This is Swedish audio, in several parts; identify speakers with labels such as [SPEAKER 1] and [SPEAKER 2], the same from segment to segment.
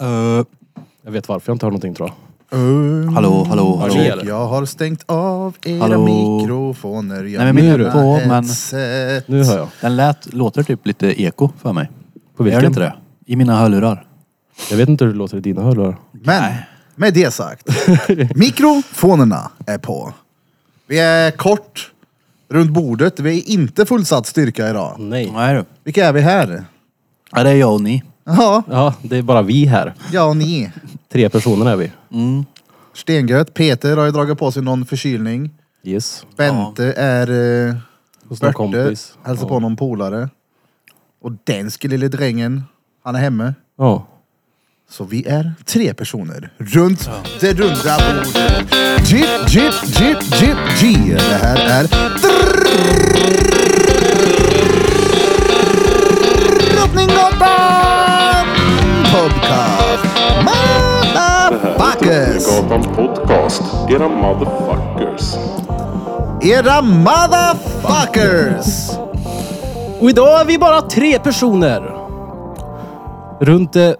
[SPEAKER 1] Eh, jag vet varför jag inte hör någonting tror jag.
[SPEAKER 2] Hallå, hallå, hallå.
[SPEAKER 1] Hör ni, eller?
[SPEAKER 3] Jag har stängt av era
[SPEAKER 2] Hallå.
[SPEAKER 3] mikrofoner.
[SPEAKER 2] Nej,
[SPEAKER 3] Jag
[SPEAKER 2] men min är
[SPEAKER 3] menar
[SPEAKER 2] på,
[SPEAKER 3] ett
[SPEAKER 2] men-
[SPEAKER 3] sätt.
[SPEAKER 1] Nu hör jag.
[SPEAKER 2] Den lät, låter typ lite eko för mig.
[SPEAKER 1] På
[SPEAKER 2] Gör
[SPEAKER 1] vilken?
[SPEAKER 2] det inte det? I mina hörlurar.
[SPEAKER 1] Jag vet inte hur det låter i dina hörlurar.
[SPEAKER 3] Men med det sagt. mikrofonerna är på. Vi är kort runt bordet. Vi är inte fullsatt styrka idag.
[SPEAKER 1] Nej.
[SPEAKER 2] Nej du.
[SPEAKER 3] Vilka är vi här?
[SPEAKER 2] Ja, det är jag och ni.
[SPEAKER 3] Ja,
[SPEAKER 1] Ja, det är bara vi här.
[SPEAKER 3] jag och ni.
[SPEAKER 1] Tre personer är vi.
[SPEAKER 3] Stengött. Peter har ju dragit på sig någon förkylning.
[SPEAKER 1] Yes.
[SPEAKER 3] Bente är... Eh,
[SPEAKER 1] Hos någon
[SPEAKER 3] Börte
[SPEAKER 1] kompis.
[SPEAKER 3] hälsar på någon polare. Och den skulle lille drängen, han är hemme.
[SPEAKER 1] Ja.
[SPEAKER 3] Så vi är tre personer runt det runda bordet. Jip, jip, jip, jip, j. Det här är... Drottninggatan Podcast. Motherfuckers!
[SPEAKER 4] Gatan Podcast, era motherfuckers.
[SPEAKER 3] Era motherfuckers!
[SPEAKER 1] Och idag är vi bara tre personer. Runt det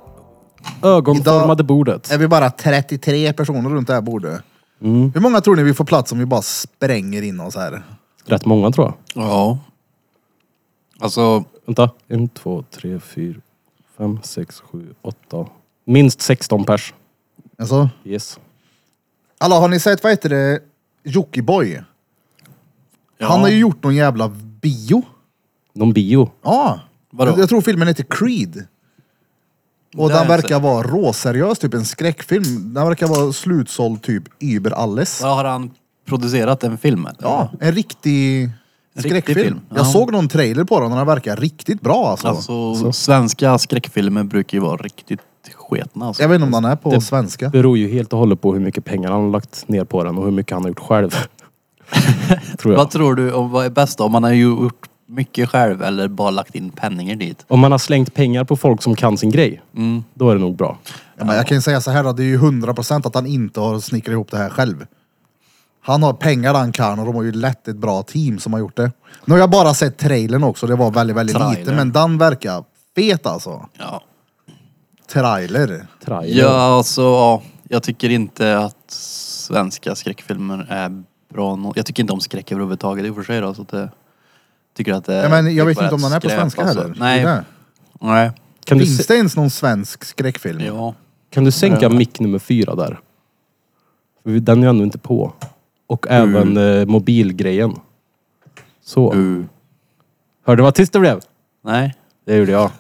[SPEAKER 1] ögonformade
[SPEAKER 3] Idag-
[SPEAKER 1] bordet.
[SPEAKER 3] Är vi bara 33 personer runt det här bordet?
[SPEAKER 1] Mm.
[SPEAKER 3] Hur många tror ni vi får plats om vi bara spränger in oss här?
[SPEAKER 1] Rätt många tror jag.
[SPEAKER 2] Ja. Alltså,
[SPEAKER 1] Vänta. En, två, tre, fyra, fem, sex, sju, åtta. Minst 16 pers.
[SPEAKER 3] Alltså?
[SPEAKER 1] Yes.
[SPEAKER 3] Alla, har ni sett vad heter det? Jockiboi.
[SPEAKER 2] ja.
[SPEAKER 3] Han har ju gjort någon jävla bio.
[SPEAKER 1] Någon bio.
[SPEAKER 3] Ja.
[SPEAKER 2] Vadå?
[SPEAKER 3] Jag tror filmen heter Creed.
[SPEAKER 2] Det har
[SPEAKER 3] Och den
[SPEAKER 2] jag inte
[SPEAKER 3] verkar vara råseriös, typ en skräckfilm. Den verkar vara slutsåld typ über alles.
[SPEAKER 2] Vad har han producerat en film? eller?
[SPEAKER 3] Ja, en riktig
[SPEAKER 2] Riktig
[SPEAKER 3] skräckfilm.
[SPEAKER 2] film, ja.
[SPEAKER 3] Jag såg någon trailer på den och den verkar riktigt bra alltså.
[SPEAKER 2] Alltså, svenska skräckfilmer brukar ju vara riktigt sketna. Alltså.
[SPEAKER 3] Jag vet inte om den är på
[SPEAKER 1] Det-
[SPEAKER 3] svenska.
[SPEAKER 1] Beror ju helt och hållet på hur mycket pengar han har lagt ner på den och hur mycket han har gjort själv. tror jag.
[SPEAKER 2] Vad tror du, om, vad är bäst då? Om man har ju gjort mycket själv eller bara lagt in penningar dit?
[SPEAKER 1] Om man har slängt pengar på folk som kan sin grej,
[SPEAKER 2] Mm.
[SPEAKER 1] då är det nog bra.
[SPEAKER 3] Ja, men jag kan ju säga så här då, det är ju 100% att han inte har snickrat ihop det här själv. Han har pengar han kan och de har ju lätt ett bra team som har gjort det. Nu har jag bara sett trailern också, det var väldigt, väldigt lite.
[SPEAKER 2] Trailer.
[SPEAKER 3] Men den verkar fet alltså.
[SPEAKER 2] Ja.
[SPEAKER 3] Trailer.
[SPEAKER 1] Trailer.
[SPEAKER 2] Ja, alltså, ja. jag tycker inte att svenska skräckfilmer är bra nog. Jag tycker inte om skräck överhuvudtaget i och för sig då, så att det, tycker att det,
[SPEAKER 3] Ja, men
[SPEAKER 2] det
[SPEAKER 3] jag vet
[SPEAKER 2] var
[SPEAKER 3] inte om
[SPEAKER 2] rätt
[SPEAKER 3] den är på
[SPEAKER 2] skräp,
[SPEAKER 3] svenska
[SPEAKER 2] alltså.
[SPEAKER 3] heller.
[SPEAKER 2] Nej.
[SPEAKER 3] Det är det.
[SPEAKER 2] Nej.
[SPEAKER 1] Kan, du,
[SPEAKER 3] Finns
[SPEAKER 1] se-
[SPEAKER 3] det ens någon svensk skräckfilm?
[SPEAKER 2] Ja.
[SPEAKER 1] kan du sänka mick nummer fyra där? För vi- Den är ju ännu inte på. Och även
[SPEAKER 2] Mm.
[SPEAKER 1] eh, mobilgrejen. Så.
[SPEAKER 2] Uh.
[SPEAKER 1] Hörde du vad tyst det blev?
[SPEAKER 2] Nej.
[SPEAKER 1] Det gjorde jag.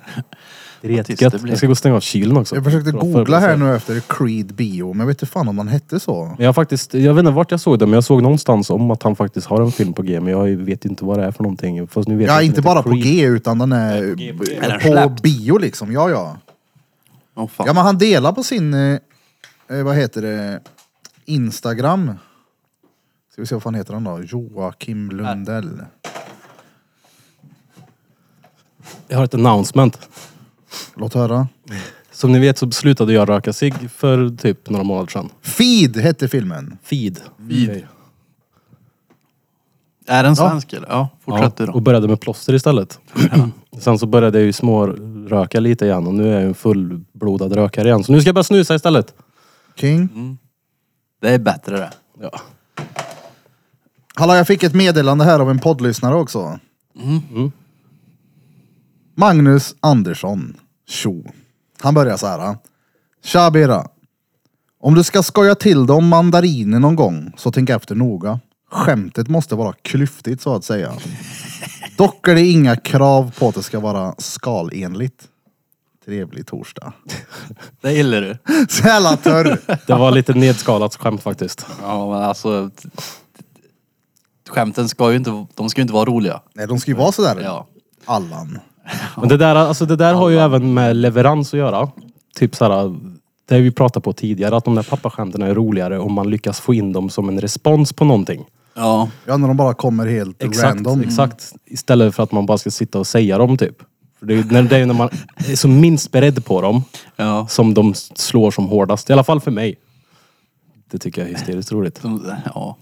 [SPEAKER 1] Det är
[SPEAKER 2] Vad tyst
[SPEAKER 1] jättegött.
[SPEAKER 2] det blev.
[SPEAKER 1] Jag ska gå och stänga av kylen också.
[SPEAKER 3] Jag försökte
[SPEAKER 1] Bra
[SPEAKER 3] googla här
[SPEAKER 1] förberedelse.
[SPEAKER 3] nu efter Creed Bio, men jag vet inte fan om den hette så.
[SPEAKER 1] Men jag har faktiskt, jag vet inte vart jag såg det, men jag såg någonstans om att han faktiskt har en film på G, men jag vet ju inte vad det är för någonting. Fast nu vet jag
[SPEAKER 3] Ja,
[SPEAKER 1] att den
[SPEAKER 3] inte
[SPEAKER 1] heter
[SPEAKER 3] bara på
[SPEAKER 1] Creed.
[SPEAKER 3] G utan den är,
[SPEAKER 2] Är den
[SPEAKER 3] på
[SPEAKER 2] släppt?
[SPEAKER 3] bio liksom. Ja, ja.
[SPEAKER 2] Åh fan.
[SPEAKER 3] Ja men han delar på sin, eh, eh, vad heter det, Instagram. Ska vi se vad fan heter han då? Joakim Lundell.
[SPEAKER 1] Jag har ett announcement.
[SPEAKER 3] Låt höra.
[SPEAKER 1] Som ni vet så beslutade jag röka sig för typ några månader sedan.
[SPEAKER 3] Feed hette filmen.
[SPEAKER 1] Feed. Okej.
[SPEAKER 2] Är den svensk eller? Ja,
[SPEAKER 1] Ja,
[SPEAKER 2] fortsätt du
[SPEAKER 1] och
[SPEAKER 2] då.
[SPEAKER 1] började med plåster istället. Sen så började jag ju småröka lite igen och nu är jag ju en fullblodad rökare igen. Så nu ska jag börja snusa istället.
[SPEAKER 3] King.
[SPEAKER 2] Det är bättre det.
[SPEAKER 1] Ja.
[SPEAKER 3] Hallå jag fick ett meddelande här av en poddlyssnare också.
[SPEAKER 1] Mm.
[SPEAKER 3] Magnus Andersson. Tjo. Han börjar så här. Tja Bera. Om du ska skoja till dig om mandariner någon gång så tänk efter noga. Skämtet måste vara klyftigt så att säga. Dock är det inga krav på att det ska vara skalenligt. Trevlig torsdag.
[SPEAKER 2] Det gillar du.
[SPEAKER 3] Så jävla törr.
[SPEAKER 1] Det var lite nedskalat skämt faktiskt.
[SPEAKER 2] Ja, men alltså. t- t- Skämten ska ju inte, de ska ju inte vara roliga.
[SPEAKER 3] Nej, de ska ju vara sådär.
[SPEAKER 2] Ja.
[SPEAKER 3] Allan.
[SPEAKER 1] Men det där, alltså det där har ju även med leverans att göra. Typ såhär, det vi pratade på tidigare, att de där pappaskämten är roligare om man lyckas få in dem som en respons på någonting.
[SPEAKER 2] Ja.
[SPEAKER 3] Ja, när de bara kommer helt
[SPEAKER 1] Exakt, Mm.
[SPEAKER 3] random.
[SPEAKER 1] exakt. Istället för att man bara ska sitta och säga dem typ. För det är ju när, det är ju när man är som minst beredd på dem
[SPEAKER 2] Ja.
[SPEAKER 1] som de slår som hårdast. I alla fall för mig. Det tycker jag är hysteriskt roligt.
[SPEAKER 2] De, ja.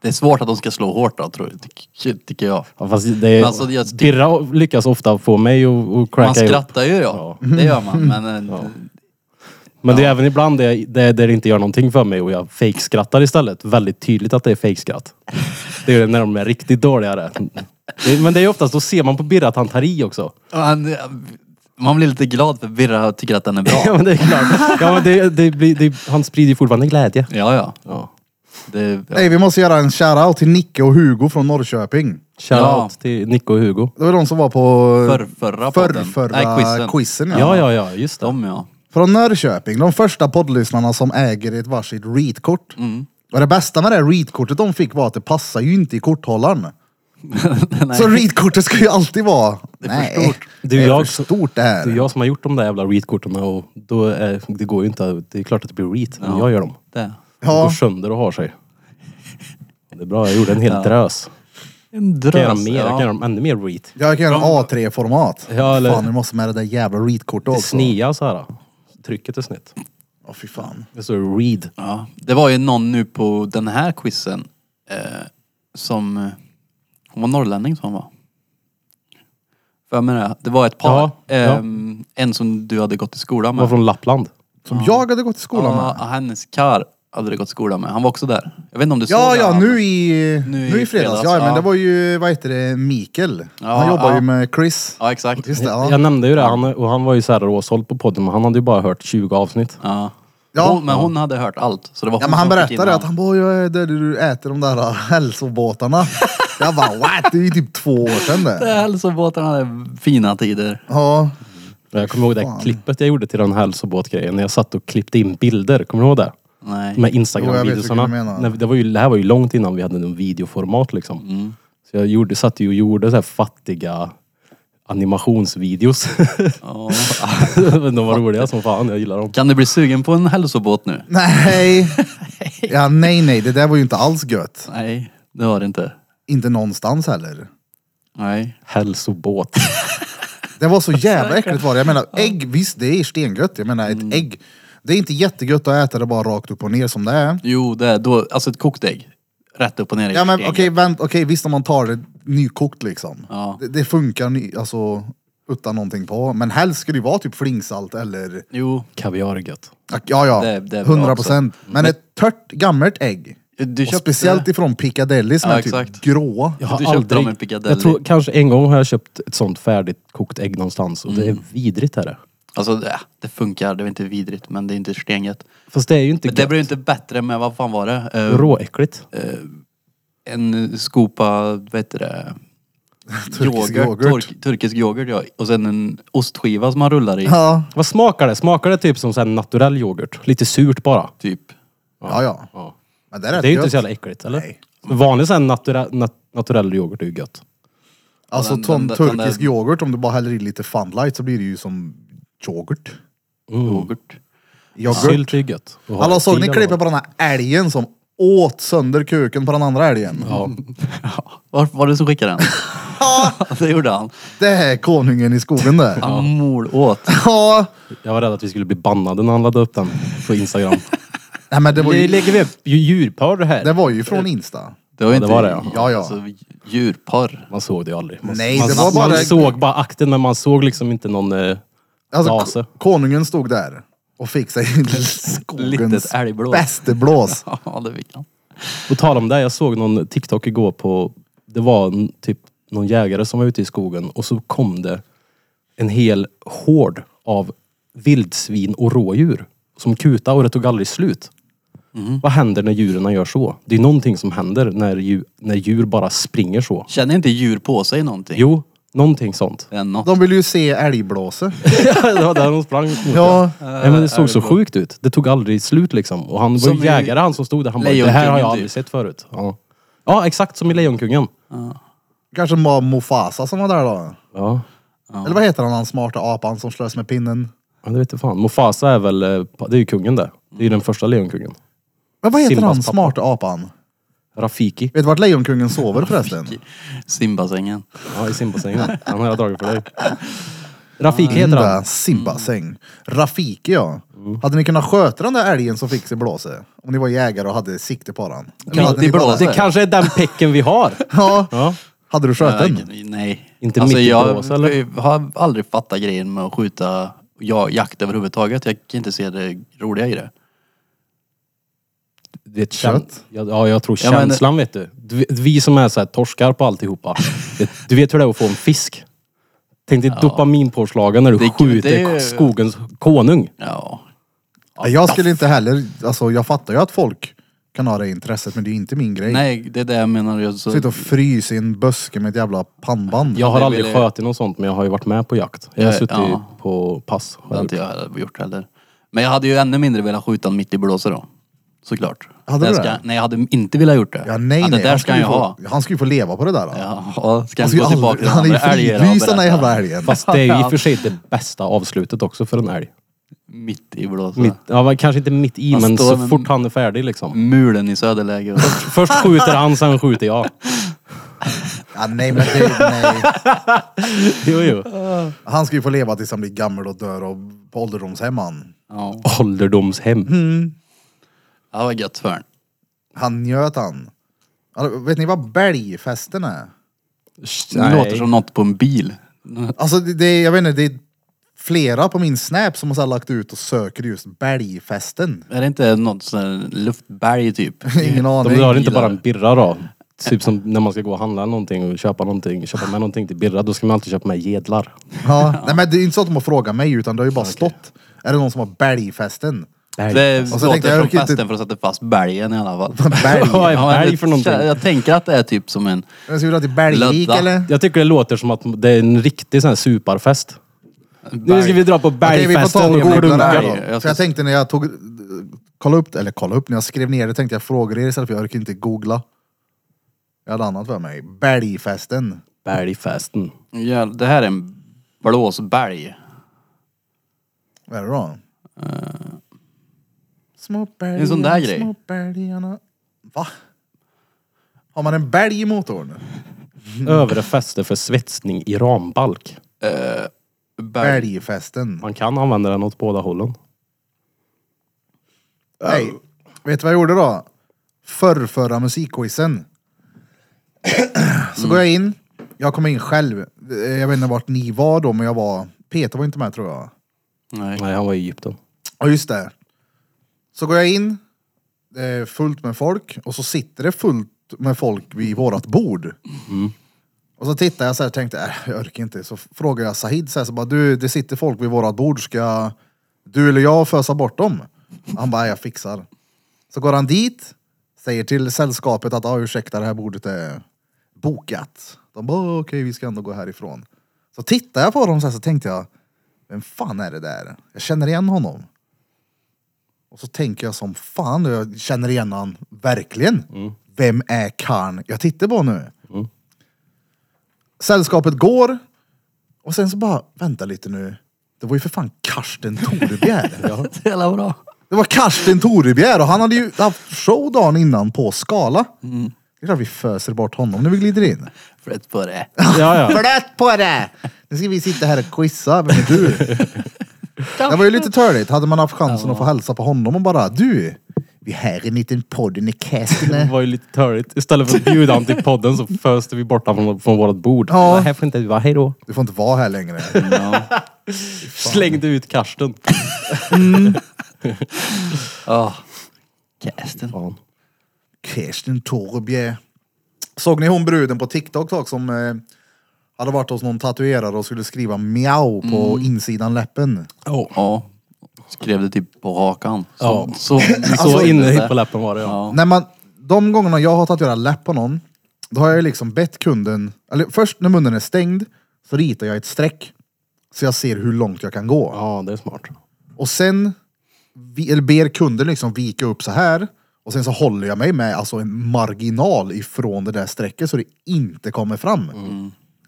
[SPEAKER 2] Det är svårt att de ska slå hårt då, tror jag, ty- tycker jag.
[SPEAKER 1] Ja, fast det är,
[SPEAKER 2] Men alltså, jag tyck-
[SPEAKER 1] Birra lyckas ofta få mig att att cracka
[SPEAKER 2] Man
[SPEAKER 1] ihop.
[SPEAKER 2] skrattar ju ja. Det gör man. Men eh,
[SPEAKER 1] Ja. Men det är även ibland det, det, där det inte gör någonting för mig och jag fejkskrattar istället. Väldigt tydligt att det är fejkskratt. Det är när de är riktigt dåligare. Men det är ju oftast, då ser man på Birre att han tar i också.
[SPEAKER 2] Och han, man blir lite glad för Birra tycker att den är
[SPEAKER 1] Ja
[SPEAKER 2] bra.
[SPEAKER 1] men det är klart. Ja, men det, det blir, det, han sprider ju fortfarande glädje.
[SPEAKER 2] ja, ja.
[SPEAKER 1] Ja.
[SPEAKER 2] Det, ja.
[SPEAKER 3] Nej, vi måste göra en shoutout till Nicke och Hugo från Norrköping.
[SPEAKER 1] Shoutout
[SPEAKER 2] Ja.
[SPEAKER 1] till Nico och Hugo.
[SPEAKER 3] Det var de som var på
[SPEAKER 2] Förr, förra
[SPEAKER 3] förr,
[SPEAKER 2] podden.
[SPEAKER 3] förra
[SPEAKER 2] Nej, quizen.
[SPEAKER 3] quizen ja.
[SPEAKER 1] Ja, ja, ja, just det.
[SPEAKER 2] De ja.
[SPEAKER 3] Från Norrköping, de första poddlyssnarna som äger ett varsitt read-kort.
[SPEAKER 2] Mm.
[SPEAKER 3] Och det bästa med det read-kortet de fick var att det passar ju inte i korthållaren.
[SPEAKER 2] Nej.
[SPEAKER 3] Så read-kortet ska ju alltid vara...
[SPEAKER 2] är för
[SPEAKER 3] Nej,
[SPEAKER 2] stort.
[SPEAKER 3] det
[SPEAKER 1] Du,
[SPEAKER 3] är
[SPEAKER 1] jag-
[SPEAKER 3] för stort det
[SPEAKER 1] Det är
[SPEAKER 3] här.
[SPEAKER 1] jag som har gjort de där jävla reat-korten och då är, det går ju inte. Det är klart att det blir reat när jag gör dem.
[SPEAKER 2] Det.
[SPEAKER 1] Det går
[SPEAKER 3] Ja,
[SPEAKER 1] sönder och har sig. Det är bra, jag gjorde en hel
[SPEAKER 2] Ja.
[SPEAKER 1] drös.
[SPEAKER 2] En
[SPEAKER 1] Jag kan göra mer, jag
[SPEAKER 2] ja.
[SPEAKER 1] kan göra dem ännu mer reat.
[SPEAKER 3] jag kan göra en A3-format.
[SPEAKER 1] Ja, eller-
[SPEAKER 3] Fan, nu måste med det där jävla read-kortet
[SPEAKER 1] Det
[SPEAKER 3] också.
[SPEAKER 1] snia så här. Trycket är snett.
[SPEAKER 3] Ja, fy fan.
[SPEAKER 1] Det står read.
[SPEAKER 2] Ja, det var ju någon nu på den här quizen eh, som... eh, Hon var norrlänning som hon var. För jag menar, det var ett par.
[SPEAKER 1] Ja,
[SPEAKER 2] ehm, En som du hade gått i skolan
[SPEAKER 1] Det var
[SPEAKER 2] med.
[SPEAKER 1] från Lappland.
[SPEAKER 3] Som jag hade gått i skolan
[SPEAKER 2] ja,
[SPEAKER 3] med.
[SPEAKER 2] hennes kar hade du gått i skolan med. Han var också där. Jag vet inte om du
[SPEAKER 3] Ja,
[SPEAKER 2] såg
[SPEAKER 3] ja,
[SPEAKER 2] det,
[SPEAKER 3] nu i, nu i
[SPEAKER 2] i
[SPEAKER 3] fredags.
[SPEAKER 2] fredags,
[SPEAKER 3] ja, men
[SPEAKER 2] ja.
[SPEAKER 3] det var ju, vad heter det, Mikael.
[SPEAKER 2] Ja,
[SPEAKER 3] Han jobbar
[SPEAKER 2] ja.
[SPEAKER 3] ju med Chris.
[SPEAKER 2] Ja, exakt.
[SPEAKER 3] Just det, ja.
[SPEAKER 1] Jag nämnde ju det, han, och han var ju så här råsåld på podden men han hade ju bara hört 20 avsnitt.
[SPEAKER 2] Ja.
[SPEAKER 3] Ja.
[SPEAKER 2] Hon, men hon hade hört allt. Så det var
[SPEAKER 3] Ja,
[SPEAKER 2] hon
[SPEAKER 3] men han
[SPEAKER 2] som fick in
[SPEAKER 3] berättade att
[SPEAKER 2] honom.
[SPEAKER 3] han bara, jag är där du äter de där äh, hälsobåtarna. jag bara, what? Det är ju typ två år sedan det.
[SPEAKER 2] Hälsobåtarna hade fina tider.
[SPEAKER 3] Ja,
[SPEAKER 1] Jag kommer ihåg det
[SPEAKER 3] Fan.
[SPEAKER 1] här klippet jag gjorde till den här hälsobåtgrejen när jag satt och klippte in bilder. Kommer du ihåg det?
[SPEAKER 2] Nej.
[SPEAKER 1] De här
[SPEAKER 3] Jo, jag vet vilken du
[SPEAKER 1] Instagram-videosarna.
[SPEAKER 3] menar.
[SPEAKER 1] Nej, Det, var ju- det här var ju långt innan vi hade någon videoformat liksom. Så jag gjorde, satt ju och gjorde så här fattiga animationsvideos.
[SPEAKER 2] Ja.
[SPEAKER 1] Men de var roliga som fan, jag gillar dem.
[SPEAKER 2] Kan du bli sugen på en hälsobåt nu?
[SPEAKER 3] nej. ja, nej, nej, det där var ju inte alls gött.
[SPEAKER 2] Nej, det var det inte.
[SPEAKER 3] Inte någonstans heller.
[SPEAKER 2] Nej.
[SPEAKER 1] Hälsobåt.
[SPEAKER 3] Det var så jävla äckligt var det. Jag menar, ägg, visst det är stengött. Jag menar, ett ägg. Det är inte jättegött att äta det bara rakt upp och ner som det är.
[SPEAKER 2] Jo, det är då, alltså ett kokt ägg. Rätt upp och ner i
[SPEAKER 3] Ja men
[SPEAKER 2] ägget.
[SPEAKER 3] okej, vänt, okej visst om man tar det nykokt liksom.
[SPEAKER 2] Ja.
[SPEAKER 3] Det, det funkar ny, alltså utan någonting på. Men helst ska det ju vara typ flingsalt eller,
[SPEAKER 2] Jo,
[SPEAKER 1] Kaviar är gött.
[SPEAKER 3] ja ja,
[SPEAKER 2] Det- det är bra
[SPEAKER 3] 100 procent. Men ett tört gammalt ägg.
[SPEAKER 2] du
[SPEAKER 3] Och
[SPEAKER 2] köpte...
[SPEAKER 3] speciellt ifrån Piccadilly som
[SPEAKER 2] Ja,
[SPEAKER 3] är typ
[SPEAKER 2] exakt.
[SPEAKER 3] gråa.
[SPEAKER 1] Jag har
[SPEAKER 2] Du köpte
[SPEAKER 1] aldrig,
[SPEAKER 2] dem i Piccadilly.
[SPEAKER 1] jag tror kanske en gång har jag köpt ett sånt färdigt kokt ägg någonstans och det är vidrigt är det.
[SPEAKER 2] Alltså det, det funkar, det är inte vidrigt men det är inte stengött.
[SPEAKER 1] Fast det är ju inte
[SPEAKER 2] Men det
[SPEAKER 1] gött.
[SPEAKER 2] blir ju inte bättre med, vad fan var det? Eh,
[SPEAKER 1] Råäckligt.
[SPEAKER 2] en skopa, vad heter det?
[SPEAKER 3] Turkisk yoghurt.
[SPEAKER 2] Turk, turkisk yoghurt ja. Och sen en ostskiva som man rullar i.
[SPEAKER 3] Ja,
[SPEAKER 1] Vad smakar det? Smakar det typ som sån här naturell yoghurt? Lite surt bara.
[SPEAKER 2] Typ.
[SPEAKER 3] ja ja.
[SPEAKER 1] Ja.
[SPEAKER 3] Men det är rätt
[SPEAKER 1] Det är ju
[SPEAKER 3] gött.
[SPEAKER 1] inte så jävla äckligt, eller?
[SPEAKER 3] Nej.
[SPEAKER 1] Vanlig sån här natura, nat, naturell yoghurt är ju gött.
[SPEAKER 3] Alltså
[SPEAKER 2] Den-
[SPEAKER 3] sån
[SPEAKER 2] den- den- den-
[SPEAKER 3] turkisk yoghurt, om du bara häller i lite funlight så blir det ju som yoghurt.
[SPEAKER 2] Yoghurt.
[SPEAKER 3] Yoghurt.
[SPEAKER 1] Sylt är ju gött. Och ha
[SPEAKER 3] Alla såg
[SPEAKER 1] till
[SPEAKER 3] ni
[SPEAKER 1] eller
[SPEAKER 3] klippet
[SPEAKER 1] något.
[SPEAKER 3] på den här älgen som åt sönder kuken på den andra älgen?
[SPEAKER 1] Ja.
[SPEAKER 2] Var, var det som skickade den? det gjorde han.
[SPEAKER 3] Det här är konungen i skogen det.
[SPEAKER 2] Han mol åt.
[SPEAKER 3] Ja.
[SPEAKER 1] Jag var rädd att vi skulle bli bannade när han laddade upp den på Instagram.
[SPEAKER 3] Nej men det var
[SPEAKER 1] Nu
[SPEAKER 3] ju,
[SPEAKER 1] lägger vi upp ju- djurporr här.
[SPEAKER 3] det var ju från Insta.
[SPEAKER 2] Det var
[SPEAKER 1] Ja,
[SPEAKER 2] inte
[SPEAKER 1] det var det, ja.
[SPEAKER 3] Ja, ja.
[SPEAKER 2] Alltså, djurporr.
[SPEAKER 1] Man såg det ju aldrig. Man,
[SPEAKER 3] Nej,
[SPEAKER 1] man,
[SPEAKER 3] det var bara-
[SPEAKER 1] man såg bara akten men man såg liksom inte någon... Eh,
[SPEAKER 3] Alltså
[SPEAKER 1] Nase.
[SPEAKER 3] k- konungen stod där och fick sig skogens
[SPEAKER 2] Litet älgblås.
[SPEAKER 3] bäste blås.
[SPEAKER 2] Ja det fick han.
[SPEAKER 1] på tal om det, jag såg någon TikTok igår på... Det var en, typ någon jägare som var ute i skogen och så kom det en hel hord av vildsvin och rådjur som kuta och det tog aldrig slut.
[SPEAKER 2] Mm.
[SPEAKER 1] Vad händer när djuren gör så? Det är någonting som händer när djur, när djur bara springer så.
[SPEAKER 2] Känner inte djur på sig någonting?
[SPEAKER 1] Jo, någonting sånt.
[SPEAKER 2] Det är något.
[SPEAKER 3] De ville ju se älgblåse.
[SPEAKER 1] Ja, det var där de sprang mot
[SPEAKER 3] Ja.
[SPEAKER 1] Nej, men det såg så sjukt ut. Det tog aldrig slut liksom. Och han var
[SPEAKER 2] Som
[SPEAKER 1] ju
[SPEAKER 2] i
[SPEAKER 1] jägare han som stod där. Han bara, det här
[SPEAKER 2] Lejonkungen,
[SPEAKER 1] har jag
[SPEAKER 2] typ."
[SPEAKER 1] aldrig sett förut. Ja. ja, exakt som i Lejonkungen.
[SPEAKER 3] Kanske var Mufasa som var där då.
[SPEAKER 1] Ja,
[SPEAKER 3] Eller vad heter han, den smarta apan som slös med pinnen?
[SPEAKER 1] ja det vet jag fan. Mufasa är väl, eh, pa- det är ju kungen där. Det är
[SPEAKER 2] Mm.
[SPEAKER 1] ju den första Lejonkungen.
[SPEAKER 3] Men vad heter
[SPEAKER 1] Simbas
[SPEAKER 3] han,
[SPEAKER 1] pappa.
[SPEAKER 3] smarta apan?
[SPEAKER 1] Rafiki.
[SPEAKER 3] Vet du vart Lejonkungen sover förresten?
[SPEAKER 2] Simbassängen.
[SPEAKER 1] Ja, i simbassängen. Han har jag dragit för dig. Rafiki heter han.
[SPEAKER 2] Mm,
[SPEAKER 1] Mm.
[SPEAKER 3] Simba, Simbasäng. Rafiki ja. Hade ni kunnat sköta den där älgen som fick sig blåse? Om ni var jägare och hade sikte på den? Eller hade
[SPEAKER 2] i
[SPEAKER 3] ni bara-
[SPEAKER 2] blåse.
[SPEAKER 1] Det kanske är den pecken vi har.
[SPEAKER 3] Ja.
[SPEAKER 1] Ja.
[SPEAKER 3] Hade du skött den?
[SPEAKER 2] Nej.
[SPEAKER 1] Inte
[SPEAKER 2] alltså,
[SPEAKER 1] mitt i
[SPEAKER 2] jag
[SPEAKER 1] blås, eller?
[SPEAKER 2] har aldrig fattat grejen med att skjuta jag jakt överhuvudtaget. Jag kan inte se det roliga i det.
[SPEAKER 1] Det är ett
[SPEAKER 3] Kött?
[SPEAKER 1] Ja, ja, jag tror
[SPEAKER 2] Ja, men-
[SPEAKER 1] känslan vet du. Du- Vi som är så här torskar på alltihopa. det- du vet hur det är att få en fisk. Tänk dig dopaminpåslagen när du
[SPEAKER 2] Det-
[SPEAKER 1] skjuter
[SPEAKER 2] det är-
[SPEAKER 1] skogens konung.
[SPEAKER 2] Ja.
[SPEAKER 3] Nej, Jag skulle inte heller, alltså jag fattar ju att folk kan ha det intresset men det är ju inte min grej.
[SPEAKER 2] Nej, det är det jag menar. Jag, så,
[SPEAKER 3] Sitta och frysa i en buske med ett jävla pannband.
[SPEAKER 1] Jag har
[SPEAKER 2] det
[SPEAKER 1] aldrig
[SPEAKER 2] vill jag-
[SPEAKER 1] skjutit något sånt men jag har ju varit med på jakt. Jag har
[SPEAKER 2] Ja,
[SPEAKER 1] suttit
[SPEAKER 2] ja.
[SPEAKER 1] på pass.
[SPEAKER 2] det hade inte jag heller gjort heller. Men jag hade ju ännu mindre velat skjuta en mitt i blåsa då. Såklart.
[SPEAKER 3] Hade
[SPEAKER 2] det
[SPEAKER 3] du
[SPEAKER 2] ska,
[SPEAKER 3] det?
[SPEAKER 2] Nej, jag hade inte velat gjort det.
[SPEAKER 3] Ja, nej,
[SPEAKER 2] ja, det
[SPEAKER 3] nej.
[SPEAKER 2] där
[SPEAKER 3] han
[SPEAKER 2] ska
[SPEAKER 3] ju
[SPEAKER 2] jag ha.
[SPEAKER 3] få, han ska ju få leva på det där. Då.
[SPEAKER 2] Ja, ska
[SPEAKER 3] han
[SPEAKER 2] han
[SPEAKER 3] ska ju
[SPEAKER 2] gå tillbaka
[SPEAKER 3] aldrig,
[SPEAKER 2] till
[SPEAKER 3] han är ju
[SPEAKER 2] andra älgar och
[SPEAKER 3] fridlyst den där
[SPEAKER 2] berätta?
[SPEAKER 3] jävla älgen.
[SPEAKER 1] Fast det är ju i och för sig det bästa avslutet också för en älg.
[SPEAKER 2] Mitt i blåsa.
[SPEAKER 1] Mitt, ja, men kanske inte mitt i
[SPEAKER 2] Han
[SPEAKER 1] men
[SPEAKER 2] står
[SPEAKER 1] så
[SPEAKER 2] med- Mm.
[SPEAKER 1] fort han är färdig liksom.
[SPEAKER 2] Mulen i söderläge. och-
[SPEAKER 1] Först skjuter han, sen skjuter jag.
[SPEAKER 3] Ja, nej, men det, nej.
[SPEAKER 1] Jo, jo.
[SPEAKER 3] Han ska ju få leva tills han blir gammal och dör och på ålderdomshem han.
[SPEAKER 2] Ja.
[SPEAKER 1] Ålderdomshem.
[SPEAKER 2] ja, vad gött för en.
[SPEAKER 3] Han njöt han. Alltså, vet ni vad bälgfesten är?
[SPEAKER 2] Det låter som något på en bil.
[SPEAKER 3] Alltså det, det, jag vet inte, det är flera på min snap som har så här lagt ut och söker just bälgfesten.
[SPEAKER 2] Är det inte något sånt här luftberg typ?
[SPEAKER 3] Ingen
[SPEAKER 1] De
[SPEAKER 3] aning.
[SPEAKER 1] drar inte bara en birra då? Typ som när man ska gå och handla någonting och köpa någonting, köpa med någonting till birra, då ska man alltid köpa med gedlar.
[SPEAKER 3] Ja. Nej, men det är inte så att de har frågat mig utan det har ju bara stått. Är det någon som har bälgfesten?
[SPEAKER 2] Det
[SPEAKER 3] Och så tänkte
[SPEAKER 2] låter
[SPEAKER 3] jag, jag
[SPEAKER 2] som
[SPEAKER 3] orkar inte-
[SPEAKER 2] festen för att sätta fast bergen i alla fall.
[SPEAKER 3] Bälg.
[SPEAKER 1] Vad är
[SPEAKER 2] Ja, men
[SPEAKER 1] berg
[SPEAKER 2] det-
[SPEAKER 1] för någonting?
[SPEAKER 2] Jag tänker att det är typ som en...
[SPEAKER 3] Men Ska vi dra till Bergvik
[SPEAKER 2] Lödda.
[SPEAKER 3] eller?
[SPEAKER 1] Jag tycker det låter som att det är en riktig sån här superfest. Nu ska vi dra på
[SPEAKER 3] Okej, vi får ta
[SPEAKER 1] bergfesten.
[SPEAKER 3] och googla det här
[SPEAKER 2] Berg.
[SPEAKER 3] då.
[SPEAKER 2] Jag
[SPEAKER 3] Jag,
[SPEAKER 2] ska-
[SPEAKER 3] jag tänkte när jag tog, kolla upp, eller kolla upp, när jag skrev ner det tänkte jag fråga er istället för jag orkar inte googla. Jag hade annat för mig. Bergfesten.
[SPEAKER 1] bergfesten.
[SPEAKER 2] Ja, det här är en blåsberg.
[SPEAKER 3] Vad är det då? Små berg,
[SPEAKER 2] Eh. En sån där grej.
[SPEAKER 3] Små bergarna. Va? Har man en berg i motorn?
[SPEAKER 1] Övre fäste för svetsning i rambalk.
[SPEAKER 2] Berg.
[SPEAKER 3] Bergfesten.
[SPEAKER 1] Man kan använda den åt båda hållen.
[SPEAKER 3] Nej. Vet du vad jag gjorde då? Förrförra musikquizen. Så
[SPEAKER 2] Mm.
[SPEAKER 3] går jag in. Jag kom in själv. Eh, Jag vet inte vart ni var då, men jag var... Peter var inte med tror jag.
[SPEAKER 2] Nej.
[SPEAKER 1] Nej, han var i Egypten.
[SPEAKER 3] Ja, just det. Så går jag in. Det är fullt med folk och så sitter det fullt med folk vid vårat bord. Och så tittar jag så här och tänkte, äh, jag orkar inte. Så frågar jag Sahid så här, så bara, du, det sitter folk vid vårat bord, ska du eller jag fösa bort dem? Han bara, "Äh, jag fixar. Så går han dit, säger till sällskapet att, ah, ursäkta det här bordet är bokat. De bara, "Åh, okej vi ska ändå gå härifrån. Så tittar jag på dem så här så tänkte jag, vem fan är det där? Jag känner igen honom. Och så tänker jag som fan, jag känner igen han verkligen. Vem är karn jag tittar på nu? Sällskapet går och sen så bara, vänta lite nu. Det var ju för fan Karsten Torebjer.
[SPEAKER 2] Det är jävla bra.
[SPEAKER 3] Det var Karsten Torebjer och han hade ju haft show dagen innan på Skala. Det är klart vi föser bort honom när vi glider in.
[SPEAKER 2] Flätt på det.
[SPEAKER 1] Ja, ja.
[SPEAKER 3] Blött på det! Nu ska vi sitta här och quizza. Vem är du? Det var ju lite törligt. Hade man haft chansen att få hälsa på honom och bara du, vi här är en liten podd i
[SPEAKER 1] Det
[SPEAKER 3] Kästene.
[SPEAKER 1] var ju lite törligt. Istället för att bjuda han till podden så föste vi bort honom från, från vårt bord.
[SPEAKER 3] Ja.
[SPEAKER 1] Det Här får inte du vara, hejdå.
[SPEAKER 3] Du får inte vara här längre.
[SPEAKER 1] Slängde ut Karsten.
[SPEAKER 2] Ja. Casten.
[SPEAKER 1] Fan.
[SPEAKER 3] Kirsten Torbje. Såg ni hon bruden på TikTok också som eh, hade varit hos någon tatuerare och skulle skriva miau på insidan läppen?
[SPEAKER 2] Ja. Skrev det typ på rakan. Så,
[SPEAKER 1] Ja.
[SPEAKER 2] så,
[SPEAKER 1] Så
[SPEAKER 3] Alltså,
[SPEAKER 2] så
[SPEAKER 1] inne på läppen var det ja.
[SPEAKER 2] Ja.
[SPEAKER 3] När man, de gångerna jag har tatuerat läpp på någon, då har jag ju liksom bett kunden, eller först när munnen är stängd, så ritar jag ett streck. Så jag ser hur långt jag kan gå.
[SPEAKER 1] Ja, det är smart.
[SPEAKER 3] Och sen vi, eller ber kunden liksom vika upp så här. Och sen så håller jag mig med alltså en marginal ifrån det där strecket så det inte kommer fram.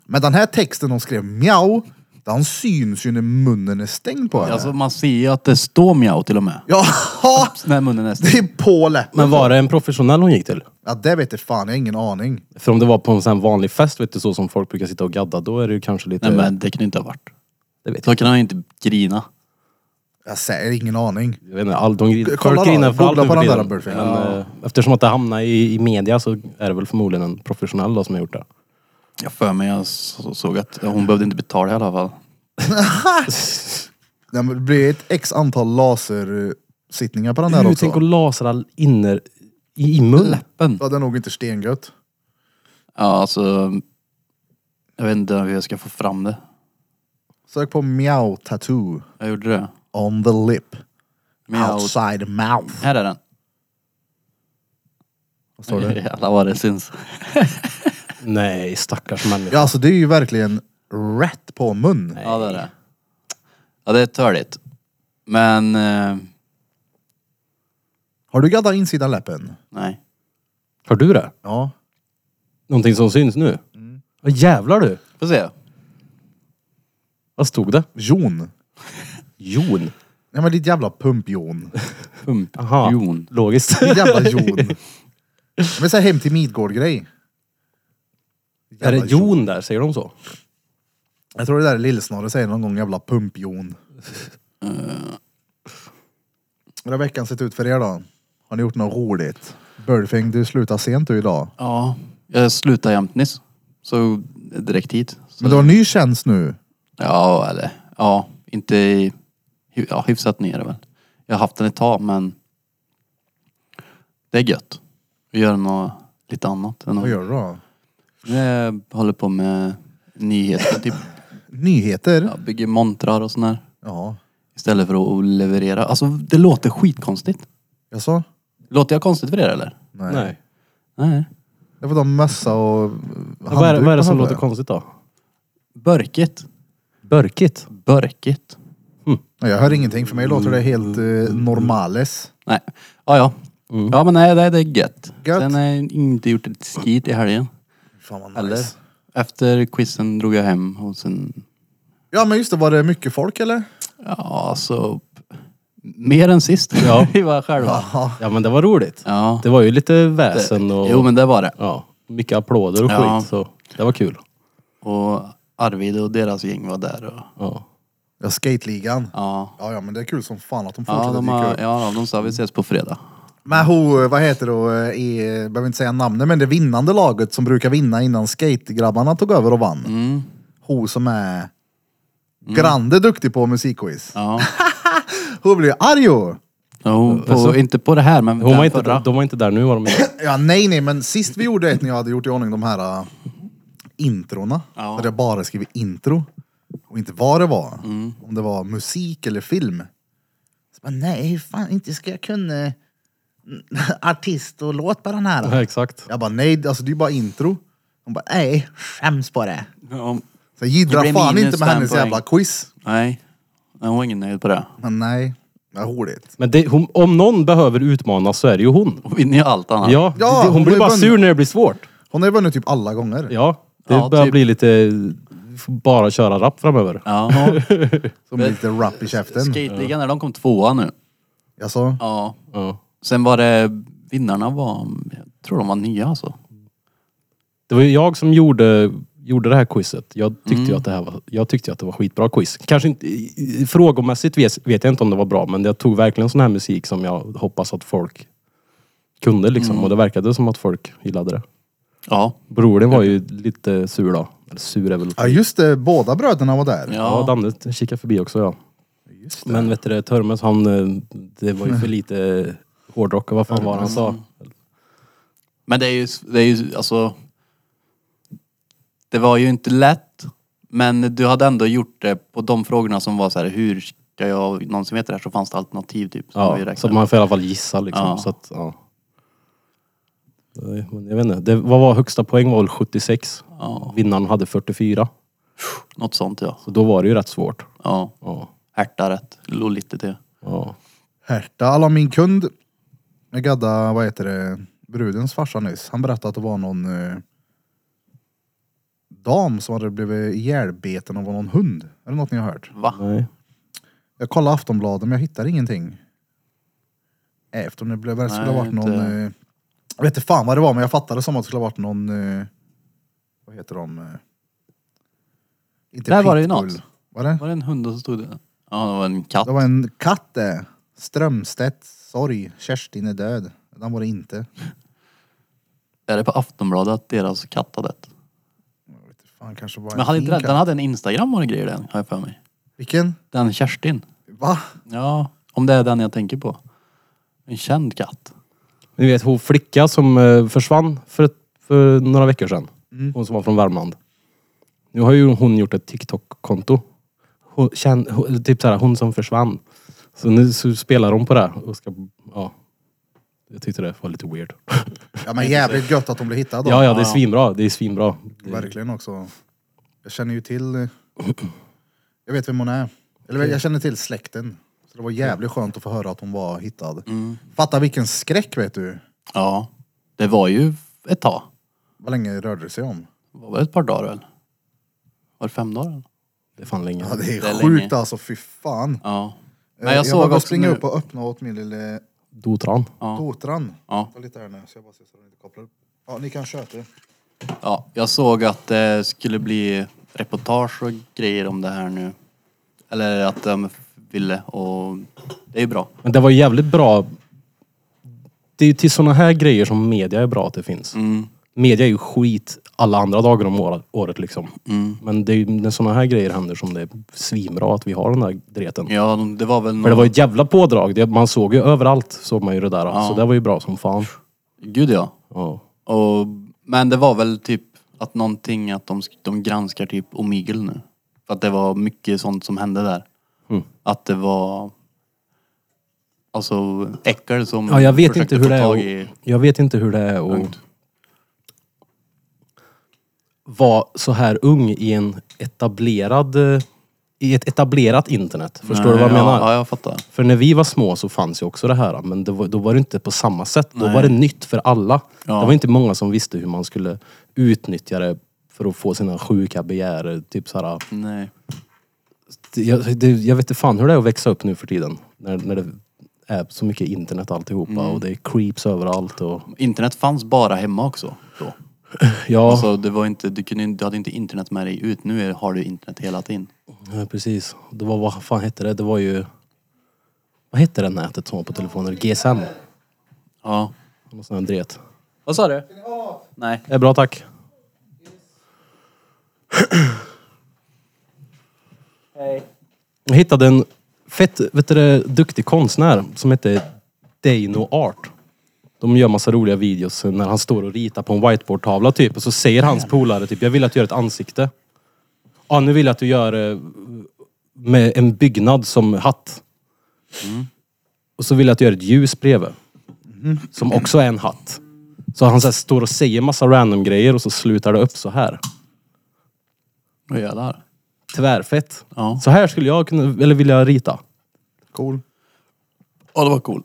[SPEAKER 3] Men den här texten de skrev, miau, den syns ju när munnen är stängd på henne.
[SPEAKER 2] Alltså man ser ju att det står mjau till och med.
[SPEAKER 3] Ja,
[SPEAKER 2] När munnen är
[SPEAKER 3] det är på läppen.
[SPEAKER 1] Men var det en professionell hon gick till?
[SPEAKER 3] Ja, det vet jag fan, jag har ingen aning.
[SPEAKER 1] För om det var på en sån här vanlig fest, vet du, så som folk brukar sitta och gadda, då är det ju kanske lite...
[SPEAKER 2] Nej men det kan det inte ha varit.
[SPEAKER 1] Det vet
[SPEAKER 2] Så kan han ju inte grina.
[SPEAKER 3] Jag säger ingen aning.
[SPEAKER 1] Jag vet inte, all, de gri-
[SPEAKER 3] Kolla
[SPEAKER 1] folk
[SPEAKER 3] då,
[SPEAKER 1] grinar för
[SPEAKER 3] googla
[SPEAKER 1] allt nu
[SPEAKER 3] på
[SPEAKER 1] för
[SPEAKER 3] den där
[SPEAKER 1] tiden.
[SPEAKER 3] Burfing.
[SPEAKER 1] Men, eh, Eftersom att det hamnar i, i media så är det väl förmodligen en professionell då som har gjort det.
[SPEAKER 2] Jag för mig jag så- såg att hon behövde inte betala i alla fall.
[SPEAKER 3] Nej, men det blir ett x antal lasersittningar på den här
[SPEAKER 1] Du,
[SPEAKER 3] också.
[SPEAKER 1] tänk att lasra inner i, i mun.
[SPEAKER 2] Läppen.
[SPEAKER 3] Ja, det är nog inte stengött.
[SPEAKER 2] Ja, alltså... Jag vet inte hur jag ska få fram det.
[SPEAKER 3] Sök på meow tattoo
[SPEAKER 2] Jag gjorde det.
[SPEAKER 3] on the lip.
[SPEAKER 2] Men jag...
[SPEAKER 3] Outside mouth.
[SPEAKER 2] Här är den.
[SPEAKER 3] Vad står det?
[SPEAKER 2] Jävlar vad det syns.
[SPEAKER 1] Nej, stackars människa.
[SPEAKER 3] Ja, alltså det är ju verkligen rätt på mun.
[SPEAKER 2] Ja det är det. Ja det är törligt. Men... Eh,
[SPEAKER 3] Har du gaddat insidan läppen?
[SPEAKER 2] nej.
[SPEAKER 1] Har du det?
[SPEAKER 3] Ja.
[SPEAKER 1] Någonting som syns nu? Vad jävlar du!
[SPEAKER 2] Får se.
[SPEAKER 1] Vad stod det?
[SPEAKER 3] Jon.
[SPEAKER 1] Jon.
[SPEAKER 3] Nej men ditt jävla pumpjon.
[SPEAKER 1] Aha.
[SPEAKER 2] Jon.
[SPEAKER 1] Logiskt.
[SPEAKER 3] Ditt jävla jon. Men säg hem till Midgård-grej.
[SPEAKER 1] är
[SPEAKER 3] Jävla
[SPEAKER 1] det Jon där? Säger de så?
[SPEAKER 3] Jag tror det där är Lillsnorre säger någon gång, jävla pumpjon. Hur har veckan sett ut för er då? Har ni gjort något roligt? Birdfing, du slutar sent du idag.
[SPEAKER 2] Ja. Jag slutade jämt nyss. Så direkt hit. Så,
[SPEAKER 3] Men du har ny tjänst nu.
[SPEAKER 2] Ja eller... Ja. Inte... i- hy- Ja hyfsat ny är det väl. Jag har haft den ett tag men... Det är gött. Vi gör något lite annat. Än
[SPEAKER 3] Vad gör du då?
[SPEAKER 2] Jag håller på med nyheter typ.
[SPEAKER 3] Nyheter?
[SPEAKER 2] Ja, bygger montrar och sånt där.
[SPEAKER 3] Ja.
[SPEAKER 2] Istället för att leverera. Alltså det låter skitkonstigt.
[SPEAKER 3] Jaså?
[SPEAKER 2] Låter jag konstigt för er eller?
[SPEAKER 3] Nej.
[SPEAKER 1] Nej.
[SPEAKER 2] Nej.
[SPEAKER 3] Det var de mössa och eh,
[SPEAKER 1] Ja, vad, är,
[SPEAKER 3] handduk
[SPEAKER 1] vad är det
[SPEAKER 3] man
[SPEAKER 1] som
[SPEAKER 3] hade.
[SPEAKER 1] låter konstigt då?
[SPEAKER 2] Börkigt.
[SPEAKER 1] Börkigt.
[SPEAKER 2] Börkigt.
[SPEAKER 3] Nej, Jag hör ingenting, för mig låter det helt eh, normales.
[SPEAKER 2] Nej. Ja, ja. Ja men nej, nej det är gött.
[SPEAKER 3] Gött.
[SPEAKER 2] Sen har jag inte gjort ett skit i helgen.
[SPEAKER 3] Fan vad
[SPEAKER 2] Eller?
[SPEAKER 3] nice.
[SPEAKER 2] Efter quizen drog jag hem och sen...
[SPEAKER 3] Ja men just det, var det mycket folk eller?
[SPEAKER 2] Ja så... Mer än sist.
[SPEAKER 1] Ja.
[SPEAKER 2] Vi var själva.
[SPEAKER 3] Ja.
[SPEAKER 1] Ja men det var roligt.
[SPEAKER 2] Ja.
[SPEAKER 1] Det var ju lite väsen och...
[SPEAKER 2] Jo men det var det.
[SPEAKER 1] Ja. Mycket applåder och
[SPEAKER 2] Ja.
[SPEAKER 1] skit så det var kul.
[SPEAKER 2] Och Arvid och deras gäng var där och...
[SPEAKER 1] Ja.
[SPEAKER 3] Ja, skateligan.
[SPEAKER 2] Ja.
[SPEAKER 3] Ja, ja men det är kul som fan att de fortsätter
[SPEAKER 2] Ja de,
[SPEAKER 3] dyka
[SPEAKER 2] har,
[SPEAKER 3] upp.
[SPEAKER 2] ja, de sa vi ses på fredag.
[SPEAKER 3] Men ho, vad heter det, Eh, i, jag behöver inte säga namnet, men det vinnande laget som brukar vinna innan skategrabbarna tog över och vann.
[SPEAKER 2] Mm.
[SPEAKER 3] Ho som är grande duktig på musikquiz.
[SPEAKER 2] Ja.
[SPEAKER 3] Ho blir arg jo.
[SPEAKER 2] Ja, hon på,
[SPEAKER 1] Alltså-
[SPEAKER 2] inte på det här men
[SPEAKER 1] Hon
[SPEAKER 2] den
[SPEAKER 1] var inte,
[SPEAKER 2] förra.
[SPEAKER 1] de var inte där nu var de inte.
[SPEAKER 3] Ja, nej, nej, men sist vi gjorde ett när jag hade gjort i ordning de här äh, introna.
[SPEAKER 2] Ja.
[SPEAKER 3] Där jag bara skrev intro. Och inte vad det var.
[SPEAKER 2] Mm.
[SPEAKER 3] Om det var musik eller film. Så bara, nej, fan inte ska jag kunna äh, artist och låt på den här.
[SPEAKER 1] Ja, exakt.
[SPEAKER 3] Jag bara nej, alltså det är ju bara intro. Hon bara nej, skäms på det.
[SPEAKER 2] Ja,
[SPEAKER 3] Så
[SPEAKER 2] Det
[SPEAKER 3] jiddrar
[SPEAKER 2] blir
[SPEAKER 3] fan
[SPEAKER 2] minus
[SPEAKER 3] inte med
[SPEAKER 2] fem
[SPEAKER 3] hennes
[SPEAKER 2] poäng.
[SPEAKER 3] jävla quiz.
[SPEAKER 2] nej. Nej, Hon var ingen nöjd på det.
[SPEAKER 3] Men nej, vad roligt.
[SPEAKER 1] Men det, hon, om någon behöver utmanas så är det ju hon.
[SPEAKER 2] Hon vinner ju allt annat.
[SPEAKER 1] Ja,
[SPEAKER 3] Ja,
[SPEAKER 1] det- hon,
[SPEAKER 3] hon
[SPEAKER 1] blir bara
[SPEAKER 3] var ju
[SPEAKER 1] sur när det blir svårt.
[SPEAKER 3] Hon har ju vunnit typ alla gånger.
[SPEAKER 1] Ja, det
[SPEAKER 2] Ja,
[SPEAKER 1] börjar
[SPEAKER 2] typ.
[SPEAKER 1] bli lite... vi får Bara köra rap framöver.
[SPEAKER 2] Ja.
[SPEAKER 3] Så hon blir lite rap i käften.
[SPEAKER 2] Skateligan där, de kom tvåa nu.
[SPEAKER 3] Alltså,
[SPEAKER 2] Ja.
[SPEAKER 1] Ja.
[SPEAKER 2] Sen var det, vinnarna var, jag tror de var nya alltså.
[SPEAKER 1] Det var ju jag som gjorde, gjorde det här quizet. Jag tyckte, ju att det här var, jag tyckte ju att det var skitbra quiz. Kanske inte, i- i- frågomässigt vet, vet jag inte om det var bra, men jag tog verkligen sån här musik som jag hoppas att folk kunde liksom. Och det verkade som att folk gillade det.
[SPEAKER 2] Ja.
[SPEAKER 1] Brodern var ju lite sur då. Eller sur är väl...
[SPEAKER 3] ja just det, båda bröderna var där.
[SPEAKER 1] Ja,
[SPEAKER 2] Ja.
[SPEAKER 1] Danne kikade förbi också ja.
[SPEAKER 3] Just det.
[SPEAKER 1] Men vet du det, Törmes han... eh, Det var ju för lite eh, hårdrock och vad fan var det han sa?
[SPEAKER 2] Men det är ju, det är ju alltså. Det var ju inte lätt. Men du hade ändå gjort det på de frågorna som var så här, hur ska jag någonsin veta det här? Så fanns det alternativ typ. Som vi
[SPEAKER 1] Ja,
[SPEAKER 2] räknade
[SPEAKER 1] så man får i alla fall gissa liksom.
[SPEAKER 2] Ja.
[SPEAKER 1] Så att, ja. Nej, men Jag vet inte. Det, vad var högsta poäng? var väl 76.
[SPEAKER 2] Ja.
[SPEAKER 1] Vinnaren hade 44.
[SPEAKER 2] med. Något sånt ja.
[SPEAKER 1] Så då var det ju rätt svårt.
[SPEAKER 2] Ja.
[SPEAKER 1] Ja.
[SPEAKER 2] Ärta rätt. Låg lite till.
[SPEAKER 1] ja.
[SPEAKER 3] Herta, alla min kund. Jag gaddade, vad heter det, brudens farsa nyss. Han berättade att det var någon eh, dam som hade blivit ihjälbeten av någon hund. Är det något ni har hört?
[SPEAKER 2] Va?
[SPEAKER 1] Nej.
[SPEAKER 3] Jag kollade Aftonbladet men jag hittar ingenting. Efter det blev, det skulle ha
[SPEAKER 2] Nej,
[SPEAKER 3] varit någon...
[SPEAKER 2] inte.
[SPEAKER 3] Eh, jag vet inte fan vad det var men jag fattade som att det skulle ha varit någon... Eh, vad heter de? Eh, inte
[SPEAKER 2] Där var det ju
[SPEAKER 3] pitbull.
[SPEAKER 2] något.
[SPEAKER 3] Var det?
[SPEAKER 2] Var det en hund som stod där? Ja, det var en katt.
[SPEAKER 3] Det var en katt det. Strömstedt, sorg, Kerstin är död. Den var det inte.
[SPEAKER 2] Är det på Aftonbladet att deras katt har dött?
[SPEAKER 3] Jag vet inte, fan kanske bara
[SPEAKER 2] Men hade
[SPEAKER 3] en
[SPEAKER 2] inte
[SPEAKER 3] fin
[SPEAKER 2] den,
[SPEAKER 3] katt.
[SPEAKER 2] den hade en Instagram och grejer den, har jag för mig.
[SPEAKER 3] Vilken?
[SPEAKER 2] Den Kerstin.
[SPEAKER 3] Va?
[SPEAKER 2] Ja, om det är den jag tänker på. En känd katt.
[SPEAKER 1] Ni vet hon flicka som eh, försvann för, ett, för några veckor sedan.
[SPEAKER 2] Mm.
[SPEAKER 1] Hon som var från Värmland. Nu har ju hon gjort ett TikTok-konto. Hon, känn, hon, typ såhär, hon som försvann. Så nu så spelar hon på det här och ska, ja. Jag tyckte det var lite weird.
[SPEAKER 3] Ja men jävligt gött att de blev hittade då.
[SPEAKER 1] Ja, ja det är svinbra. Det är svinbra. Det-
[SPEAKER 3] Verkligen också. Jag känner ju till... eh, Jag vet vem hon är. Eller jag känner till släkten. Så det var jävligt skönt att få höra att hon var hittad.
[SPEAKER 2] Mm.
[SPEAKER 3] Fatta vilken skräck vet du.
[SPEAKER 2] Ja, det var ju ett tag.
[SPEAKER 3] Vad länge rörde det sig om?
[SPEAKER 2] Det var väl ett par dagar väl? Var det fem dagar?
[SPEAKER 1] Det är fan länge.
[SPEAKER 3] Ja, det är,
[SPEAKER 2] Det är
[SPEAKER 3] sjukt
[SPEAKER 2] länge.
[SPEAKER 3] alltså, fy fan.
[SPEAKER 2] Ja. Men
[SPEAKER 3] Eh,
[SPEAKER 2] jag,
[SPEAKER 3] var
[SPEAKER 2] såg
[SPEAKER 3] bara
[SPEAKER 2] också
[SPEAKER 3] springa
[SPEAKER 2] nu...
[SPEAKER 3] upp och öppna åt min lille
[SPEAKER 1] Dotran.
[SPEAKER 2] ja.
[SPEAKER 3] totran.
[SPEAKER 2] Ja.
[SPEAKER 3] Ta lite här nu så jag bara ser så den inte kopplar upp. Ja, ni kan köra det.
[SPEAKER 2] Ja, jag såg att det skulle bli reportage och grejer om det här nu. Eller att de ville och det är ju bra.
[SPEAKER 1] Men det var ju jävligt bra. Det är ju till sådana här grejer som media är bra att det finns. Media är ju skit alla andra dagar om året, året liksom. Men det är ju när sådana här grejer händer som det är svinbra att vi har den där dreten.
[SPEAKER 2] Ja, de- det var väl
[SPEAKER 1] För det
[SPEAKER 2] någon...
[SPEAKER 1] var ju ett jävla pådrag. Det, man såg ju överallt såg man ju det där.
[SPEAKER 2] Ja.
[SPEAKER 1] Så det var ju bra som fan.
[SPEAKER 2] Gud ja.
[SPEAKER 1] Ja.
[SPEAKER 2] Och... Men det var väl typ att någonting att de, sk- de granskar typ Omegle nu. För att det var mycket sånt som hände där.
[SPEAKER 1] Mm.
[SPEAKER 2] Att det var... Alltså äckel som
[SPEAKER 1] Ja, jag vet
[SPEAKER 2] försökte
[SPEAKER 1] inte hur det
[SPEAKER 2] få
[SPEAKER 1] är
[SPEAKER 2] tag
[SPEAKER 1] och,
[SPEAKER 2] i...
[SPEAKER 1] Jag vet inte hur det är och
[SPEAKER 2] Punkt.
[SPEAKER 1] vara så här ung i en etablerad... eh, I ett etablerat internet. Förstår du vad jag
[SPEAKER 2] ja,
[SPEAKER 1] menar?
[SPEAKER 2] Ja, jag fattar.
[SPEAKER 1] För när vi var små så fanns ju också det här, men det var, då var det inte på samma sätt. Då
[SPEAKER 2] Nej.
[SPEAKER 1] var det nytt för alla.
[SPEAKER 2] Ja.
[SPEAKER 1] Det var inte många som visste hur man skulle utnyttja det för att få sina sjuka begär. Typ så här,
[SPEAKER 2] Nej.
[SPEAKER 1] det- jag, det, jag vet inte fan hur det är att växa upp nu för tiden. När, när det är så mycket internet alltihopa och det är creeps överallt. Och,
[SPEAKER 2] Internet fanns bara hemma också då.
[SPEAKER 1] ja,
[SPEAKER 2] Alltså det var inte, du, kunde, du hade inte internet med dig ut. Nu är, har du internet hela tiden.
[SPEAKER 1] ja, precis. Det var, vad fan hette det? Det var ju... Vad hette det nätet som var på telefoner? GSM?
[SPEAKER 2] Ja.
[SPEAKER 1] Någon sån här dret.
[SPEAKER 2] Vad sa du? Nej.
[SPEAKER 1] Det är Eh, bra tack. Jag hittade en fett vet du, det, duktig konstnär som heter Dino Art. De gör massa roliga videos när han står och ritar på en whiteboardtavla typ och så säger hans polare typ, jag vill att du gör ett ansikte. Ja, nu vill jag att du gör eh, med en byggnad som hatt. Och så vill jag att du gör ett ljus bredvid. Som också är en hatt. Så han så här står och säger massa random grejer och så slutar det upp så här.
[SPEAKER 2] Vad jävlar.
[SPEAKER 1] Tvärfett.
[SPEAKER 2] Ja.
[SPEAKER 1] Så här skulle jag kunna, eller vilja rita.
[SPEAKER 3] Cool.
[SPEAKER 2] Ja det var cool.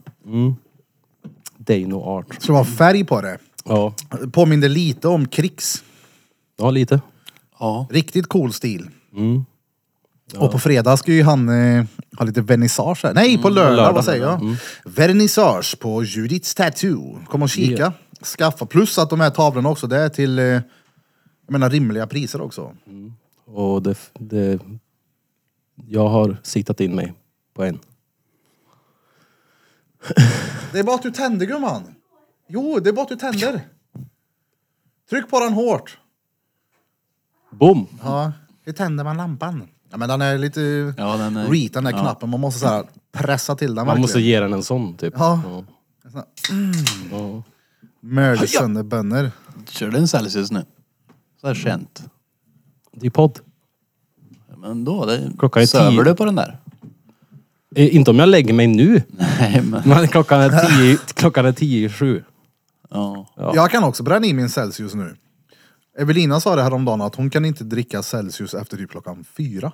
[SPEAKER 1] Dino art.
[SPEAKER 3] Så det var färg på det.
[SPEAKER 1] Ja,
[SPEAKER 3] Påminner lite om krigs.
[SPEAKER 1] ja lite.
[SPEAKER 2] Ja.
[SPEAKER 3] Riktigt cool stil. Och på fredag ska ju han eh, ha lite vernissage här. Nej, på lördag,
[SPEAKER 1] lördag.
[SPEAKER 3] vad säger jag? Vernissage på Judiths Tattoo. Kom och kika. Skaffa. Plus att de här tavlorna också, det är till eh, jag menar rimliga priser också.
[SPEAKER 1] Och det, det... Jag har siktat in mig på en.
[SPEAKER 3] Det är bara att du tänder gumman. Jo, det är bara att du tänder. Tryck på den hårt.
[SPEAKER 1] Boom!
[SPEAKER 3] Ja, hur tänder man lampan? Ja, men den är lite
[SPEAKER 2] Ja, den är-
[SPEAKER 3] reet den där knappen. Man måste så här pressa till den
[SPEAKER 1] Man
[SPEAKER 3] verkligen.
[SPEAKER 1] måste ge den en sån typ.
[SPEAKER 3] Ja.
[SPEAKER 1] Ja. Ja.
[SPEAKER 3] Mörda sönder bönder.
[SPEAKER 2] Körde en Celsius nu. Så här känt.
[SPEAKER 1] Det är podd.
[SPEAKER 2] Men då, det...
[SPEAKER 1] Klockan är
[SPEAKER 2] Söver
[SPEAKER 1] tio.
[SPEAKER 2] du på den där?
[SPEAKER 1] Eh, inte om jag lägger mig nu.
[SPEAKER 2] Nej men.
[SPEAKER 1] Men klockan är tio, klockan är tio i sju.
[SPEAKER 2] Ja.
[SPEAKER 1] Ja.
[SPEAKER 3] Jag kan också bränna i min Celsius nu. Evelina sa det häromdagen att hon kan inte dricka Celsius efter typ klockan fyra.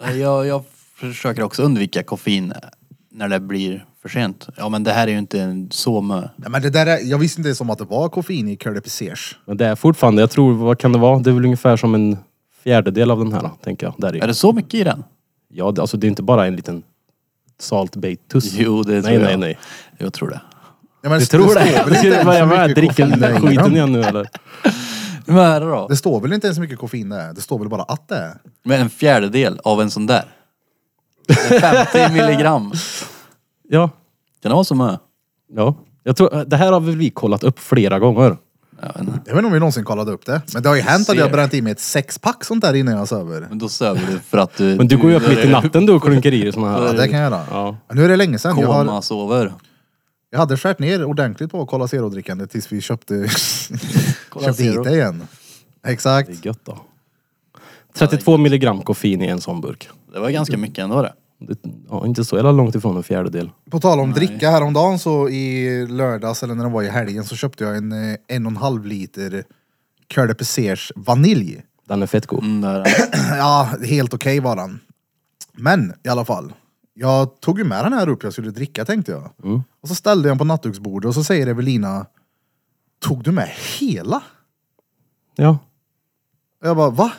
[SPEAKER 2] Nej, Jag, jag försöker också undvika koffein när det blir för sent. Ja men det här är ju inte en så mö.
[SPEAKER 3] Nej, men det där är, jag visste inte ens om att det var koffein i Curly Pisers.
[SPEAKER 1] Men det är fortfarande, jag tror, vad kan det vara? Det är väl ungefär som en fjärdedel av den här, tänker jag. Där i.
[SPEAKER 2] Är det så mycket i den?
[SPEAKER 1] Ja, det, alltså det är inte bara en liten saltbait-tuss.
[SPEAKER 2] Jo det
[SPEAKER 1] nej,
[SPEAKER 2] tror jag.
[SPEAKER 1] nej, nej.
[SPEAKER 2] Jag tror det.
[SPEAKER 3] Ja, men
[SPEAKER 1] Du tror
[SPEAKER 3] står
[SPEAKER 1] det?
[SPEAKER 3] väl inte
[SPEAKER 1] Ska du
[SPEAKER 3] ens
[SPEAKER 1] börja
[SPEAKER 3] hur
[SPEAKER 1] med att
[SPEAKER 3] mycket
[SPEAKER 1] dricka
[SPEAKER 3] koffein
[SPEAKER 1] den
[SPEAKER 3] det är
[SPEAKER 1] där
[SPEAKER 3] i den.
[SPEAKER 1] skiten igen nu eller?
[SPEAKER 2] Vad är det då?
[SPEAKER 3] Det står väl inte ens hur mycket koffein det är? Det står väl bara att det är?
[SPEAKER 2] Med en fjärdedel av en sån där. 50 milligram.
[SPEAKER 1] Ja.
[SPEAKER 2] Kan det vara så mycket?
[SPEAKER 1] ja. Jag tror, det här har väl vi kollat upp flera gånger.
[SPEAKER 2] Jag vet inte.
[SPEAKER 3] Jag vet inte om vi någonsin kollade upp det. Men det har ju hänt att
[SPEAKER 2] Ser.
[SPEAKER 3] jag bränt i mig ett sexpack sånt där innan jag sover.
[SPEAKER 2] Men då söver du för att du...
[SPEAKER 1] Men du går ju upp mitt i natten du och klunkar i dig såna
[SPEAKER 3] Ja,
[SPEAKER 1] här.
[SPEAKER 3] det kan jag göra.
[SPEAKER 1] Ja.
[SPEAKER 3] Nu är det länge sedan. Jag, har,
[SPEAKER 2] Koma sover.
[SPEAKER 3] jag hade skärt ner ordentligt på Cola Zero-drickandet tills vi köpte,
[SPEAKER 2] Cola
[SPEAKER 3] köpte
[SPEAKER 2] Zero.
[SPEAKER 3] hit det igen. Exakt.
[SPEAKER 1] Det är gött då. 32 milligram koffein i en sån burk.
[SPEAKER 2] Det var ganska mycket ändå det.
[SPEAKER 1] Det, ja, inte så jävla långt ifrån en fjärdedel.
[SPEAKER 3] På tal om dricka häromdagen så i lördags eller när det var i helgen så köpte jag en eh, en och en halv liter Curly Pesers vanilj.
[SPEAKER 1] Den är fett god.
[SPEAKER 2] Mm, det är det.
[SPEAKER 3] ja, helt okej var den. Men i alla fall. Jag tog ju med den här upp, jag skulle dricka tänkte jag.
[SPEAKER 2] Mm.
[SPEAKER 3] Och så ställde jag den på nattduksbordet och så säger Evelina, tog du med hela?
[SPEAKER 1] Ja.
[SPEAKER 3] Och jag bara, va?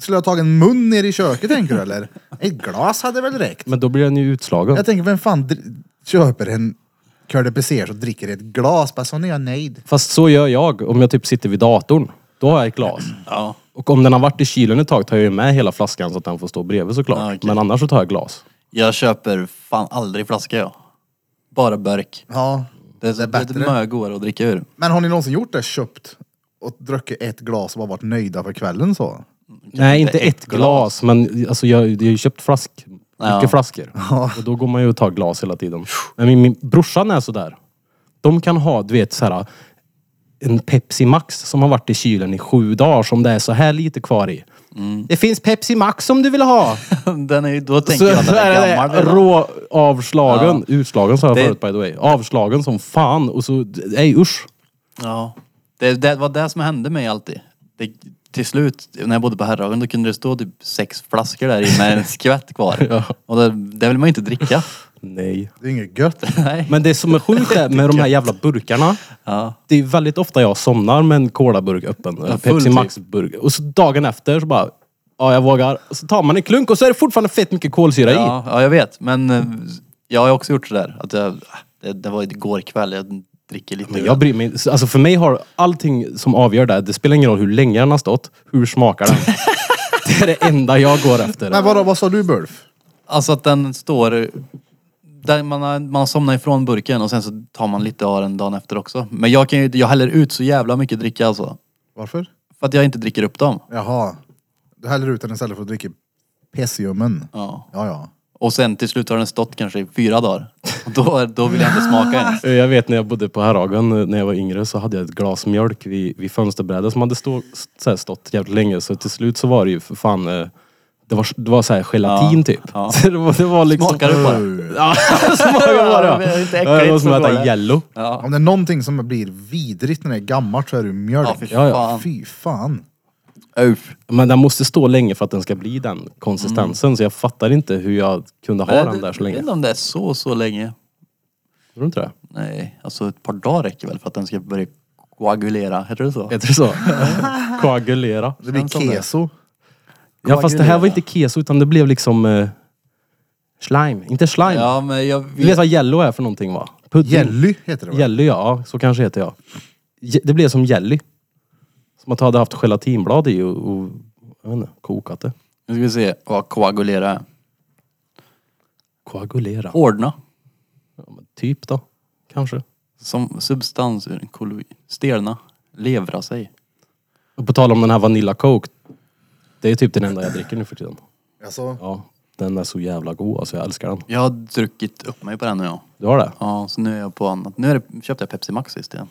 [SPEAKER 3] Skulle jag ha tagit en mun ner i köket tänker du eller? Ett glas hade väl räckt?
[SPEAKER 1] Men då blir den ju utslagen.
[SPEAKER 3] Jag tänker, vem fan dr- köper en Curly Pesers och dricker ett glas? Bara, sån är jag nöjd.
[SPEAKER 1] Fast så gör jag om jag typ sitter vid datorn. Då har jag ett glas.
[SPEAKER 2] Ja.
[SPEAKER 1] Och om den har varit i kylen ett tag tar jag ju med hela flaskan så att den får stå bredvid såklart.
[SPEAKER 2] Ja, Ah, okej.
[SPEAKER 1] Men annars så tar jag glas.
[SPEAKER 2] Jag köper fan aldrig flaska jag. Bara burk.
[SPEAKER 3] Ja.
[SPEAKER 2] Det är, så,
[SPEAKER 3] Det är
[SPEAKER 2] det är,
[SPEAKER 3] bättre.
[SPEAKER 2] mögor att dricka ur.
[SPEAKER 3] Men har ni någonsin gjort det? Köpt och druckit ett glas och bara varit nöjda för kvällen så?
[SPEAKER 1] Nej, inte
[SPEAKER 2] inte
[SPEAKER 1] ett
[SPEAKER 2] ett
[SPEAKER 1] glas. Men alltså, jag, jag har ju köpt flask.
[SPEAKER 2] Ja.
[SPEAKER 1] Mycket flaskor. Och då går man ju och tar glas hela tiden. Men min, min brorsan är sådär. De kan ha, du vet såhär. En Pepsi Max som har varit i kylen i sju dagar som det är så här lite kvar i.
[SPEAKER 2] Mm.
[SPEAKER 1] Det finns Pepsi Max om du vill ha.
[SPEAKER 2] Den är, ju- då tänker
[SPEAKER 1] Så
[SPEAKER 2] jag att den
[SPEAKER 1] är
[SPEAKER 2] är
[SPEAKER 1] det
[SPEAKER 2] gammal. redan.
[SPEAKER 1] rå avslagen. Utslagen sa jag
[SPEAKER 2] Det-
[SPEAKER 1] förut by the way. Avslagen som fan. Och så, nej usch.
[SPEAKER 2] Ja. Det, det var det som hände mig alltid. Det, till slut, när jag bodde på Herrhagen, då kunde det stå typ sex flaskor där i med en skvätt kvar. Och det, det vill man ju inte dricka.
[SPEAKER 1] Nej.
[SPEAKER 3] Det är inget gött.
[SPEAKER 2] Nej.
[SPEAKER 1] Men det som är sjukt är med de här jävla burkarna.
[SPEAKER 2] Ja.
[SPEAKER 1] Det är väldigt ofta jag somnar med en colaburk öppen. Eller
[SPEAKER 2] full
[SPEAKER 1] Pepsi
[SPEAKER 2] typ.
[SPEAKER 1] Max-burk. Och så dagen efter så bara, ja jag vågar. Och så tar man en klunk och så är det fortfarande fett mycket kolsyra i.
[SPEAKER 2] Ja, ja, jag vet. Men eh, jag har också gjort sådär. Att jag, ah, det, det var igår kväll, jag dricker lite.
[SPEAKER 1] Men jag bryr mig inte. Alltså för mig har allting som avgör det, här, det spelar ingen roll hur länge den har stått. Hur smakar den? det är det enda jag går efter.
[SPEAKER 3] Men vadå, vad sa du Bulf?
[SPEAKER 2] Alltså att den står... Där man, har, man somnar ifrån burken och sen så tar man lite av den dagen efter också. Men jag, kan ju, jag häller ut så jävla mycket dricka alltså.
[SPEAKER 3] Varför?
[SPEAKER 2] För att jag inte dricker upp dem.
[SPEAKER 3] Jaha. Du häller ut den istället för att dricka pessiumen.
[SPEAKER 2] Ja.
[SPEAKER 3] Ja, ja.
[SPEAKER 2] Och sen till slut har den stått kanske i fyra dagar. Och då, då vill jag inte smaka ens.
[SPEAKER 1] Eh, Jag vet när jag bodde på Herrhagen eh, när jag var yngre så hade jag ett glas mjölk vid, vid fönsterbrädan som hade stå, så här stått jävligt länge. Så till slut så var det ju för fan, eh, det var, det var så här gelatin
[SPEAKER 2] Ja,
[SPEAKER 1] typ.
[SPEAKER 2] ja.
[SPEAKER 1] Så det, var, det var liksom...
[SPEAKER 2] Smakar du bara?
[SPEAKER 1] Ja, smakar bara.
[SPEAKER 2] Det är inte äckligt,
[SPEAKER 1] Ja, det var som
[SPEAKER 2] så
[SPEAKER 1] att
[SPEAKER 2] går
[SPEAKER 1] äta
[SPEAKER 2] det.
[SPEAKER 1] jello.
[SPEAKER 2] Ja.
[SPEAKER 3] Om det är någonting som blir vidrigt när det är gammalt så är det ju mjölk.
[SPEAKER 2] Ja, fy
[SPEAKER 1] Ja, ja.
[SPEAKER 2] fan.
[SPEAKER 3] Fy fan.
[SPEAKER 2] Uff.
[SPEAKER 1] Men den måste stå länge för att den ska bli den konsistensen. Så jag fattar inte hur jag kunde ha den där så
[SPEAKER 2] Jag vet
[SPEAKER 1] länge.
[SPEAKER 2] inte om Mm. det är så, så länge.
[SPEAKER 1] Tror du inte det?
[SPEAKER 2] Nej, alltså ett par dagar räcker väl för att den ska börja koagulera. Heter det så?
[SPEAKER 1] Heter det så? Koagulera.
[SPEAKER 3] Det blir
[SPEAKER 2] Känns som det.
[SPEAKER 3] keso.
[SPEAKER 1] Ja fast det här var inte keso utan det blev liksom eh, slime. Inte slime.
[SPEAKER 2] Ja, men jag
[SPEAKER 1] Du vet vad jello är för någonting va? Pudding.
[SPEAKER 3] Jelly
[SPEAKER 2] Mm.
[SPEAKER 3] heter det väl?
[SPEAKER 1] Jelly ja, så kanske heter jag. Je- Det blev som jelly. Som att jag hade haft gelatinblad i och, och jag vet inte, kokat det.
[SPEAKER 2] Nu ska vi se vad koagulera är.
[SPEAKER 1] Koagulera.
[SPEAKER 2] Ordna.
[SPEAKER 1] Ja, men typ då, kanske.
[SPEAKER 2] Som substans ur en koloni. Stelna. Levra sig.
[SPEAKER 1] Och på tal om den här Vanilla Coke. Det är typ den enda jag dricker nu för tiden.
[SPEAKER 3] Alltså,
[SPEAKER 1] Ja, den är så jävla god alltså, jag älskar den.
[SPEAKER 2] Jag har druckit upp mig på den nu ja.
[SPEAKER 1] Du har det?
[SPEAKER 2] Ja, så nu är jag på annat. Nu är det, köpte jag Pepsi Max sist igen.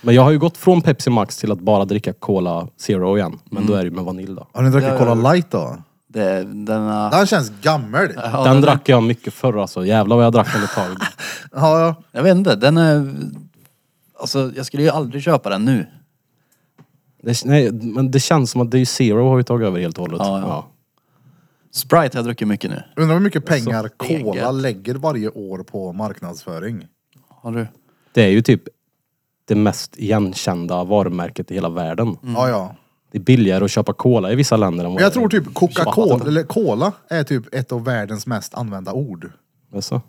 [SPEAKER 1] Men jag har ju gått från Pepsi Max till att bara dricka Cola Zero igen. Men
[SPEAKER 2] Mm.
[SPEAKER 1] då är det ju med vanilj då.
[SPEAKER 3] har ni druckit
[SPEAKER 2] Ja, ja,
[SPEAKER 3] Cola
[SPEAKER 2] ja.
[SPEAKER 3] Light då?
[SPEAKER 2] Det, den har...
[SPEAKER 3] Den känns gammal.
[SPEAKER 2] Ja,
[SPEAKER 1] den drack jag mycket förr alltså. Jävlar vad jag drack den ett tag.
[SPEAKER 3] Ja, ja.
[SPEAKER 2] Jag vet inte, den är... Alltså jag skulle ju aldrig köpa den nu.
[SPEAKER 1] Det, nej, men det känns som att det är ju Zero har ju tagit över helt och hållet.
[SPEAKER 2] Ja, ja. Sprite har jag druckit mycket nu.
[SPEAKER 3] Undrar hur mycket pengar Cola
[SPEAKER 2] eget. Mm.
[SPEAKER 3] lägger varje år på marknadsföring.
[SPEAKER 2] Har du?
[SPEAKER 1] Det är ju typ det mest igenkända varumärket i hela världen.
[SPEAKER 3] Ja, ja.
[SPEAKER 1] Det är billigare att köpa cola i vissa länder än vad
[SPEAKER 3] Men jag tror
[SPEAKER 1] det är.
[SPEAKER 3] typ Coca-Cola, eller Cola, är typ ett av världens mest använda ord.
[SPEAKER 1] Jaså?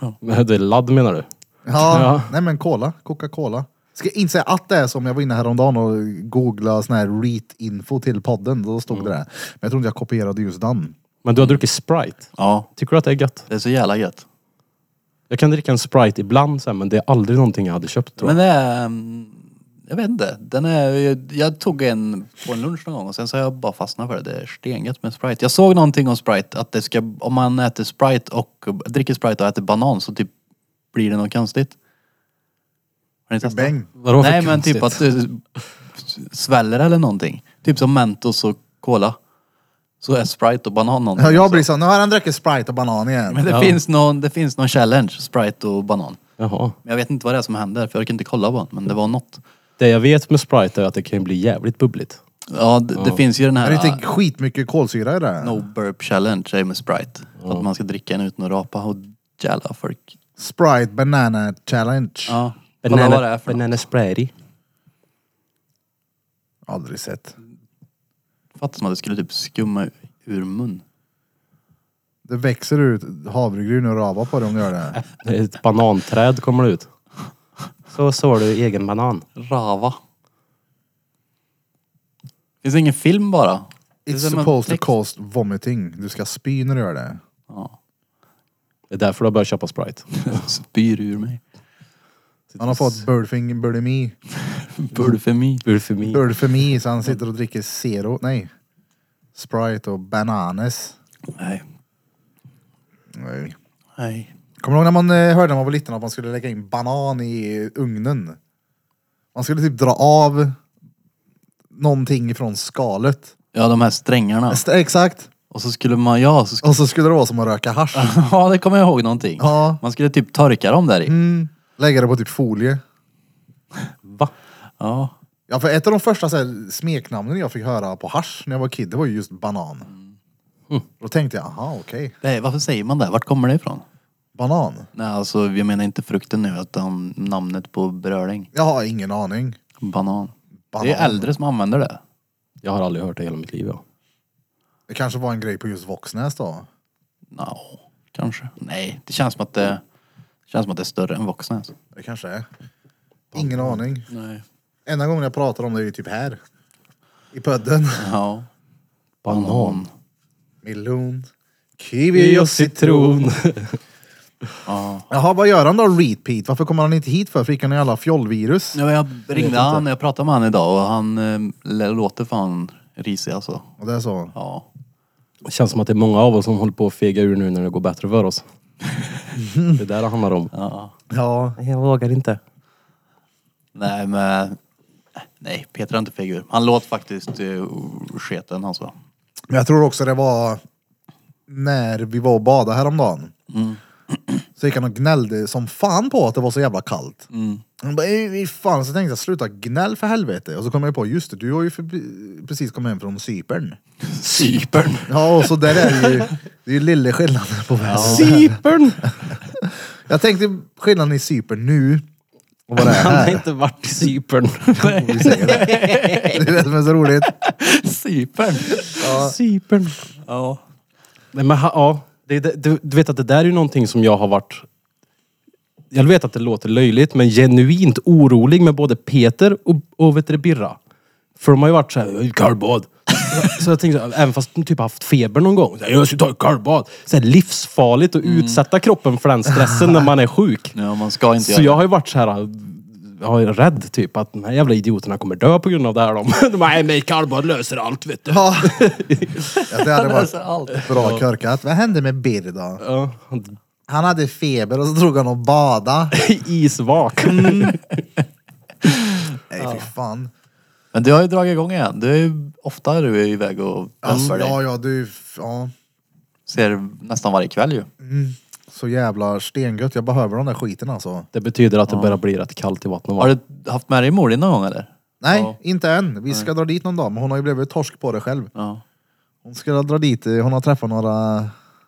[SPEAKER 2] Ja.
[SPEAKER 1] Men det är ladd menar du?
[SPEAKER 3] Ja,
[SPEAKER 1] Ja.
[SPEAKER 3] nej men cola, Coca-Cola. Ska inte säga att det är som jag var inne häromdagen och googlade sån här REIT-info till podden, då stod
[SPEAKER 2] Mm.
[SPEAKER 3] det där. Men jag tror inte jag kopierade just den.
[SPEAKER 1] Men du har druckit Sprite.
[SPEAKER 2] Ja.
[SPEAKER 1] Tycker du att det är gött?
[SPEAKER 2] Det är så jävla gött.
[SPEAKER 1] Jag kan dricka en Sprite ibland så här, men det är aldrig någonting jag hade köpt tror jag.
[SPEAKER 2] Men det är... mm, Jag vet inte. Den är, jag, jag tog en på en lunch någon gång och sen så har jag bara fastnat för det. Det är stengött med Sprite. Jag såg någonting om Sprite, att det ska, om man äter Sprite och dricker Sprite och äter banan så typ blir det något konstigt. Har ni testat?
[SPEAKER 3] Bäng.
[SPEAKER 1] Vadå för
[SPEAKER 2] Nej men
[SPEAKER 1] konstigt?
[SPEAKER 2] typ att du sväller eller någonting. Typ som Mentos och Cola. Så är Sprite och banan någonting.
[SPEAKER 3] Ja, jag
[SPEAKER 2] också.
[SPEAKER 3] blir så, nu har han druckit Sprite och banan igen.
[SPEAKER 2] Alltså. Men det,
[SPEAKER 1] Ja.
[SPEAKER 2] finns någon, det finns någon challenge, Sprite och banan.
[SPEAKER 1] Jaha.
[SPEAKER 2] Men jag vet inte vad det är som händer för jag orkar inte kolla på den. Men det var något.
[SPEAKER 1] Det jag vet med Sprite är att det kan bli jävligt bubbligt.
[SPEAKER 2] Ja, det, det finns ju den
[SPEAKER 3] Är
[SPEAKER 2] här äh,
[SPEAKER 3] det inte skitmycket kolsyra i det? här?
[SPEAKER 2] No burp challenge är med Sprite. Att man ska dricka en utan att rapa och jävla folk.
[SPEAKER 3] Sprite banana challenge.
[SPEAKER 2] Ja. Kolla vad det är för något.
[SPEAKER 1] banana Sprite.
[SPEAKER 3] Aldrig sett.
[SPEAKER 2] Fattar som att det skulle typ skumma ur mun.
[SPEAKER 3] Det växer ut havregryn och rava på det om du gör det.
[SPEAKER 1] Det är Ett bananträd kommer det ut. Så sår du egen banan.
[SPEAKER 2] Rava. Finns det ingen film bara? Det är
[SPEAKER 3] It's
[SPEAKER 2] som en
[SPEAKER 3] supposed
[SPEAKER 2] text.
[SPEAKER 3] to cause vomiting. Du ska spy när du gör det.
[SPEAKER 2] Ja.
[SPEAKER 1] Det är därför du börjar köpa Sprite.
[SPEAKER 2] Spyr ur mig.
[SPEAKER 3] Han har fått birdfing, birdemi.
[SPEAKER 2] Bulfemi.
[SPEAKER 1] Bulfemi.
[SPEAKER 3] Birdfemi, så han sitter och dricker zero, nej. Sprite och bananas.
[SPEAKER 2] Nej.
[SPEAKER 3] Nej.
[SPEAKER 2] Nej.
[SPEAKER 3] Kommer du ihåg när man eh, hörde när man var liten att man skulle lägga in banan i ugnen? Man skulle typ dra av någonting från skalet.
[SPEAKER 2] Ja, de här strängarna.
[SPEAKER 3] St- Exakt.
[SPEAKER 2] Och så skulle man, ja, så skulle,
[SPEAKER 3] Och så skulle det vara som att röka hasch.
[SPEAKER 2] ja det kommer jag ihåg någonting.
[SPEAKER 3] Ja.
[SPEAKER 2] Man skulle typ torka dem där i.
[SPEAKER 3] Mm. Lägga det på typ folie.
[SPEAKER 1] Va?
[SPEAKER 2] Ja.
[SPEAKER 3] Ja, för ett av de första så här, smeknamnen jag fick höra på hasch när jag var kid, det var ju just banan. Då tänkte jag, aha okej.
[SPEAKER 2] Nej, varför säger man det? Vart kommer det ifrån?
[SPEAKER 3] Banan?
[SPEAKER 2] Nej, alltså jag menar inte frukten nu, utan namnet på bröling.
[SPEAKER 3] Jag har ingen aning.
[SPEAKER 2] Banan.
[SPEAKER 3] Banan.
[SPEAKER 2] Det är äldre som använder det.
[SPEAKER 1] Jag har aldrig hört det i hela mitt liv. Ja.
[SPEAKER 3] Det kanske var en grej på just Våxnäs då.
[SPEAKER 2] Nja, kanske. Nej, det känns som att det, det känns som att det är större än Våxnäs.
[SPEAKER 3] Det kanske är. Ingen aning.
[SPEAKER 2] Nej.
[SPEAKER 3] Enda gången jag pratar om det är ju typ här. I podden.
[SPEAKER 2] Ja.
[SPEAKER 1] Banan.
[SPEAKER 3] Melon. Kiwi och citron.
[SPEAKER 2] Ja.
[SPEAKER 3] Jaha, vad gör han då repeat? Varför kommer han inte hit för? Fick han en jävla fjollvirus?
[SPEAKER 2] Ja, men jag ringde han, jag pratade med han idag och han eh, låter fan risig alltså.
[SPEAKER 3] Och det är så.
[SPEAKER 2] Ja.
[SPEAKER 1] Det känns som att det är många av oss som håller på att fega ur nu när det går bättre för oss. Det är där det handlar om.
[SPEAKER 2] ja.
[SPEAKER 3] Ja.
[SPEAKER 1] Jag vågar inte.
[SPEAKER 2] Nej men... Nej, Peter är inte figur. Han låter faktiskt uh, sketen alltså.
[SPEAKER 3] Men jag tror också det var när vi var och badade häromdagen. Så gick han och gnällde som fan på att det var så jävla kallt. Han bara, "Ey, fy fan, så tänkte jag sluta gnäll för helvete. Och så kom jag på, just det, du har ju förbi- precis kommit hem från Cypern.
[SPEAKER 2] Cypern!
[SPEAKER 3] Ja, och så där är det ju, det är ju lille skillnaden på vädret.
[SPEAKER 1] Cypern!
[SPEAKER 3] Jag tänkte skillnaden i Cypern nu och vad det är
[SPEAKER 1] Han har
[SPEAKER 3] här.
[SPEAKER 1] inte varit i Cypern.
[SPEAKER 3] Det är det som är så roligt.
[SPEAKER 2] Cypern!
[SPEAKER 1] Cypern.
[SPEAKER 2] Ja.
[SPEAKER 1] Nej, men ha, ja, det, är det, du, du vet att det där är ju någonting som jag har varit... Jag vet att det låter löjligt, men genuint orolig med både Peter och, och vet du, det, Birra. För de har ju varit såhär, kallbad. Så jag tänkte, så här, även fast de typ haft feber någon gång. så här, Jag ska ta ett kallbad. Så här, livsfarligt att utsätta kroppen för den stressen när man är sjuk.
[SPEAKER 2] Ja, man ska inte
[SPEAKER 1] Så jag har ju varit så här jag är rädd typ att de här jävla idioterna kommer dö på grund av det här. De, de bara, nej men kallbad löser allt vet du.
[SPEAKER 3] Ja. Att det hade varit
[SPEAKER 2] löser allt.
[SPEAKER 3] bra körkat. Vad hände med Birr då?
[SPEAKER 1] Ja,
[SPEAKER 3] Han hade feber och så drog han och bada.
[SPEAKER 1] isvak.
[SPEAKER 3] Nej fy fan.
[SPEAKER 2] Men du har ju dragit igång igen. Du är ju ofta du är iväg och
[SPEAKER 3] Alltså,
[SPEAKER 2] träffar dig.
[SPEAKER 3] ja, ja, du, f- ja.
[SPEAKER 2] Ser nästan varje kväll ju.
[SPEAKER 3] Så jävla stengött. Jag behöver den där skiten alltså.
[SPEAKER 1] Det betyder att det börjar bli rätt kallt i vattnet. va?
[SPEAKER 2] Har du haft med dig mor din någon gång eller?
[SPEAKER 3] Nej,
[SPEAKER 2] Ja.
[SPEAKER 3] inte än. Vi ska dra dit någon dag, men hon har ju blivit torsk på det själv.
[SPEAKER 2] Ja.
[SPEAKER 3] Hon ska dra dit, eh, hon har träffat några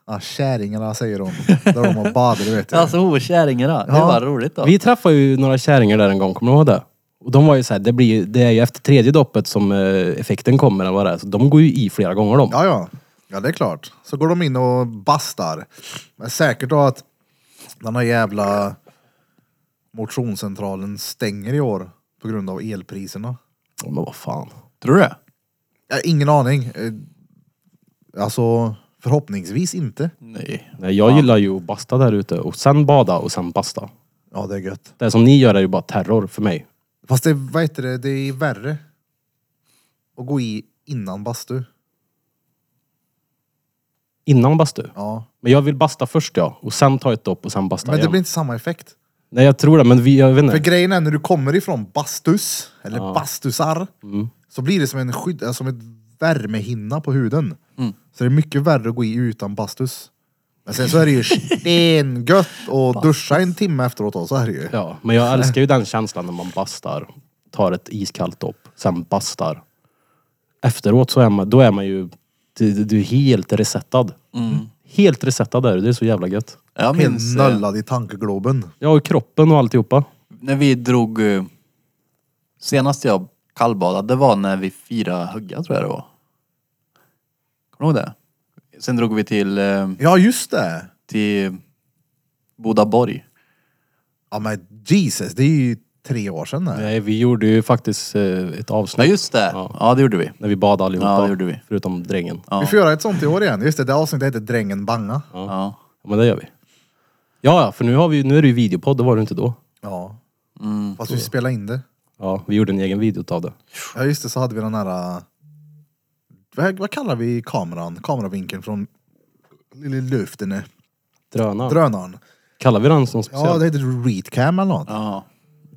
[SPEAKER 3] ja, käringar säger hon. Där de har badat, du vet. du.
[SPEAKER 2] Alltså okärringar då. Det
[SPEAKER 3] Ja.
[SPEAKER 2] var roligt då.
[SPEAKER 1] Vi träffade ju några kärringar där en gång, kommer du ihåg det? Och de var ju såhär, det, blir, det är ju efter tredje doppet som eh, effekten kommer eller vad det är. Så de går ju i flera gånger de.
[SPEAKER 3] Ja, ja. Ja, det är klart. Så går de in och bastar. Men säkert då att den här jävla motionscentralen stänger i år på grund av elpriserna.
[SPEAKER 1] Men vad fan.
[SPEAKER 2] Tror du det?
[SPEAKER 3] Jag har ingen aning. Eh, Alltså, förhoppningsvis inte.
[SPEAKER 2] Nej.
[SPEAKER 1] Nej, jag gillar ju att basta där ute och sen bada och sen basta.
[SPEAKER 3] Ja, det är gött.
[SPEAKER 1] Det som ni gör är ju bara terror för mig.
[SPEAKER 3] Fast det, vad heter det, det är värre att gå i innan bastu.
[SPEAKER 1] Innan bastu.
[SPEAKER 3] Ja.
[SPEAKER 1] Men jag vill basta först ja. Och sen ta ett dopp och sen basta
[SPEAKER 3] Men det
[SPEAKER 1] igen.
[SPEAKER 3] blir inte samma effekt.
[SPEAKER 1] Nej jag tror det, men vi, jag vet
[SPEAKER 3] För
[SPEAKER 1] inte.
[SPEAKER 3] grejen är när du kommer ifrån bastus, eller bastusar,
[SPEAKER 2] Mm.
[SPEAKER 3] så blir det som en skydd, äh, som ett värmehinna på huden.
[SPEAKER 2] Mm.
[SPEAKER 3] Så det är mycket värre att gå i utan bastus. Men sen så är det ju stengött att duscha en timme efteråt också, så är det ju.
[SPEAKER 1] Ja, men jag älskar ju den känslan när man bastar. Tar ett iskallt dopp, sen bastar. Efteråt så är man, då är man ju, du, du är helt resettad.
[SPEAKER 2] Mm.
[SPEAKER 1] Helt resettad är du, det är så jävla gött.
[SPEAKER 2] Jag minns
[SPEAKER 3] Helt
[SPEAKER 2] eh,
[SPEAKER 3] nöllad i tankegloben.
[SPEAKER 1] Ja, och kroppen och alltihopa.
[SPEAKER 2] när vi drog... eh, Senast jag kallbadade, det var när vi firade Hugga tror jag det var. Kommer du ihåg det? Sen drog vi till, eh,
[SPEAKER 3] Ja, just det!
[SPEAKER 2] till Bodaborg.
[SPEAKER 3] Ja men Jesus, det är ju tre år sedan det.
[SPEAKER 1] Nej, vi gjorde ju faktiskt eh, ett
[SPEAKER 2] Ja
[SPEAKER 1] avsnitt
[SPEAKER 2] just det!
[SPEAKER 1] Ja.
[SPEAKER 2] Ja, det gjorde vi.
[SPEAKER 1] när vi badade allihopa.
[SPEAKER 2] Ja, det gjorde vi.
[SPEAKER 1] Förutom drängen.
[SPEAKER 2] Ja.
[SPEAKER 3] Vi får göra ett sånt i år igen. Just det, det avsnittet heter Drängen Banga.
[SPEAKER 2] Ja.
[SPEAKER 1] Ja, men det gör vi. Ja, ja, för nu, har vi, nu är det ju videopodd, det var det inte då.
[SPEAKER 3] Ja. Fast vi spelade in det.
[SPEAKER 1] Ja, vi gjorde en egen video utav det.
[SPEAKER 3] Ja just det, så hade vi den här... äh, Vad, vad kallar vi kameran? Kameravinkeln från lille luften, eh,
[SPEAKER 1] Drönaren.
[SPEAKER 3] drönaren.
[SPEAKER 1] Kallar vi den som speciellt?
[SPEAKER 3] Ja, det heter Readcam eller något.
[SPEAKER 2] Ja.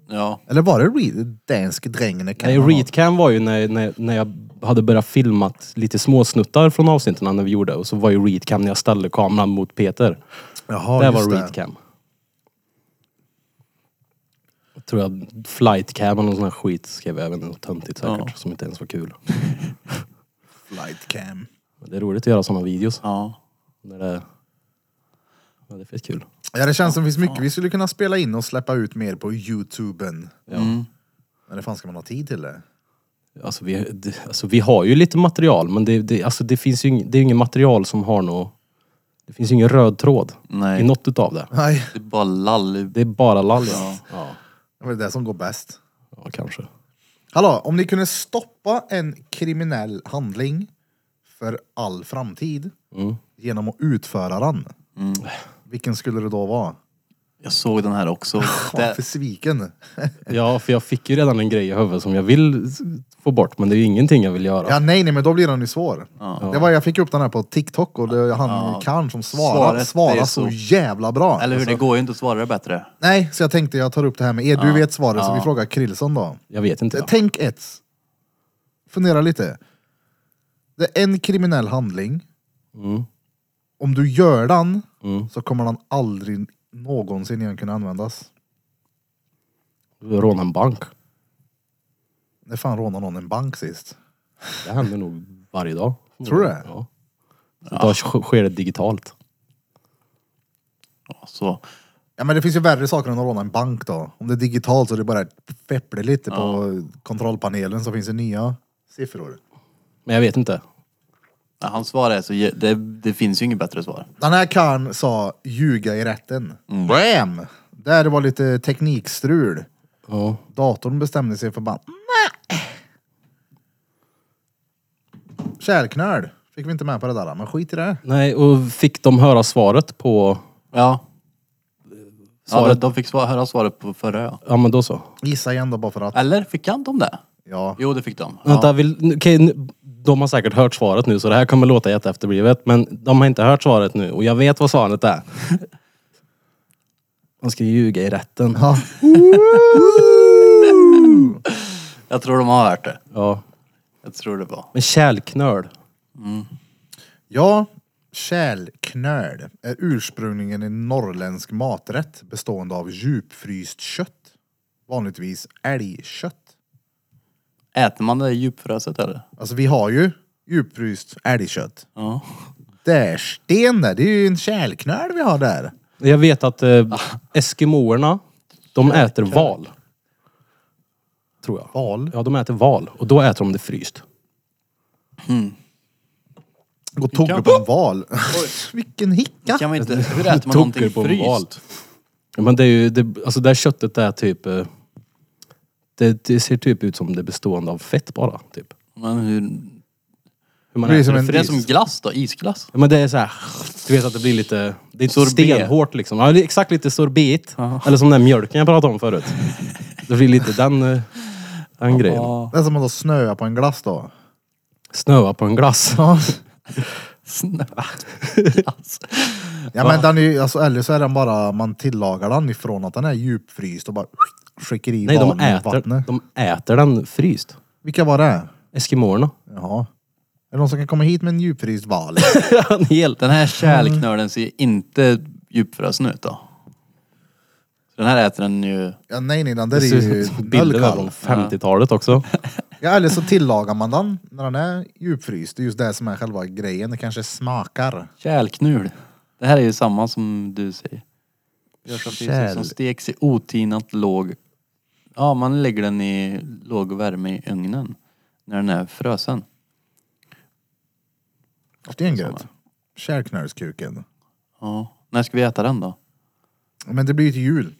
[SPEAKER 2] ja.
[SPEAKER 3] Eller var det Reed, Dansk Drängen?
[SPEAKER 1] Nej, Readcam var ju när, när, när jag hade börjat filma lite småsnuttar från avsnitten när vi gjorde. Och så var ju Readcam när jag ställde kameran mot Peter.
[SPEAKER 3] Jaha,
[SPEAKER 1] Där
[SPEAKER 3] just
[SPEAKER 1] var
[SPEAKER 3] det.
[SPEAKER 1] Readcam. Jag tror jag Flightcam eller någon sån här skit skrev jag, även något töntigt säkert.
[SPEAKER 2] Ja.
[SPEAKER 1] Som inte ens var kul.
[SPEAKER 3] Lightcam.
[SPEAKER 1] Men Det är roligt att göra såna videos.
[SPEAKER 2] ja.
[SPEAKER 1] När det, ja, det är fett kul.
[SPEAKER 3] Ja, det känns som det finns mycket vi skulle kunna spela in och släppa ut mer på youtuben. Ja. Men det fan ska man ha tid till det?
[SPEAKER 1] Alltså vi, det, alltså vi har ju lite material men det, det, alltså det finns ju ing, det är ju inget material som har något... Det finns ju ingen röd tråd
[SPEAKER 2] Nej.
[SPEAKER 1] i något utav det.
[SPEAKER 3] Nej,
[SPEAKER 2] Det är bara lall.
[SPEAKER 1] Det är bara lall. Ja.
[SPEAKER 2] Ja.
[SPEAKER 1] Ja.
[SPEAKER 3] det är det som går bäst.
[SPEAKER 1] ja, kanske.
[SPEAKER 3] Hallå, om ni kunde stoppa en kriminell handling för all framtid
[SPEAKER 2] Mm.
[SPEAKER 3] genom att utföra den, vilken skulle det då vara?
[SPEAKER 2] Jag såg den här också.
[SPEAKER 3] Det...
[SPEAKER 2] Det,
[SPEAKER 3] För sviken.
[SPEAKER 1] Ja, för jag fick ju redan en grej i huvudet som jag vill s- få bort men det är ju ingenting jag vill göra.
[SPEAKER 3] Ja, nej, nej, men då blir den ju svår. Det var, jag fick upp den här på TikTok och det, han Karn som svarade,
[SPEAKER 2] Svaret, det
[SPEAKER 3] svarade
[SPEAKER 2] är
[SPEAKER 3] så...
[SPEAKER 2] så-
[SPEAKER 3] jävla bra.
[SPEAKER 2] eller hur,
[SPEAKER 3] Alltså,
[SPEAKER 2] det går ju inte att svara det bättre.
[SPEAKER 3] Nej, så jag tänkte jag tar upp det här med er. Du vet svaret, så vi frågar Krillson då.
[SPEAKER 1] Jag vet inte. Ja.
[SPEAKER 3] Tänk ett. Fundera lite. Det är en kriminell handling.
[SPEAKER 1] Mm.
[SPEAKER 3] om du gör den
[SPEAKER 1] Mm.
[SPEAKER 3] så kommer den aldrig någonsin igen kunna användas.
[SPEAKER 1] Råna en bank.
[SPEAKER 3] När fan rånade någon en bank sist?
[SPEAKER 1] Det händer nog varje dag.
[SPEAKER 3] Tror du det?
[SPEAKER 1] Ja. Så Då sk- sker det digitalt.
[SPEAKER 2] Ja, så.
[SPEAKER 3] Ja men det finns ju värre saker än att råna en bank då. Om det är digitalt så är det bara fepplar lite på kontrollpanelen så finns det nya siffror.
[SPEAKER 1] Men jag vet inte.
[SPEAKER 2] Ja, han svarade så jä- det, det finns ju inget bättre svar.
[SPEAKER 3] Den här karln sa ljuga i rätten. Bam! Där var lite teknikstrul.
[SPEAKER 1] Ja.
[SPEAKER 3] Datorn bestämde sig för bara "Nä." Kärlknöl fick vi inte med på det där men skit i det.
[SPEAKER 1] Nej, och fick de höra svaret på...
[SPEAKER 2] Ja. ja
[SPEAKER 1] Svaret-
[SPEAKER 2] de fick svar, höra svaret på förra ja.
[SPEAKER 1] Ja men då så.
[SPEAKER 3] Gissa igen då bara för att.
[SPEAKER 2] Eller fick han de det?
[SPEAKER 3] Ja.
[SPEAKER 2] Jo det fick de. Ja.
[SPEAKER 1] Vänta, vill, nu- okej, nu- de har säkert hört svaret nu så det här kommer låta jätteefterblivet. Men de har inte hört svaret nu och jag vet vad svaret är. Man ska ljuga i rätten.
[SPEAKER 3] ja.
[SPEAKER 2] Jag tror de har hört det.
[SPEAKER 1] Ja.
[SPEAKER 2] Jag tror det var.
[SPEAKER 1] Men kärlknöl.
[SPEAKER 3] Ja, kärlknöl är ursprungligen en norrländsk maträtt bestående av djupfryst kött. Vanligtvis älgkött.
[SPEAKER 2] Äter man det djupfruset eller?
[SPEAKER 3] Alltså vi har ju djupfryst älgkött.
[SPEAKER 2] Ja.
[SPEAKER 3] Det är sten där, det är ju en kärlknöl vi har där.
[SPEAKER 1] Jag vet att eh,
[SPEAKER 3] Ah.
[SPEAKER 1] eskimoerna, de äter val. Tror jag.
[SPEAKER 3] Val.
[SPEAKER 1] Ja, de äter val. Och då äter de det fryst.
[SPEAKER 3] Och tog på en val. Vilken hicka!
[SPEAKER 2] Kan man inte, hur äter man
[SPEAKER 1] Tuggar
[SPEAKER 2] någonting
[SPEAKER 1] på en val.
[SPEAKER 2] fryst?
[SPEAKER 1] Ja, Men det är ju, det, alltså det här köttet är typ... eh, Det, det ser typ ut som det bestående av fett bara. Typ.
[SPEAKER 2] Men hur,
[SPEAKER 1] Hur man
[SPEAKER 3] Det är
[SPEAKER 1] äter
[SPEAKER 3] som
[SPEAKER 1] det
[SPEAKER 3] en
[SPEAKER 2] för det är
[SPEAKER 1] fryst.
[SPEAKER 2] som glass då, isglass.
[SPEAKER 1] Ja, men det är så här, du vet att det blir lite, det är inte
[SPEAKER 2] Sorbet.
[SPEAKER 1] stenhårt liksom. Ja, det är exakt lite sorbetigt. Eller som den där mjölken jag pratade om förut. Det blir lite den, eh, den grejen.
[SPEAKER 2] Ja,
[SPEAKER 3] Det är som att ha snöa på en glass då.
[SPEAKER 1] Snöa på en glass.
[SPEAKER 3] Ja,
[SPEAKER 2] snö.
[SPEAKER 3] ja men den är ju, alltså, eller så är den bara, man tillagar den ifrån att den är djupfryst och bara skickar i
[SPEAKER 1] Nej, de
[SPEAKER 3] valen i
[SPEAKER 1] äter, de äter den fryst.
[SPEAKER 3] Vilka var det?
[SPEAKER 1] Eskimoerna.
[SPEAKER 3] Jaha. Är det någon som kan komma hit med en djupfryst val?
[SPEAKER 1] en hel.
[SPEAKER 2] Den här kärlknölen ser ju inte djupfrusen ut då. Så Den här äter den ju...
[SPEAKER 3] ja, nej, nej, den där
[SPEAKER 1] Det
[SPEAKER 3] är
[SPEAKER 1] ser ut
[SPEAKER 3] ju
[SPEAKER 1] som Alltså, bilder där från
[SPEAKER 3] mjölkhalv.
[SPEAKER 1] 50-talet också.
[SPEAKER 3] Ja, eller så tillagar man den när den är djupfryst. Det är just det som är själva grejen. Det kanske smakar.
[SPEAKER 2] Kärlknul. Det här är ju samma som du säger. Görs av fisk
[SPEAKER 3] Kärl-
[SPEAKER 2] som steks i otinat låg... Ja, man lägger den i låg värme i ugnen. När den är frösen.
[SPEAKER 3] Stengött. Kärrknölskuken.
[SPEAKER 2] Ja. När ska vi äta den då?
[SPEAKER 3] Men det blir ju till jul.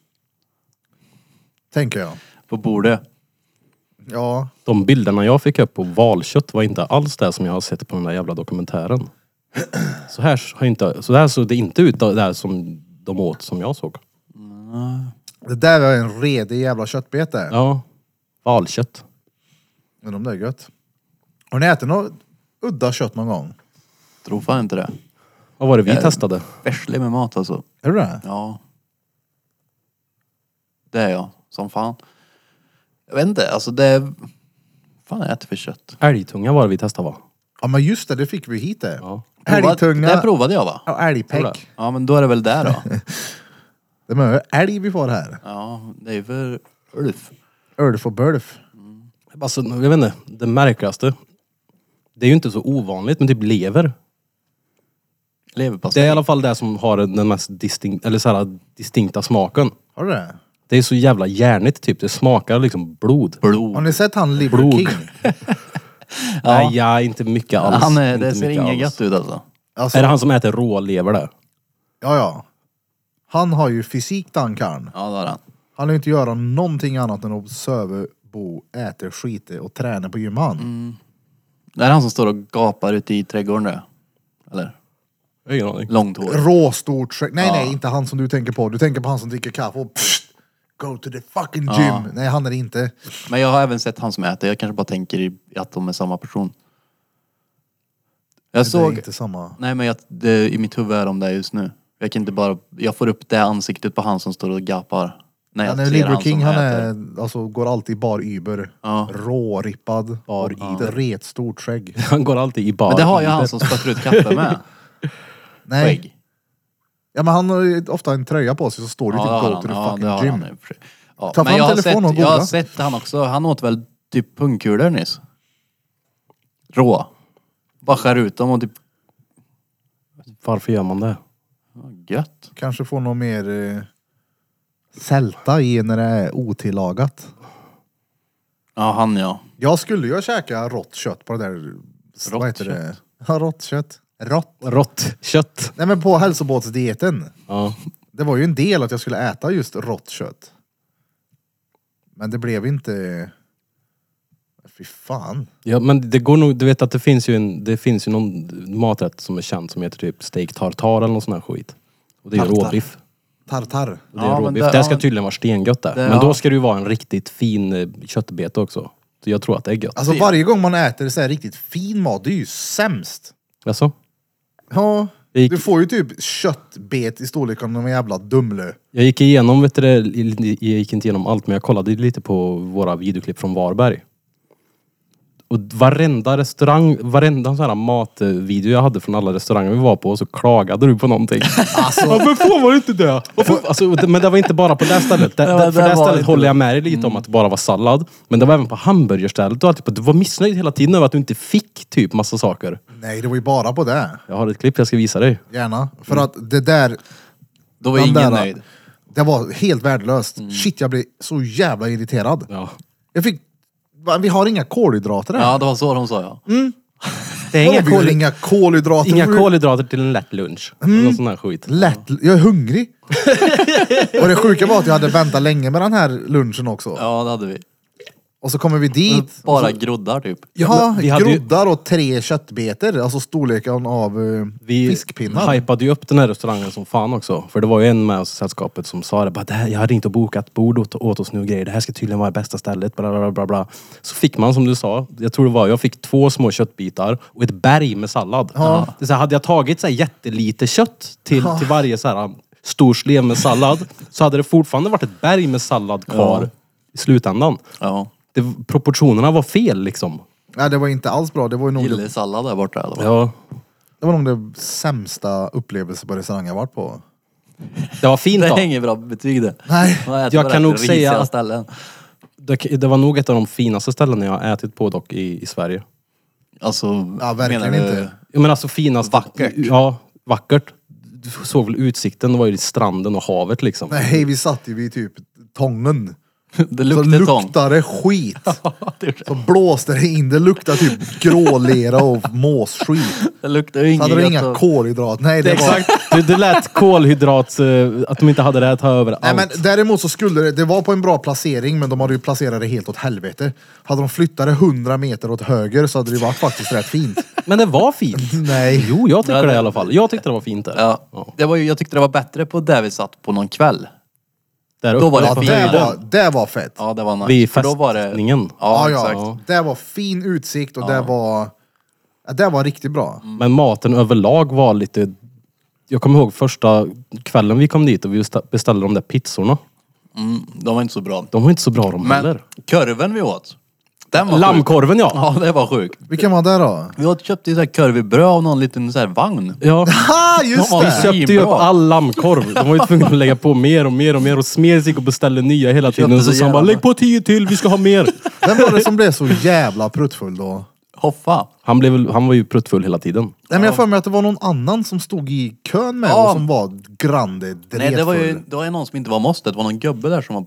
[SPEAKER 3] Tänker jag.
[SPEAKER 2] På bordet?
[SPEAKER 3] Ja,
[SPEAKER 1] De bilderna jag fick upp på valkött var inte alls det som jag har sett på den där jävla dokumentären. Så här, har inte, så här såg det inte ut det där som de åt som jag såg.
[SPEAKER 3] det där var en redig jävla köttbete.
[SPEAKER 1] Ja, valkött.
[SPEAKER 3] Men de där är gött. Har ni ätit något udda kött någon gång?
[SPEAKER 2] Tror fan inte det.
[SPEAKER 1] Vad var det vi
[SPEAKER 2] Ja.
[SPEAKER 1] testade?
[SPEAKER 2] Värslig med mat alltså.
[SPEAKER 3] Är du det?
[SPEAKER 2] Ja. Det är jag. Som fan. Jag vet inte, alltså det... Är... fan jag äter för kött?
[SPEAKER 1] Älgtunga var det vi testade va?
[SPEAKER 3] Ja men just det, det fick vi hit det.
[SPEAKER 1] Ja.
[SPEAKER 2] Provat- Det
[SPEAKER 3] Älgtunga
[SPEAKER 2] här provade jag va?
[SPEAKER 3] och älgpäck.
[SPEAKER 2] Ja men då är det väl där då.
[SPEAKER 3] Det är mycket älg vi får här.
[SPEAKER 2] Ja, det är ju för Ulf.
[SPEAKER 3] Ulf och Bulf.
[SPEAKER 1] Alltså, jag vet inte, det märkligaste. Det är ju inte så ovanligt men typ lever. Det
[SPEAKER 2] Leverpastej.
[SPEAKER 1] är i alla fall det som har den mest distinkt, eller så här, distinkta smaken.
[SPEAKER 3] Har du det?
[SPEAKER 1] Det är så jävla järnigt typ. Det smakar liksom blod.
[SPEAKER 3] Har
[SPEAKER 2] Blod.
[SPEAKER 3] ni sett han Liver
[SPEAKER 1] Blod.
[SPEAKER 3] King?
[SPEAKER 1] Nej, ja, inte mycket alls.
[SPEAKER 2] Han är, det
[SPEAKER 1] Inte
[SPEAKER 2] ser
[SPEAKER 1] mycket
[SPEAKER 2] inget
[SPEAKER 1] alls.
[SPEAKER 2] gött ut alltså.
[SPEAKER 3] Alltså,
[SPEAKER 1] Är det han som äter rålever där?
[SPEAKER 3] Ja, ja. Han har ju fysik den karln.
[SPEAKER 2] Ja det har han.
[SPEAKER 3] Han vill inte göra någonting annat än att söva, bo, äta, skita och träna på gym han.
[SPEAKER 2] Mm. Det är han som står och gapar ute i trädgården det. Eller?
[SPEAKER 1] Jag har ingen aning.
[SPEAKER 2] Långt hår.
[SPEAKER 3] Råstort skägg. Nej,
[SPEAKER 2] Ja.
[SPEAKER 3] nej, inte han som du tänker på. Du tänker på han som dricker kaffe och pssst, go to the fucking gym. Nej, han är det inte.
[SPEAKER 2] Men jag har även sett han som äter. Jag kanske bara tänker i- att de är samma person. Jag
[SPEAKER 3] Det är
[SPEAKER 2] såg...
[SPEAKER 3] inte samma.
[SPEAKER 2] Nej men jag, det, i mitt huvud är de där just nu. Jag kan inte bara... Jag får upp det ansiktet på han som står och gapar. När jag
[SPEAKER 3] Han är
[SPEAKER 2] ser
[SPEAKER 3] Liver
[SPEAKER 2] han
[SPEAKER 3] King,
[SPEAKER 2] som
[SPEAKER 3] han
[SPEAKER 2] äter.
[SPEAKER 3] är, alltså, går alltid bar Uber.
[SPEAKER 2] Ja.
[SPEAKER 3] Rårippad, bar Uber. Retstort skägg.
[SPEAKER 1] Han går alltid i bar.
[SPEAKER 2] Men det har ju han som spottar ut kaffe med.
[SPEAKER 3] Nej,
[SPEAKER 2] Skägg.
[SPEAKER 3] ja, men han har ju ofta en tröja på sig så står det
[SPEAKER 2] Ja, det
[SPEAKER 3] typ
[SPEAKER 2] har
[SPEAKER 3] go to
[SPEAKER 2] han.
[SPEAKER 3] the fucking
[SPEAKER 2] Ja, det har
[SPEAKER 3] gym.
[SPEAKER 2] han i och för sig. Ja,
[SPEAKER 3] Ta
[SPEAKER 2] men
[SPEAKER 3] fram
[SPEAKER 2] jag har
[SPEAKER 3] telefonen
[SPEAKER 2] sett,
[SPEAKER 3] och
[SPEAKER 2] Jag har
[SPEAKER 3] googla.
[SPEAKER 2] sett han också. Han åt väl typ pungkulor nyss. Rå. Bara skär ut dem och typ...
[SPEAKER 1] Varför gör man det?
[SPEAKER 2] Ja, Gött.
[SPEAKER 3] Kanske får något mer eh, sälta i när det är otillagat.
[SPEAKER 2] Ja, han ja.
[SPEAKER 3] Jag skulle ju käka rått kött på det där...
[SPEAKER 2] Rått
[SPEAKER 3] vad heter det? Ja, rått kött. Rått.
[SPEAKER 1] Rått kött.
[SPEAKER 3] Nej men på hälsobåtsdieten.
[SPEAKER 1] Ja.
[SPEAKER 3] Det var ju en del att jag skulle äta just rått kött. Men det blev inte... Fy fan.
[SPEAKER 1] ja, men det går nog, du vet att det finns ju en, det finns ju någon maträtt som är känd som heter typ steak tartar eller någon sån här skit. Och det är ju
[SPEAKER 2] Tartar.
[SPEAKER 1] råbiff.
[SPEAKER 3] Tartar.
[SPEAKER 1] Och Det är
[SPEAKER 2] Ja, men
[SPEAKER 1] råbiff.
[SPEAKER 2] det-
[SPEAKER 1] Det, ska
[SPEAKER 2] ja.
[SPEAKER 1] tydligen vara stengött där.
[SPEAKER 2] Det-
[SPEAKER 1] men
[SPEAKER 2] ja.
[SPEAKER 1] då ska det ju vara en riktigt fin eh, köttbete också. Så jag tror att det är gött.
[SPEAKER 3] Alltså varje gång man äter så här riktigt fin mat, det är ju sämst.
[SPEAKER 1] Alltså?
[SPEAKER 3] Ja.
[SPEAKER 1] Det gick-
[SPEAKER 3] Du får ju typ köttbet i storleken av en jävla Dumle.
[SPEAKER 1] Jag gick igenom, vet du det, jag gick inte igenom allt men jag kollade lite på våra videoklipp från Varberg. Och varenda restaurang, varenda sån här matvideo jag hade från alla restauranger vi var på så klagade du på någonting. Alltså. Varför får man inte det? Varför? Alltså, det- men det var inte bara på det stället. Det,
[SPEAKER 2] Ja,
[SPEAKER 1] det,
[SPEAKER 2] det
[SPEAKER 1] för
[SPEAKER 2] var
[SPEAKER 1] det stället
[SPEAKER 2] inte-
[SPEAKER 1] håller jag med dig lite om att det bara var sallad. Men det var även på hamburgerstället och allt, typ, att du var missnöjd hela tiden över att du inte fick typ massa saker.
[SPEAKER 3] Nej, det var ju bara på det.
[SPEAKER 1] Jag har ett klipp jag ska visa dig.
[SPEAKER 3] Gärna. För
[SPEAKER 1] Mm.
[SPEAKER 3] att det där,
[SPEAKER 2] Då var
[SPEAKER 3] Den
[SPEAKER 2] ingen
[SPEAKER 3] där,
[SPEAKER 2] nöjd.
[SPEAKER 3] Det var helt värdelöst. Shit, jag blev så jävla irriterad.
[SPEAKER 1] Mm. Ja.
[SPEAKER 3] Jag fick... Va, Vi har inga kolhydrater här.
[SPEAKER 2] Ja, det var så de sa ja.
[SPEAKER 3] Mm.
[SPEAKER 1] Det är
[SPEAKER 3] Vadå, vi har inga kolhydrater.
[SPEAKER 1] inga kolhydrater till en lätt lunch. Någon sån här skit.
[SPEAKER 3] Lätt, jag är hungrig. och det sjuka var att jag hade väntat länge med den här lunchen också.
[SPEAKER 2] Ja, det hade vi.
[SPEAKER 3] Och så kommer vi dit.
[SPEAKER 2] Bara groddar typ.
[SPEAKER 3] Ja,
[SPEAKER 1] men vi hade ju-
[SPEAKER 3] groddar och tre köttbetor. Alltså storleken av eh,
[SPEAKER 1] Vi
[SPEAKER 3] fiskpinnar.
[SPEAKER 1] hypade ju upp den här restaurangen som fan också. För det var ju en med oss i sällskapet som sa det. Bara, det här, jag hade inte bokat bord åt, åt oss nu och grejer. Det här ska tydligen vara det bästa stället. Bla, bla, bla, bla. Så fick man som du sa. Jag tror det var, jag fick två små köttbitar och ett berg med sallad. Det är så här, hade jag tagit så här jättelite kött till, till varje så här, um, stor slev med sallad. så hade det fortfarande varit ett berg med sallad kvar i slutändan.
[SPEAKER 2] Ja.
[SPEAKER 1] Det, proportionerna var fel liksom.
[SPEAKER 3] Nej, det var inte alls bra. Det var ju nog, det,
[SPEAKER 2] Gillesallad där borta eller? vad?
[SPEAKER 1] Ja.
[SPEAKER 3] var nog det sämsta upplevelse på restaurang jag varit på.
[SPEAKER 1] Det var fint
[SPEAKER 2] Det är
[SPEAKER 1] då.
[SPEAKER 2] inget bå betyg det.
[SPEAKER 3] Nej.
[SPEAKER 2] Man äter
[SPEAKER 1] Jag
[SPEAKER 2] på
[SPEAKER 1] kan
[SPEAKER 2] rätt
[SPEAKER 1] nog säga
[SPEAKER 2] risiga
[SPEAKER 1] att-
[SPEAKER 2] Ställen.
[SPEAKER 1] Det, det var nog ett av de finaste ställena jag har ätit på dock i, i Sverige.
[SPEAKER 2] Alltså,
[SPEAKER 3] Ja, verkligen
[SPEAKER 2] menar du-
[SPEAKER 3] inte.
[SPEAKER 1] Ja men alltså finaste...
[SPEAKER 2] Vackert.
[SPEAKER 1] Ja, vackert. Du såg väl utsikten, det var ju stranden och havet liksom.
[SPEAKER 3] Nej, vi satt ju vid typ tången.
[SPEAKER 2] Det
[SPEAKER 3] Så
[SPEAKER 2] luktar tång.
[SPEAKER 3] luktade det skit.
[SPEAKER 2] Det gjorde det.
[SPEAKER 3] Så blåste det in. Det luktade typ grålera och måsskit.
[SPEAKER 2] Det luktar ju
[SPEAKER 3] Så
[SPEAKER 2] inget
[SPEAKER 3] hade det
[SPEAKER 2] gött
[SPEAKER 3] inga
[SPEAKER 2] och-
[SPEAKER 3] kolhydrater. Nej, det,
[SPEAKER 1] Det,
[SPEAKER 3] var...
[SPEAKER 1] exakt. Det, det lät kolhydrat, eh, att de inte hade det att ta över
[SPEAKER 3] Nej,
[SPEAKER 1] allt.
[SPEAKER 3] men däremot så skulle det, det var på en bra placering men de hade ju placerat det helt åt helvete. Hade de flyttat det 100 meter åt höger så hade det varit faktiskt rätt fint.
[SPEAKER 1] Men det var fint.
[SPEAKER 3] Nej.
[SPEAKER 1] Jo, jag
[SPEAKER 2] Ja,
[SPEAKER 1] tycker
[SPEAKER 2] det-
[SPEAKER 1] det i alla fall. Jag tyckte det var fint där.
[SPEAKER 2] Ja. Det var ju, jag tyckte det var bättre på där vi satt på någon kväll.
[SPEAKER 1] Där
[SPEAKER 2] Då var det
[SPEAKER 1] på
[SPEAKER 2] fint.
[SPEAKER 3] Det
[SPEAKER 1] höjden.
[SPEAKER 3] var, det var fett. Ja,
[SPEAKER 2] Ja, det var nice.
[SPEAKER 1] Vid
[SPEAKER 2] För då var det-
[SPEAKER 1] festningen.
[SPEAKER 2] Ja,
[SPEAKER 3] Ah, ja,
[SPEAKER 2] exakt.
[SPEAKER 3] Det var fin utsikt och det var... Ja, det var riktigt bra.
[SPEAKER 1] Men maten överlag var lite... Jag kommer ihåg första kvällen vi kom dit och vi besta- beställde de där pizzorna.
[SPEAKER 2] Mm, de var inte så bra.
[SPEAKER 1] De var inte så bra de
[SPEAKER 2] Men
[SPEAKER 1] heller.
[SPEAKER 2] kurven vi åt. Den var sjuk.
[SPEAKER 1] Lammkorven ja.
[SPEAKER 2] Ja, det var sjukt.
[SPEAKER 3] Vilken var det då?
[SPEAKER 2] Vi åt, köpte ju så här korv i bröd av någon liten så här vagn.
[SPEAKER 1] ja.
[SPEAKER 3] Ha, just
[SPEAKER 2] Ja,
[SPEAKER 1] Vi
[SPEAKER 3] det!
[SPEAKER 1] köpte ju upp
[SPEAKER 2] Bra.
[SPEAKER 1] all lammkorv. De var ju tvungna att lägga på mer och mer och mer. Och Smed gick och beställde nya hela tiden.
[SPEAKER 2] Köpte
[SPEAKER 1] Så
[SPEAKER 2] så
[SPEAKER 1] sa han bara,
[SPEAKER 2] jävla-
[SPEAKER 1] lägg på tio till, vi ska ha mer.
[SPEAKER 3] Vem var det som blev så jävla pruttfull då?
[SPEAKER 2] Hoffa.
[SPEAKER 1] Han, blev, väl- han var ju pruttfull hela tiden.
[SPEAKER 3] Nej men jag har för mig att det var någon annan som stod i kön med
[SPEAKER 2] Ja.
[SPEAKER 3] och som var grande dretfull.
[SPEAKER 2] Nej, det var ju det var ju någon som inte var måste. Det var någon gubbe där som var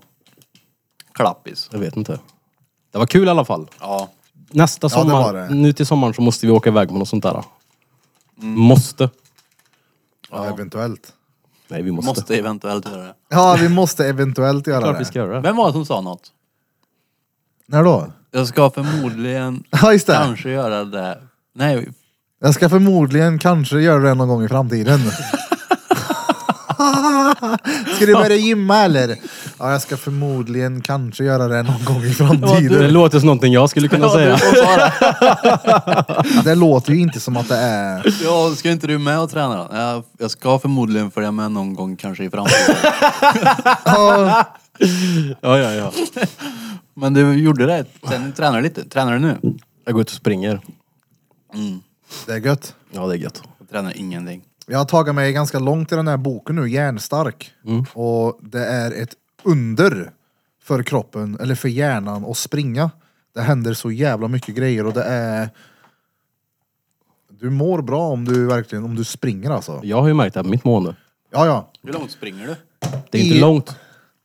[SPEAKER 2] klappis.
[SPEAKER 1] Jag vet inte. Det var kul i alla fall.
[SPEAKER 2] Ja.
[SPEAKER 1] Nästa
[SPEAKER 3] Ja, det
[SPEAKER 1] sommar,
[SPEAKER 3] var det.
[SPEAKER 1] nu till sommaren så måste vi åka iväg på något sånt där. Måste.
[SPEAKER 3] Ja, eventuellt.
[SPEAKER 1] Nej, vi måste.
[SPEAKER 2] Måste eventuellt göra det.
[SPEAKER 3] Ja, vi måste eventuellt göra
[SPEAKER 1] Klart
[SPEAKER 3] det.
[SPEAKER 1] vi ska göra det.
[SPEAKER 2] Vem var det som sa något?
[SPEAKER 3] När då?
[SPEAKER 2] Jag ska förmodligen
[SPEAKER 3] Ja, just det.
[SPEAKER 2] kanske göra det. Nej,
[SPEAKER 3] Jag ska förmodligen kanske göra det någon gång i framtiden. ska du börja gymma eller? Ja, jag ska förmodligen kanske göra det någon gång i
[SPEAKER 1] Det
[SPEAKER 3] framtiden.
[SPEAKER 1] låter som någonting jag skulle kunna säga.
[SPEAKER 3] Det låter ju inte som att det är...
[SPEAKER 2] ja, ska inte du med och träna då? Jag, jag ska förmodligen följa med någon gång kanske i framtiden.
[SPEAKER 3] Ja,
[SPEAKER 1] Ja, ja, ja.
[SPEAKER 2] Men du gjorde det. Sen tränar du lite. Tränar du nu?
[SPEAKER 1] Jag går ut och springer.
[SPEAKER 3] det är gött.
[SPEAKER 1] Ja, det är gött.
[SPEAKER 2] Jag tränar ingenting.
[SPEAKER 3] Jag har tagit mig ganska långt i den här boken nu, Järnstark.
[SPEAKER 2] Mm.
[SPEAKER 3] Och det är ett under för kroppen, eller för hjärnan, att springa. Det händer så jävla mycket grejer och det är... Du mår bra om du verkligen, om du springer alltså.
[SPEAKER 1] Jag har ju märkt det här mitt mående.
[SPEAKER 3] Ja, ja.
[SPEAKER 2] Hur långt springer du?
[SPEAKER 1] Det är inte
[SPEAKER 3] I-
[SPEAKER 1] långt.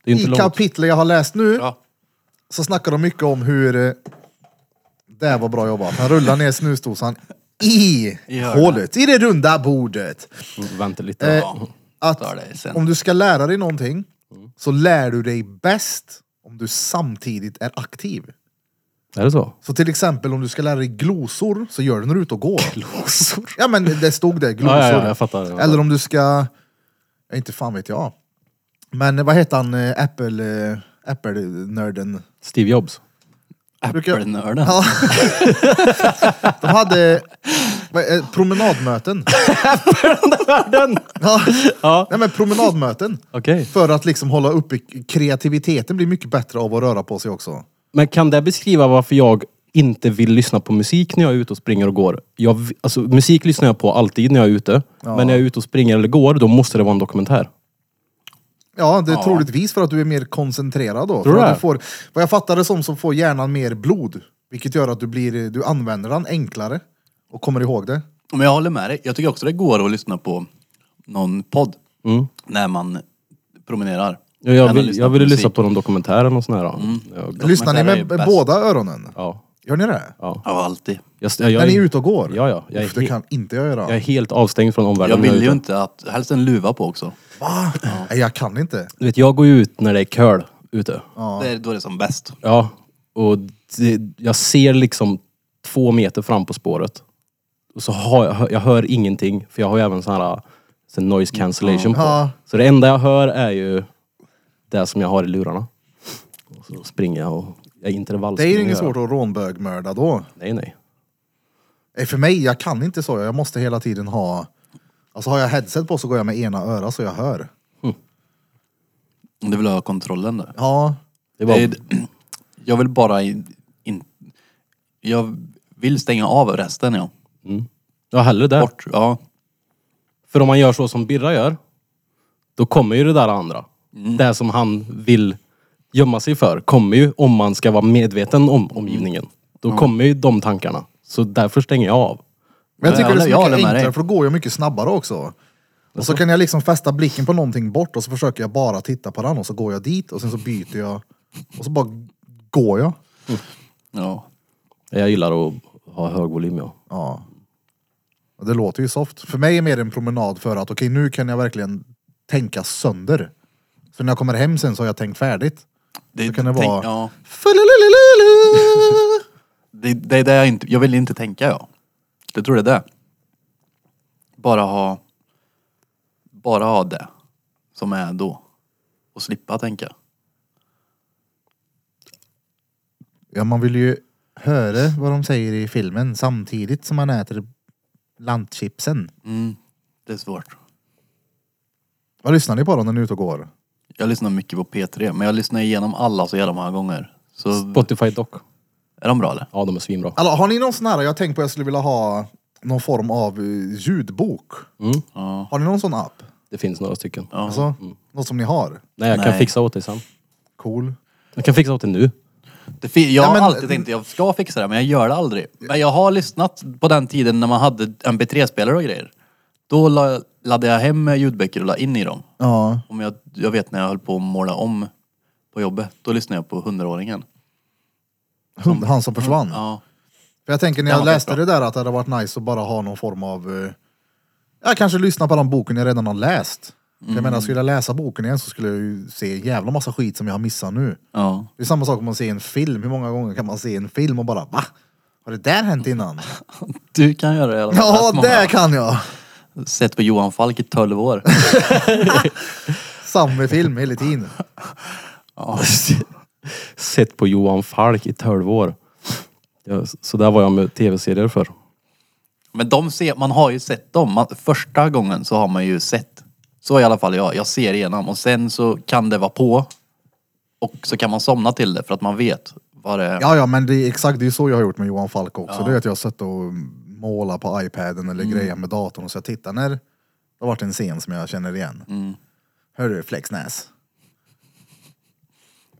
[SPEAKER 1] Det är inte
[SPEAKER 3] I
[SPEAKER 1] långt.
[SPEAKER 3] kapitlet jag har läst nu
[SPEAKER 2] Ja.
[SPEAKER 3] så snackar de mycket om hur... eh, Det var bra jobbat. Han rullar ner snusdosan i,
[SPEAKER 2] I hörnet.
[SPEAKER 3] hålet, i det runda bordet.
[SPEAKER 1] Vänta lite.
[SPEAKER 3] Eh, att
[SPEAKER 2] Tar det sen.
[SPEAKER 3] om du ska lära dig någonting
[SPEAKER 1] Mm.
[SPEAKER 3] så lär du dig bäst om du samtidigt är aktiv.
[SPEAKER 1] Är det så?
[SPEAKER 3] Så till exempel om du ska lära dig glosor så gör du när du är ute och går. Glosor? Ja men det stod det, glosor.
[SPEAKER 1] Ja, ja, ja, jag fattar. Jag fattar.
[SPEAKER 3] Eller om du ska, ja, inte fan vet jag. Men vad heter han, eh, Apple, eh, Apple-nörden?
[SPEAKER 1] Steve Jobs.
[SPEAKER 3] brukar-
[SPEAKER 2] Äppelnörden.
[SPEAKER 3] Ja. De hade vad, eh, promenadmöten.
[SPEAKER 1] Den!
[SPEAKER 3] Ja.
[SPEAKER 1] Ja.
[SPEAKER 3] Nej men promenadmöten.
[SPEAKER 1] Okej.
[SPEAKER 3] För att liksom hålla uppe kreativiteten blir mycket bättre av att röra på sig också.
[SPEAKER 1] Men kan det beskriva varför jag inte vill lyssna på musik när jag är ute och springer och går? Jag, v- alltså, musik lyssnar jag på alltid när jag är ute. Men när jag är ute och springer eller går, då måste det vara en dokumentär.
[SPEAKER 3] Ja, det är troligtvis för att du är mer koncentrerad då.
[SPEAKER 1] Tror du
[SPEAKER 3] för att
[SPEAKER 1] det?
[SPEAKER 3] du får, vad jag fattar det som så får hjärnan mer blod. Vilket gör att du, blir, du använder den enklare och kommer ihåg det.
[SPEAKER 2] Men jag håller med dig. Jag tycker också det går att lyssna på någon podd. När man promenerar.
[SPEAKER 1] Jag,
[SPEAKER 2] Än
[SPEAKER 1] jag,
[SPEAKER 2] att
[SPEAKER 1] vill, jag ville
[SPEAKER 2] på
[SPEAKER 1] lyssna
[SPEAKER 2] musik.
[SPEAKER 1] på någon dokumentär och sån här. Jag,
[SPEAKER 3] Lyssnar ni
[SPEAKER 2] är
[SPEAKER 3] med
[SPEAKER 2] ju bäst.
[SPEAKER 3] båda öronen?
[SPEAKER 1] ja.
[SPEAKER 3] Gör ni det?
[SPEAKER 1] Ja.
[SPEAKER 2] Ja, alltid.
[SPEAKER 1] Jag, jag, jag,
[SPEAKER 3] När ni är ute och går?
[SPEAKER 1] Ja, ja. Jag är,
[SPEAKER 3] Uff, det
[SPEAKER 1] he,
[SPEAKER 3] kan inte jag göra.
[SPEAKER 1] jag är helt avstängd från omvärlden.
[SPEAKER 2] Jag
[SPEAKER 1] när är
[SPEAKER 2] vill ju
[SPEAKER 1] ute.
[SPEAKER 2] inte att... Helst en luva på också.
[SPEAKER 3] Va? Nej, jag kan inte.
[SPEAKER 1] Du vet, jag går ju ut när det är köl ute.
[SPEAKER 2] Det är då det är som bäst.
[SPEAKER 1] Ja. Och det, jag ser liksom två meter fram på spåret. Och så har jag, jag hör ingenting, för jag har ju även sån här äh, sån noise cancellation på.
[SPEAKER 3] Ja.
[SPEAKER 1] Så det enda jag hör är ju det som jag har i lurarna. Och så springer jag och jag intervallspringer.
[SPEAKER 3] Det är ju inget svårt att rånbögmörda då.
[SPEAKER 1] Nej, nej.
[SPEAKER 3] Nej, för mig, jag kan inte så. Jag måste hela tiden ha... Alltså har jag headset på så går jag med ena öra så jag hör.
[SPEAKER 2] Du vill ha kontrollen där.
[SPEAKER 3] Ja,
[SPEAKER 1] Det var,
[SPEAKER 2] Det är- Eh, Jag vill bara in, in, Jag vill stänga av resten ja.
[SPEAKER 1] ja, hellre det.
[SPEAKER 2] Bort, ja.
[SPEAKER 1] För om man gör så som Birra gör, då kommer ju det där andra.
[SPEAKER 2] Mm.
[SPEAKER 1] Det som han vill gömma sig för kommer ju, om man ska vara medveten om omgivningen, då
[SPEAKER 2] Mm.
[SPEAKER 1] kommer ju de tankarna. Så därför stänger jag av.
[SPEAKER 3] men jag tycker
[SPEAKER 2] Jag
[SPEAKER 3] det är
[SPEAKER 2] håller- jag
[SPEAKER 3] så
[SPEAKER 2] håller
[SPEAKER 3] mycket
[SPEAKER 2] med dig. Alltså-
[SPEAKER 3] enklare för då går jag mycket snabbare också. Och så kan jag liksom fästa blicken på någonting bort och så försöker jag bara titta på den och så går jag dit och sen så byter jag. Och så bara går jag.
[SPEAKER 2] ja.
[SPEAKER 1] Jag gillar att ha hög volym, ja.
[SPEAKER 3] Ja. Och Det låter ju soft. För mig är mer en promenad för att okej nu kan jag verkligen tänka sönder. Så när jag kommer hem sen så har jag tänkt färdigt.
[SPEAKER 2] Det,
[SPEAKER 3] Så kan det
[SPEAKER 2] tänk-
[SPEAKER 3] vara-
[SPEAKER 2] ja.
[SPEAKER 3] Fululululu.
[SPEAKER 2] Det, det är det jag inte... Jag vill inte tänka ja. Det tror jag det är det. Bara ha... Bara ha det. Som är då. Och slippa tänka.
[SPEAKER 3] Ja, man vill ju höra vad de säger i filmen samtidigt som man äter lantchipsen.
[SPEAKER 2] Mm. Det är svårt.
[SPEAKER 3] Vad lyssnar ni på då när ni är ute och går?
[SPEAKER 2] Jag lyssnar mycket på P3 men jag lyssnar igenom alla så jävla många gånger. Så
[SPEAKER 1] Spotify dock.
[SPEAKER 2] är de bra eller?
[SPEAKER 1] Ja, de är svinbra.
[SPEAKER 3] Alltså, har ni någon sån här, jag tänkte på att jag skulle vilja ha någon form av eh, ljudbok.
[SPEAKER 1] Mm.
[SPEAKER 2] Ja.
[SPEAKER 3] Har ni någon sån app?
[SPEAKER 1] Det finns några stycken.
[SPEAKER 2] ja.
[SPEAKER 3] Alltså, Något som ni har?
[SPEAKER 1] Nej, jag kan
[SPEAKER 2] Nej.
[SPEAKER 1] fixa åt dig sen.
[SPEAKER 3] Cool.
[SPEAKER 1] Jag kan fixa åt dig nu.
[SPEAKER 2] Det fi- jag
[SPEAKER 3] Nej,
[SPEAKER 2] har
[SPEAKER 3] men-
[SPEAKER 2] alltid tänkt att jag ska fixa det men jag gör det aldrig. Men jag har lyssnat på den tiden när man hade mp3-spelare och grejer. Då la, laddade jag hem ljudböcker och la in i dem.
[SPEAKER 3] Ja.
[SPEAKER 2] Om jag, jag vet när jag höll på att måla om på jobbet, då lyssnade jag på hundraåringen.
[SPEAKER 3] Hund, han som försvann.
[SPEAKER 2] Ja.
[SPEAKER 3] För jag tänker när
[SPEAKER 2] Den
[SPEAKER 3] jag
[SPEAKER 2] var
[SPEAKER 3] läste det
[SPEAKER 2] skitbra.
[SPEAKER 3] där att det hade varit nice att bara ha någon form av... eh, Jag kanske lyssnar på den boken jag redan har läst. Jag menar, skulle jag läsa boken igen så skulle jag ju se en jävla massa skit som jag har missat nu.
[SPEAKER 2] ja.
[SPEAKER 3] Det är samma sak om man ser en film. Hur många gånger kan man se en film och bara va? Har det där hänt innan?
[SPEAKER 2] Du kan göra det i alla fall.
[SPEAKER 3] ja,
[SPEAKER 2] Rätt många.
[SPEAKER 3] det kan jag!
[SPEAKER 2] Sett på Johan Falk i 12 år.
[SPEAKER 3] Samma film hela tiden.
[SPEAKER 2] Ja.
[SPEAKER 1] Sett på Johan Falk i 12 år. Ja, så där var jag med tv-serier för.
[SPEAKER 2] Men de ser, man har ju sett dem. Man, första gången så har man ju sett. Så i alla fall jag. Jag ser igenom och sen så kan det vara på. Och så kan man somna till det för att man vet vad det är.
[SPEAKER 3] Ja, ja, men det är exakt det är så jag har gjort med Johan Falk också. Det är att jag har suttit och målat på iPaden eller grejer med datorn och så jag tittar när det har varit en scen som jag känner igen. Hör du Flexnäs?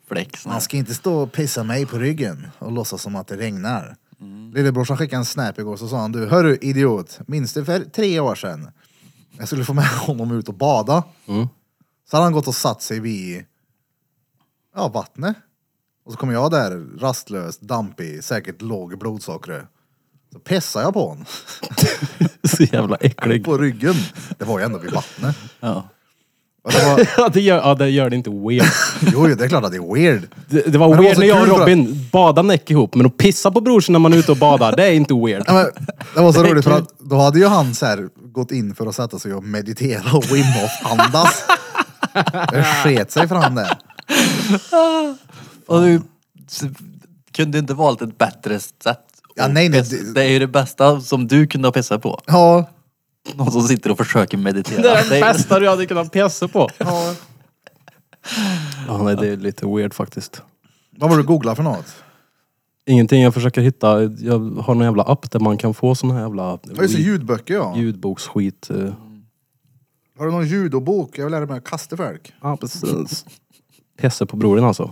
[SPEAKER 2] flex.
[SPEAKER 3] Man ska inte stå och pissa mig på ryggen och låtsas som att det regnar. Lillebrorsan skickade en snap igår så sa han du, hörru idiot, minns du för tre år sedan? Jag skulle få med honom ut och bada. Så hade han gått och satt sig vid ja, vattnet. Och så kommer jag där rastlös, dampig, säkert låg i blodsockret. Så pissar jag på honom.
[SPEAKER 1] Så jävla äcklig.
[SPEAKER 3] På ryggen. Det var ju ändå vid vattnet.
[SPEAKER 2] Ja.
[SPEAKER 3] Och det var,
[SPEAKER 1] Ja, det gör, ja, det gör det inte weird.
[SPEAKER 3] jo, jo, det är klart att det är weird.
[SPEAKER 1] Det, det var
[SPEAKER 3] Men det var
[SPEAKER 1] weird
[SPEAKER 3] så
[SPEAKER 1] när jag
[SPEAKER 3] kul
[SPEAKER 1] och
[SPEAKER 3] för att-
[SPEAKER 1] Robin badade näck ihop, men att pissa på brorsan när man är ute och badar, det är inte weird.
[SPEAKER 3] Ja, men, det var så roligt för att då hade ju han så här, gått in för att sätta sig och meditera och Wim Hof andas. Det sket sig för han där.
[SPEAKER 2] Och du s- kunde inte valt ett bättre sätt.
[SPEAKER 3] Ja,
[SPEAKER 2] att
[SPEAKER 3] nej, nej,
[SPEAKER 2] pissa.
[SPEAKER 3] det-
[SPEAKER 2] det är ju det bästa som du kunde ha pissat på.
[SPEAKER 3] Ja,
[SPEAKER 2] Någon som sitter och försöker meditera.
[SPEAKER 1] Det är
[SPEAKER 2] Det
[SPEAKER 1] det
[SPEAKER 2] är-
[SPEAKER 1] bästa du hade kunnat pissa på.
[SPEAKER 3] ja.
[SPEAKER 1] Ja, nej, det är lite weird faktiskt.
[SPEAKER 3] Vad var det du googlade för något?
[SPEAKER 1] Ingenting, jag försöker hitta, jag har någon jävla app där man kan få sån här jävla
[SPEAKER 3] Ja, just det, ljudböcker ja.
[SPEAKER 1] ljudboksskit. eh.
[SPEAKER 3] Har du någon ljudbok? Jag vill lära mig att kasta folk.
[SPEAKER 1] Ja, precis. Pissa på brodern alltså.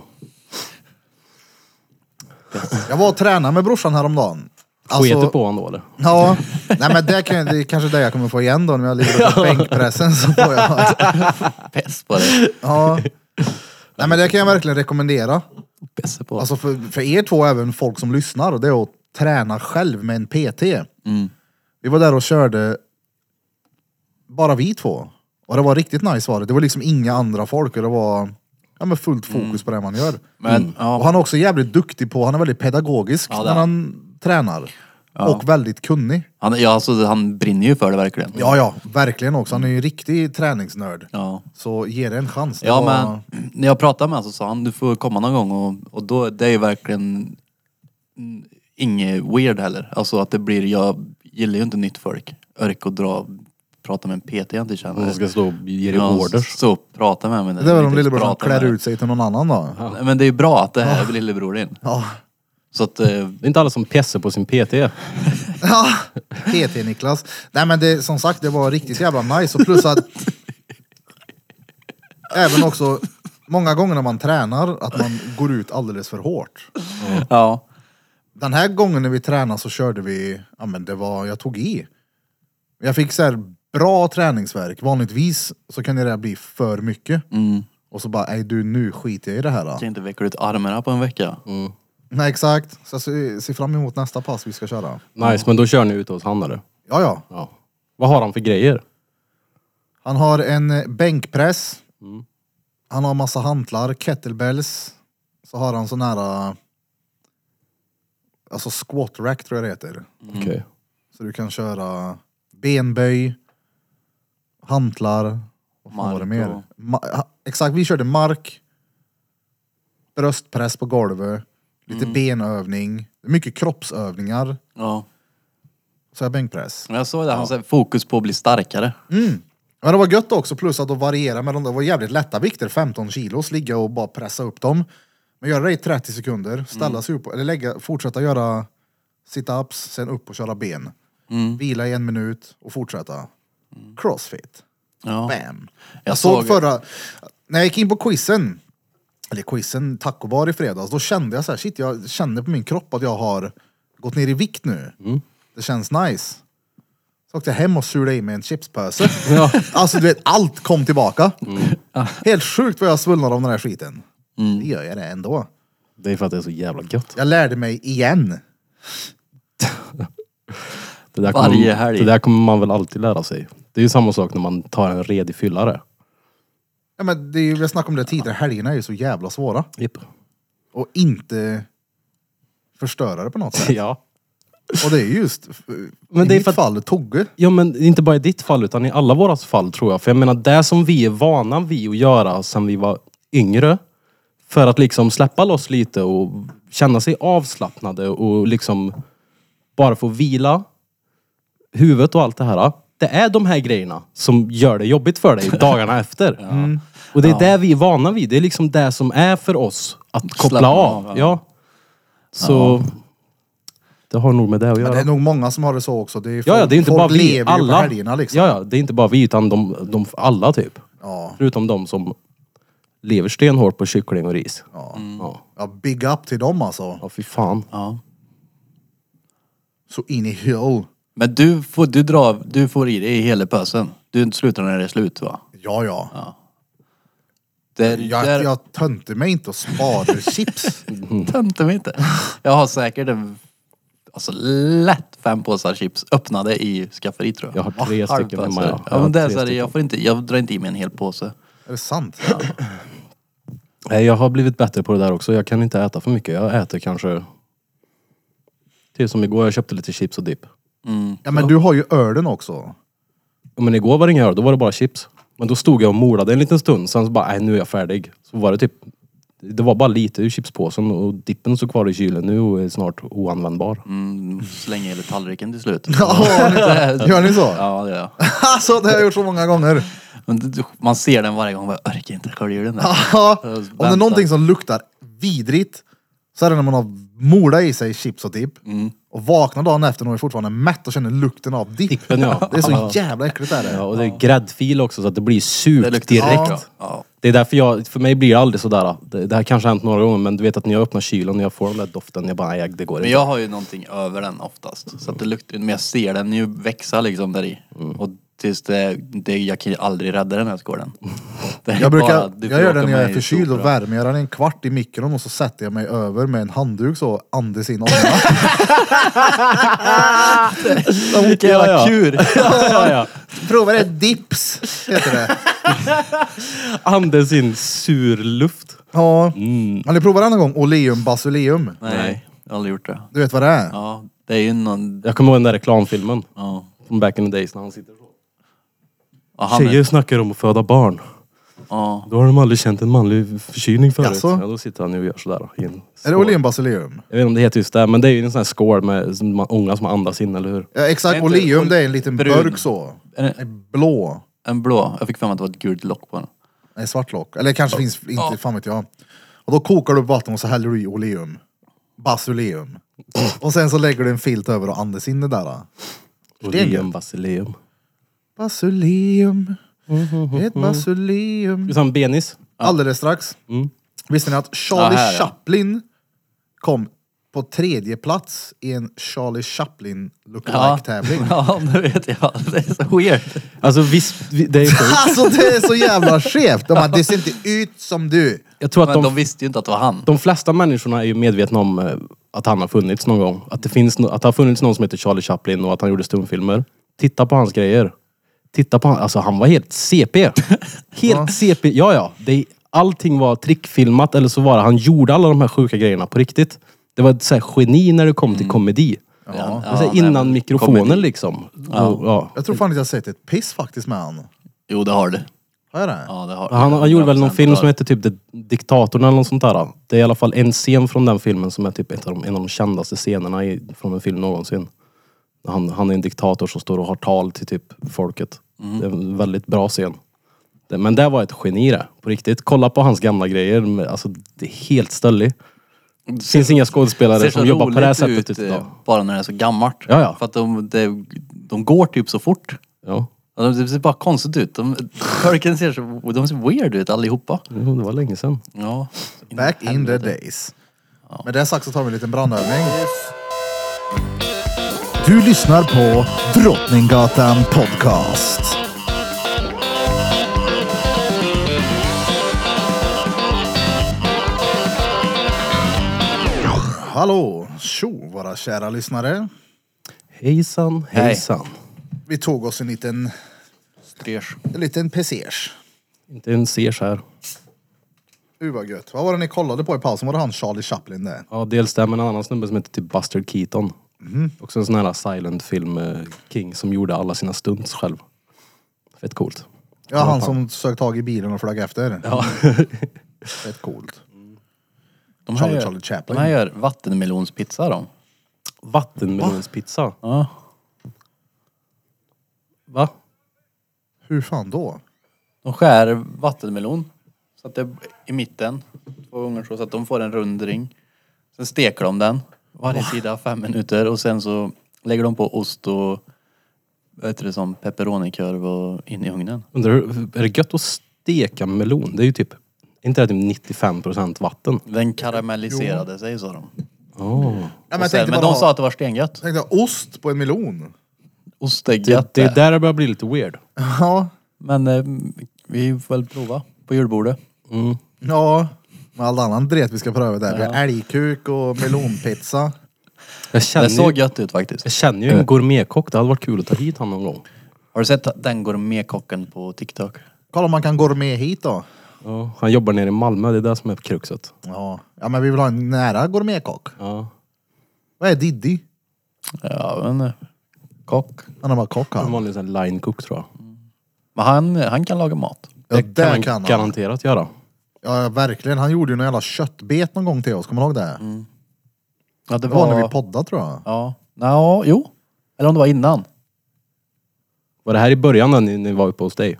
[SPEAKER 3] Jag var och tränade med brorsan häromdagen. Alltså,
[SPEAKER 1] Sket du på honom då eller?
[SPEAKER 3] Ja, nej men det, kan, det är kanske det jag kommer få igen då när jag ligger på bänkpressen så får jag.
[SPEAKER 2] Piss på det.
[SPEAKER 3] Ja. Nej men det kan jag verkligen rekommendera.
[SPEAKER 2] Piss på.
[SPEAKER 3] Alltså för, för er två, även folk som lyssnar, och det är att träna själv med en PT.
[SPEAKER 2] Mm.
[SPEAKER 3] Vi var där och körde, bara vi två. Och det var riktigt nice var det. Det var liksom inga andra folk. Och det var ja, men fullt fokus på det man gör.
[SPEAKER 2] Mm. Men,
[SPEAKER 3] Mm. Och
[SPEAKER 2] ja,
[SPEAKER 3] han är också jävligt duktig på, han är väldigt pedagogisk
[SPEAKER 2] Ja, det
[SPEAKER 3] när
[SPEAKER 2] är
[SPEAKER 3] han tränar. Och väldigt kunnig.
[SPEAKER 2] han, ja, alltså, han brinner ju för det verkligen.
[SPEAKER 3] Ja, ja, verkligen också. Han är ju en riktig träningsnörd.
[SPEAKER 2] Ja.
[SPEAKER 3] Så ge det en chans. Det
[SPEAKER 2] Ja
[SPEAKER 3] var-
[SPEAKER 2] men när jag pratade med honom så sa han du får komma någon gång och, och då, det är ju verkligen mm, inget weird heller. Alltså att det blir, jag gillar ju inte nytt folk. Örk och dra, prata med en PT jag inte känner.
[SPEAKER 1] Han ska stå och ge dig
[SPEAKER 2] Ja,
[SPEAKER 1] orders.
[SPEAKER 2] Stå och prata med mig.
[SPEAKER 3] Det är väl om lillebror som
[SPEAKER 2] Prata med
[SPEAKER 3] klär
[SPEAKER 2] dig.
[SPEAKER 3] ut sig till någon annan då. Ja.
[SPEAKER 2] Nej, Men det är ju bra att det här är lillebror din. Så att, eh,
[SPEAKER 1] Det är inte alla som pjäser på sin PT.
[SPEAKER 3] Ja, PT Niklas. Nej men det, som sagt, det var riktigt jävla nice. Och plus att... även också, många gånger när man tränar, att man går ut alldeles för hårt.
[SPEAKER 2] ja.
[SPEAKER 3] Den här gången när vi tränade så körde vi, ja men det var, jag tog i. Jag fick så här bra träningsverk. Vanligtvis så kan det där bli för mycket.
[SPEAKER 2] Mm.
[SPEAKER 3] Och så bara, nej du nu skiter jag i det här. Då.
[SPEAKER 2] Kan inte veckla ut armarna på en vecka.
[SPEAKER 1] Mm.
[SPEAKER 3] Nej exakt, så jag ser, ser fram emot nästa pass vi ska köra.
[SPEAKER 1] Nice, men då kör ni ut hos han eller?
[SPEAKER 3] Ja ja,
[SPEAKER 1] Ja. Vad har han för grejer?
[SPEAKER 3] han har en eh, bänkpress.
[SPEAKER 2] Mm.
[SPEAKER 3] Han har massa hantlar, kettlebells. Så har han sån här, eh, alltså squat rack tror jag det heter.
[SPEAKER 1] Okej.
[SPEAKER 3] Så du kan köra benböj, hantlar, vad fan var det
[SPEAKER 2] Mark
[SPEAKER 3] mer?
[SPEAKER 2] och-
[SPEAKER 3] Ma- ha- exakt, vi körde mark, bröstpress på golvet, lite
[SPEAKER 2] Mm.
[SPEAKER 3] benövning, mycket kroppsövningar.
[SPEAKER 2] Ja.
[SPEAKER 3] Så jag bänkpress.
[SPEAKER 2] Men jag såg det, han sa fokus på att bli starkare.
[SPEAKER 3] Men Mm. det var gött också, plus att de varierar med de där, det var jävligt lätta vikter, 15 kilos, ligga och bara pressa upp dem. Men göra det i 30 sekunder, ställa sig upp, eller lägga, fortsätta göra sit-ups, sen upp och köra ben. Vila i en minut och fortsätta. Crossfit.
[SPEAKER 2] Ja.
[SPEAKER 3] Bam. Jag,
[SPEAKER 2] Jag
[SPEAKER 3] såg
[SPEAKER 2] såg-
[SPEAKER 3] förra... När jag gick in på quizen, eller quizen tacobar i fredags, då kände jag så här, shit jag kände på min kropp att jag har gått ner i vikt nu. Det känns nice. Så åkte jag hem och surade i mig en chipspåse. Alltså du vet, allt kom tillbaka. Helt sjukt vad jag svullnar av den här skiten. Det gör jag det ändå.
[SPEAKER 1] Det är för att det är så jävla gött.
[SPEAKER 3] Jag lärde mig igen.
[SPEAKER 1] Det
[SPEAKER 2] Varje
[SPEAKER 1] där, kommer,
[SPEAKER 2] helg.
[SPEAKER 1] det där kommer man väl alltid lära sig. Det är ju samma sak när man tar en redig fyllare.
[SPEAKER 3] Ja, men det är ju, vi har snackat om det tidigare, helgerna är ju så jävla svåra.
[SPEAKER 1] Yep.
[SPEAKER 3] Och inte förstöra det på något sätt.
[SPEAKER 1] Ja.
[SPEAKER 3] Och det är just
[SPEAKER 1] Men
[SPEAKER 3] i
[SPEAKER 1] det är
[SPEAKER 3] mitt
[SPEAKER 1] för att-
[SPEAKER 3] fall Togge.
[SPEAKER 1] Ja men inte bara i ditt fall utan i alla våras fall tror jag. För jag menar det som vi är vana vid att göra sedan vi var yngre. För att liksom släppa loss lite och känna sig avslappnade och liksom bara få vila huvudet och allt det här. Det är de här grejerna som gör det jobbigt för dig dagarna efter. Och det är det vi är vana vid. Det är liksom det som är för oss att koppla
[SPEAKER 2] Slappna
[SPEAKER 1] av.
[SPEAKER 2] av, ja.
[SPEAKER 1] ja. Så det har nog med det att göra.
[SPEAKER 3] Men det är nog många som har det så också. Det är folk,
[SPEAKER 1] Ja, ja, det är inte
[SPEAKER 3] folk
[SPEAKER 1] bara vi.
[SPEAKER 3] lever ju på
[SPEAKER 1] Alla.
[SPEAKER 3] helgerna liksom.
[SPEAKER 1] Ja, ja, det är inte bara vi utan de, de alla typ.
[SPEAKER 3] Ja.
[SPEAKER 1] Förutom de som lever stenhårt på kyckling och ris. Ja, ja.
[SPEAKER 3] ja, big up till dem alltså.
[SPEAKER 1] fy fan.
[SPEAKER 2] Ja.
[SPEAKER 3] Så in i hull.
[SPEAKER 2] Men du får, du, drar, du får i dig hela pösen. Du slutar när det är slut va?
[SPEAKER 3] Ja, ja.
[SPEAKER 2] Det,
[SPEAKER 3] Jag,
[SPEAKER 2] där
[SPEAKER 3] jag tönte mig inte och sparade chips.
[SPEAKER 2] tömde mig inte. Jag har säkert en, alltså lätt fem påsar chips öppnade i skafferiet tror jag.
[SPEAKER 1] Jag har tre
[SPEAKER 2] Halv
[SPEAKER 1] stycken hemma.
[SPEAKER 2] påse.
[SPEAKER 1] ja. Jag
[SPEAKER 2] Ja,
[SPEAKER 1] har
[SPEAKER 2] men det är
[SPEAKER 1] tre
[SPEAKER 2] så här,
[SPEAKER 1] stycken.
[SPEAKER 2] jag, får inte, jag drar inte i mig en hel påse.
[SPEAKER 3] Är det sant?
[SPEAKER 1] Nej, jag har blivit bättre på det där också. Jag kan inte äta för mycket. Jag äter kanske... Till som igår, jag köpte lite chips och dipp.
[SPEAKER 3] Ja, men du har ju ölen också.
[SPEAKER 1] Ja, Men igår var det inga öl, då var det bara chips. Men då stod jag och molade en liten stund, sen så bara, nej nu är jag färdig. Så var det typ, det var bara lite ur chipspåsen och dippen stod kvar i kylen nu och är snart oanvändbar.
[SPEAKER 2] Mm, slänger hela tallriken till slut.
[SPEAKER 3] Gör ni så?
[SPEAKER 2] Ja, det gör jag.
[SPEAKER 3] Alltså, det har jag gjort så många gånger.
[SPEAKER 2] Men du- du- Man ser den varje gång och bara, orkar inte skölja ur den där.
[SPEAKER 3] Ja. Om det är någonting som luktar vidrigt så är det när man har molat i sig chips och dipp
[SPEAKER 1] Mm.
[SPEAKER 3] och vaknar dagen efter och är fortfarande mätt och känner lukten av dipp.
[SPEAKER 1] Dippen, ja.
[SPEAKER 3] Det är så jävla äckligt är det.
[SPEAKER 1] Ja, och det är gräddfil också så att det blir surt
[SPEAKER 2] Det luktar
[SPEAKER 1] direkt.
[SPEAKER 2] direkt. Ja. Ja.
[SPEAKER 1] Det är därför jag, för mig blir det aldrig sådär, det, det här kanske har hänt några gånger men du vet att när jag öppnar kylen och jag får den där doften, jag bara, nej det går
[SPEAKER 2] Men
[SPEAKER 1] inte. Mm.
[SPEAKER 2] jag har ju någonting över den oftast. Så att det luktar, men jag ser den ju växa liksom där i. Och tills det, det, jag kan ju aldrig rädda den här skålen. Det är
[SPEAKER 3] Jag,
[SPEAKER 2] bara,
[SPEAKER 3] brukar,
[SPEAKER 2] du får
[SPEAKER 3] jag gör
[SPEAKER 2] åka
[SPEAKER 3] det när jag
[SPEAKER 2] med
[SPEAKER 3] är
[SPEAKER 2] i
[SPEAKER 3] förkyld och
[SPEAKER 2] sopra.
[SPEAKER 3] värmer jag den en kvart i mikron och så sätter jag mig över med en handduk så andas in ångorna.
[SPEAKER 1] Vilken
[SPEAKER 2] jävla kur.
[SPEAKER 1] ja, ja, ja.
[SPEAKER 3] Prova ett dips, heter det.
[SPEAKER 1] Andes in sur luft.
[SPEAKER 3] Ja.
[SPEAKER 2] Mm.
[SPEAKER 3] Har ni provat den någon gång? Oleum basuleum.
[SPEAKER 2] Nej, jag har aldrig gjort det.
[SPEAKER 3] Du vet vad det är?
[SPEAKER 2] Ja, det är ju någon...
[SPEAKER 1] Jag kommer ihåg den där reklamfilmen.
[SPEAKER 2] Ja.
[SPEAKER 1] Från back in the days när han sitter så.
[SPEAKER 2] Ja, han
[SPEAKER 1] Tjejer
[SPEAKER 2] är,
[SPEAKER 1] snackar om att föda barn.
[SPEAKER 2] ja.
[SPEAKER 1] Då har de aldrig känt en manlig förkylning förut.
[SPEAKER 3] Jaså?
[SPEAKER 1] Ja, då sitter han ju och gör sådär. I en
[SPEAKER 3] Är det
[SPEAKER 1] skål.
[SPEAKER 3] oleum basuleum?
[SPEAKER 1] Jag vet inte om det heter just det, men det är ju en sån här skål med som man- ånga som man andas in, eller hur?
[SPEAKER 3] Ja, exakt,
[SPEAKER 2] Är inte
[SPEAKER 3] oleum
[SPEAKER 2] ol-
[SPEAKER 3] det är en liten
[SPEAKER 2] brun?
[SPEAKER 3] burk så.
[SPEAKER 2] Är det-
[SPEAKER 3] En Blå.
[SPEAKER 2] En blå. Jag fick för mig att det var ett gult lock på den.
[SPEAKER 3] Nej, svart lock. Eller kanske finns inte, fan vet jag. Och då kokar du upp vatten och så häller du i oleum. Basuleum.
[SPEAKER 2] Mm.
[SPEAKER 3] Och sen så lägger du en filt över och andas in det där. Det är
[SPEAKER 1] Oleum basileum.
[SPEAKER 3] Basuleum. Ett basuleum.
[SPEAKER 1] Du sa en benis?
[SPEAKER 3] Alldeles strax. Visste ni att Charlie
[SPEAKER 2] Mm. Ja, här, ja.
[SPEAKER 3] Chaplin kom på tredje plats i en Charlie Chaplin lookalike-tävling?
[SPEAKER 2] Ja, det vet jag. Det är så weird.
[SPEAKER 1] Alltså visst, vi- det är sjukt.
[SPEAKER 3] Alltså det är så jävla skevt! De bara, det ser inte ut som du.
[SPEAKER 1] Jag tror att
[SPEAKER 2] Men de
[SPEAKER 1] de,
[SPEAKER 2] visste ju inte att det var han.
[SPEAKER 1] de flesta människorna är ju medvetna om eh, att han har funnits någon gång. Att det, finns, no- att det har funnits någon som heter Charlie Chaplin och att han gjorde stumfilmer. Titta på hans grejer. Titta på han, alltså han var helt CP. Helt CP, ja ja. Det, allting var trickfilmat eller så var det, han gjorde alla de här sjuka grejerna på riktigt. Det var ett så här geni när det kom till komedi.
[SPEAKER 2] Mm. Ja,
[SPEAKER 1] Det var så här
[SPEAKER 2] nej,
[SPEAKER 1] innan
[SPEAKER 2] men
[SPEAKER 1] mikrofonen
[SPEAKER 2] komedi.
[SPEAKER 1] liksom. Och, ja.
[SPEAKER 3] Jag tror fan inte jag har sett ett piss faktiskt med han.
[SPEAKER 2] Jo, det har du.
[SPEAKER 3] Har jag det?
[SPEAKER 2] Ja, det har du.
[SPEAKER 1] Han, han gjorde väl någon
[SPEAKER 2] 100%
[SPEAKER 1] film
[SPEAKER 2] har
[SPEAKER 1] som
[SPEAKER 2] du.
[SPEAKER 1] hette typ The Diktatorn eller något sånt där. Det är i alla fall en scen från den filmen som är typ ett av de, en av de kändaste scenerna i, från en film någonsin. Han, han är en diktator som står och har tal till typ folket.
[SPEAKER 2] Mm.
[SPEAKER 1] Det är en väldigt bra scen. Det, men det var ett geni det, på riktigt. Kolla på hans gamla grejer, men alltså det är helt stöllig. Det finns inga skådespelare
[SPEAKER 2] ser så
[SPEAKER 1] som jobbar på det här
[SPEAKER 2] roligt
[SPEAKER 1] sättet
[SPEAKER 2] ut, eh,
[SPEAKER 1] idag.
[SPEAKER 2] Bara när det är så gammalt.
[SPEAKER 1] Ja, ja.
[SPEAKER 2] För att de, de, de går typ så fort.
[SPEAKER 1] Ja,
[SPEAKER 2] Ja, De ser bara konstigt ut. De, Perken ser så, de ser weird ut allihopa.
[SPEAKER 1] jo, det var länge sedan.
[SPEAKER 2] Ja.
[SPEAKER 3] Back in the days. Med det sagt så tar vi en liten brandövning. Du lyssnar på Drottninggatan Podcast. Hallå! Tjo våra kära lyssnare.
[SPEAKER 1] Hejsan,
[SPEAKER 2] Hej.
[SPEAKER 1] hejsan.
[SPEAKER 3] Vi tog oss en liten,
[SPEAKER 2] Strers.
[SPEAKER 3] en liten pesege.
[SPEAKER 1] Inte en sers här.
[SPEAKER 3] Uh vad gött. Vad var det ni kollade på i pausen? Var det han Charlie Chaplin det?
[SPEAKER 1] Ja, dels det, men en annan snubbe som heter typ Buster Keaton. Också en sån här silent film eh, king som gjorde alla sina stunts själv. Fett coolt.
[SPEAKER 3] Ja, han som sög tag i bilen och flög efter. Ja. Rätt coolt.
[SPEAKER 2] De
[SPEAKER 3] Charlie,
[SPEAKER 2] gör-
[SPEAKER 3] Charlie Chaplin.
[SPEAKER 2] De här gör vattenmelonspizza de.
[SPEAKER 1] Vattenmelonspizza.
[SPEAKER 2] Ja.
[SPEAKER 1] Va?
[SPEAKER 3] Hur fan då?
[SPEAKER 2] De skär vattenmelon. Så att det är i mitten. Två gånger så, så att de får en rund ring. Sen steker de den. Varje sida fem minuter och sen så lägger de på ost och vad heter det som pepperonikorv och in i ugnen.
[SPEAKER 1] Undrar, hur- är det gött att steka melon? Det är ju typ, inte det typ 95% vatten?
[SPEAKER 2] Den karamelliserade sig sa de.
[SPEAKER 1] Oh.
[SPEAKER 3] Ja, men
[SPEAKER 2] Men, sen,
[SPEAKER 3] jag tänkte
[SPEAKER 2] men
[SPEAKER 3] bara
[SPEAKER 2] de
[SPEAKER 3] ha-
[SPEAKER 2] sa att det var stengött.
[SPEAKER 3] tänkte ha ost på en melon.
[SPEAKER 2] Ost är gött
[SPEAKER 1] Det, det
[SPEAKER 2] det.
[SPEAKER 1] är där det börjar bli lite weird.
[SPEAKER 3] Ja.
[SPEAKER 2] Men eh, vi får väl prova på julbordet.
[SPEAKER 3] Ja. Med all annan dret vi ska pröva där. Vi har älgkuk och melonpizza.
[SPEAKER 1] Jag Eh.
[SPEAKER 2] Det
[SPEAKER 1] känner,
[SPEAKER 2] såg
[SPEAKER 1] ju,
[SPEAKER 2] gött ut faktiskt.
[SPEAKER 1] jag känner ju en gourmetkock, det hade varit kul att ta hit han någon gång.
[SPEAKER 2] Har du sett den gourmetkocken på TikTok?
[SPEAKER 3] Kolla om man kan gourmet hit då.
[SPEAKER 1] Ja, han jobbar nere i Malmö, det är det som är kruxet.
[SPEAKER 3] Ja. ja, men vi vill ha en nära gourmetkock.
[SPEAKER 1] Ja.
[SPEAKER 3] Vad är Diddy?
[SPEAKER 2] Ja, men eh, kock.
[SPEAKER 3] Han är bara kock
[SPEAKER 1] En
[SPEAKER 3] han.
[SPEAKER 1] vanlig sån här line cook tror jag.
[SPEAKER 2] Men han, han kan laga mat.
[SPEAKER 3] Ja,
[SPEAKER 1] Det kan man
[SPEAKER 3] där kan han.
[SPEAKER 1] garanterat göra.
[SPEAKER 3] Ja, verkligen. Han gjorde ju någon jävla köttbet någon gång till oss. Kommer du ihåg det?
[SPEAKER 2] Ja, det
[SPEAKER 3] Det var
[SPEAKER 2] var...
[SPEAKER 3] när vi poddade tror jag.
[SPEAKER 2] ja. Nå, jo. Eller om det var innan.
[SPEAKER 1] Var det här i början när ni, ni var uppe hos dig?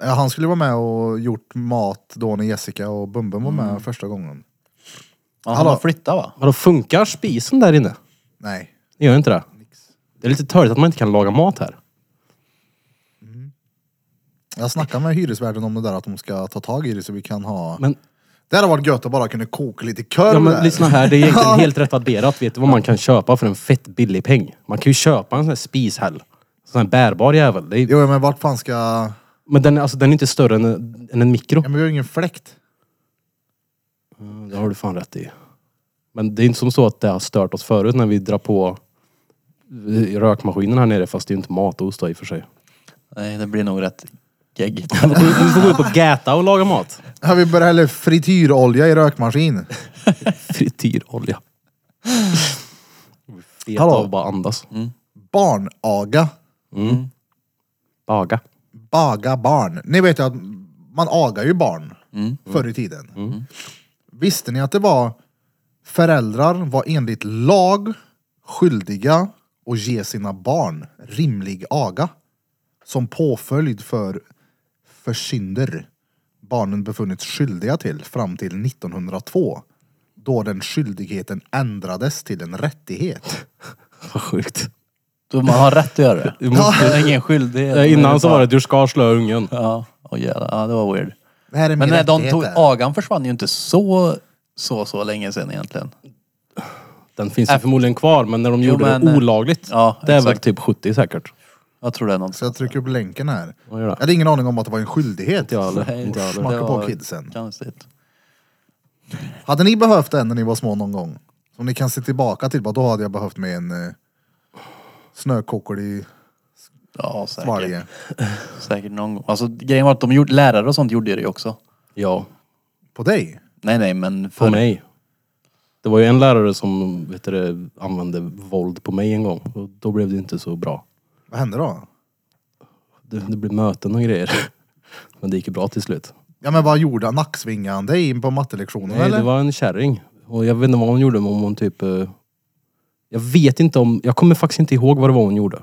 [SPEAKER 3] Ja, han skulle vara med och gjort mat då när Jessica och Bumben var med första gången.
[SPEAKER 2] Ja, han
[SPEAKER 3] Hallå.
[SPEAKER 2] har flyttat va?
[SPEAKER 1] Vadå, funkar spisen där inne?
[SPEAKER 3] Nej.
[SPEAKER 1] Det gör inte det? Det är lite törligt att man inte kan laga mat här.
[SPEAKER 3] Jag snackade med hyresvärden om det där att de ska ta tag i det så vi kan ha...
[SPEAKER 1] Men,
[SPEAKER 3] Det hade varit gött att bara kunna koka lite korv
[SPEAKER 1] ja, men
[SPEAKER 3] där.
[SPEAKER 1] lyssna här, det är egentligen helt rätt adderat. Vet du vad man kan köpa för en fett billig peng? Man kan ju köpa en sån här spishäll. sån här bärbar jävel. Det är,
[SPEAKER 3] Jo, men vart fan ska... Ja,
[SPEAKER 1] men den, är- alltså, den är inte större än, än en mikro.
[SPEAKER 3] men vi har ju ingen fläkt.
[SPEAKER 1] Det har du fan rätt i. Men det är inte som så att det har stört oss förut när vi drar på eh, rökmaskinen här nere fast det är ju inte matost då i och för sig.
[SPEAKER 2] Nej, det blir nog rätt geggigt.
[SPEAKER 1] Du får- du får gå upp och gäta och laga mat.
[SPEAKER 3] Här vi börjar hälla frityrolja i rökmaskin.
[SPEAKER 1] Frityrolja. Fet
[SPEAKER 3] Hallå.
[SPEAKER 1] av bara andas.
[SPEAKER 2] Mm.
[SPEAKER 3] Barnaga.
[SPEAKER 1] Baga.
[SPEAKER 3] Baga barn. Ni vet ju att man agar ju barn
[SPEAKER 2] Mm.
[SPEAKER 3] förr i tiden. Visste ni att det var föräldrar var enligt lag skyldiga att ge sina barn rimlig aga som påföljd för försynder barnen befunnits skyldiga till fram till 1902 då den skyldigheten ändrades till en rättighet.
[SPEAKER 1] Vad sjukt.
[SPEAKER 2] Då man har rätt att göra det.
[SPEAKER 1] Du måste-
[SPEAKER 2] Det är ingen skyldighet.
[SPEAKER 1] Eh, Innan så var det du ska slå ungen.
[SPEAKER 2] Ja, oh, jävlar. ja, det var weird.
[SPEAKER 3] Det här är
[SPEAKER 2] Men
[SPEAKER 3] min
[SPEAKER 2] när de
[SPEAKER 3] rättighet
[SPEAKER 2] tog,
[SPEAKER 3] här.
[SPEAKER 2] agan försvann ju inte så, så, så länge sedan egentligen.
[SPEAKER 1] Den finns ju förmodligen kvar men när de
[SPEAKER 2] Äh. Jo,
[SPEAKER 1] gjorde
[SPEAKER 2] men, eh,
[SPEAKER 1] det olagligt.
[SPEAKER 2] ja,
[SPEAKER 1] det är väl
[SPEAKER 2] exakt.
[SPEAKER 1] typ 70 säkert.
[SPEAKER 2] Jag tror det är något.
[SPEAKER 3] Så jag trycker upp länken här.
[SPEAKER 1] Vad gör det?
[SPEAKER 3] Jag hade ingen aning om att det var en skyldighet.
[SPEAKER 1] Inte jag heller.
[SPEAKER 2] Nej,
[SPEAKER 1] Inte jag heller.
[SPEAKER 3] Smaka
[SPEAKER 2] det
[SPEAKER 3] på
[SPEAKER 2] var
[SPEAKER 3] kidsen.
[SPEAKER 2] Konstigt.
[SPEAKER 3] Hade ni behövt det när ni var små någon gång? Som ni kan se tillbaka till, bara, då hade jag behövt mig en eh, snökokor i
[SPEAKER 2] Ja, säkert.
[SPEAKER 3] svalge.
[SPEAKER 2] Säkert någon gång. Alltså grejen var att de gjorde, lärare och sånt gjorde det ju också.
[SPEAKER 1] Ja,
[SPEAKER 3] På dig?
[SPEAKER 2] Nej, nej, men
[SPEAKER 1] på
[SPEAKER 2] för...
[SPEAKER 1] mig. Det var ju en lärare som vet du, det, använde våld på mig en gång och då blev det inte så bra.
[SPEAKER 3] Vad hände då?
[SPEAKER 1] Det, det blev möten och grejer. Men det gick ju bra till slut.
[SPEAKER 3] Ja men vad gjorde han? Nacksvingade han dig in på mattelektionen
[SPEAKER 1] Nej,
[SPEAKER 3] eller?
[SPEAKER 1] det var en kärring. Och jag vet inte vad hon gjorde, men om hon typ... eh, Jag vet inte om... Jag kommer faktiskt inte ihåg vad det var hon gjorde.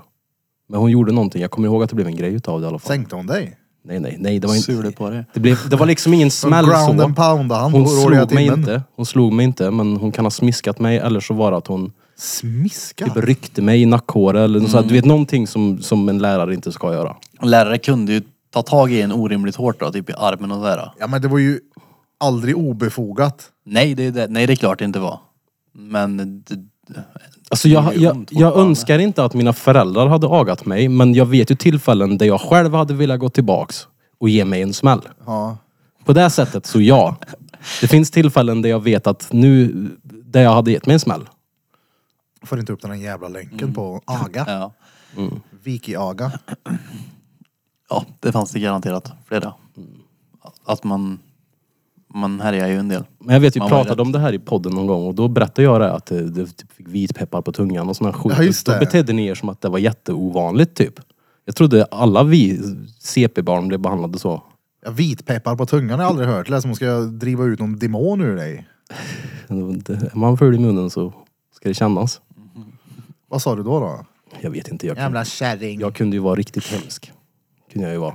[SPEAKER 1] Men hon gjorde någonting. Jag kommer ihåg att det blev en grej utav det i alla fall.
[SPEAKER 3] Sänkte hon dig?
[SPEAKER 1] Nej, nej, nej. Det var
[SPEAKER 2] Surde
[SPEAKER 1] inte...
[SPEAKER 2] på det.
[SPEAKER 1] Det, blev, det var liksom ingen smäll så.
[SPEAKER 3] Ground and poundade han
[SPEAKER 1] Hon
[SPEAKER 3] på rådiga
[SPEAKER 1] slog mig
[SPEAKER 3] timmen.
[SPEAKER 1] inte. Hon slog mig inte, men hon kan ha smiskat mig eller så var det att hon
[SPEAKER 3] Smiska?
[SPEAKER 1] typ ryckte mig i nackhåret eller något sånt. Du vet någonting som, som en lärare inte ska göra.
[SPEAKER 2] Lärare kunde ju ta tag i en orimligt hårt då, typ i armen och sådär.
[SPEAKER 3] Ja men det var ju aldrig obefogat.
[SPEAKER 2] Nej, det är det. Nej, det är klart det inte var. Men det,
[SPEAKER 1] Alltså
[SPEAKER 2] Det
[SPEAKER 1] jag,
[SPEAKER 2] gör ju
[SPEAKER 1] jag,
[SPEAKER 2] ont
[SPEAKER 1] jag
[SPEAKER 2] fortfarande.
[SPEAKER 1] önskar inte att mina föräldrar hade agat mig, men jag vet ju tillfällen där jag själv hade velat gå tillbaks och ge mig en smäll.
[SPEAKER 3] Ja.
[SPEAKER 1] På det sättet, så ja. Det finns tillfällen där jag vet att nu, där jag hade gett mig en smäll.
[SPEAKER 3] Får inte upp den här jävla länken
[SPEAKER 1] Mm.
[SPEAKER 3] på aga.
[SPEAKER 2] ja.
[SPEAKER 3] Viki-aga.
[SPEAKER 2] ja, det fanns det garanterat flera. Att man, man härjar ju en del.
[SPEAKER 1] Men jag vet, vi
[SPEAKER 2] Man var ju
[SPEAKER 1] pratade om det här i podden någon gång och då berättade jag det att det, det typ fick vitpeppar på tungan och sådana skit.
[SPEAKER 3] Ja, just
[SPEAKER 1] då
[SPEAKER 3] det.
[SPEAKER 1] betedde ni er som att det var jätteovanligt typ. Jag trodde alla vi CP-barn blev behandlade så.
[SPEAKER 3] Ja, vitpeppar på tungan har jag aldrig hört. Det lät som om ska driva ut någon demon ur dig.
[SPEAKER 1] Är man full i munnen så ska det kännas.
[SPEAKER 3] Vad sa du då då?
[SPEAKER 1] Jag vet inte, jag kan
[SPEAKER 3] Jävla kärring.
[SPEAKER 1] Jag kunde ju vara riktigt hemsk. Kunde jag ju vara.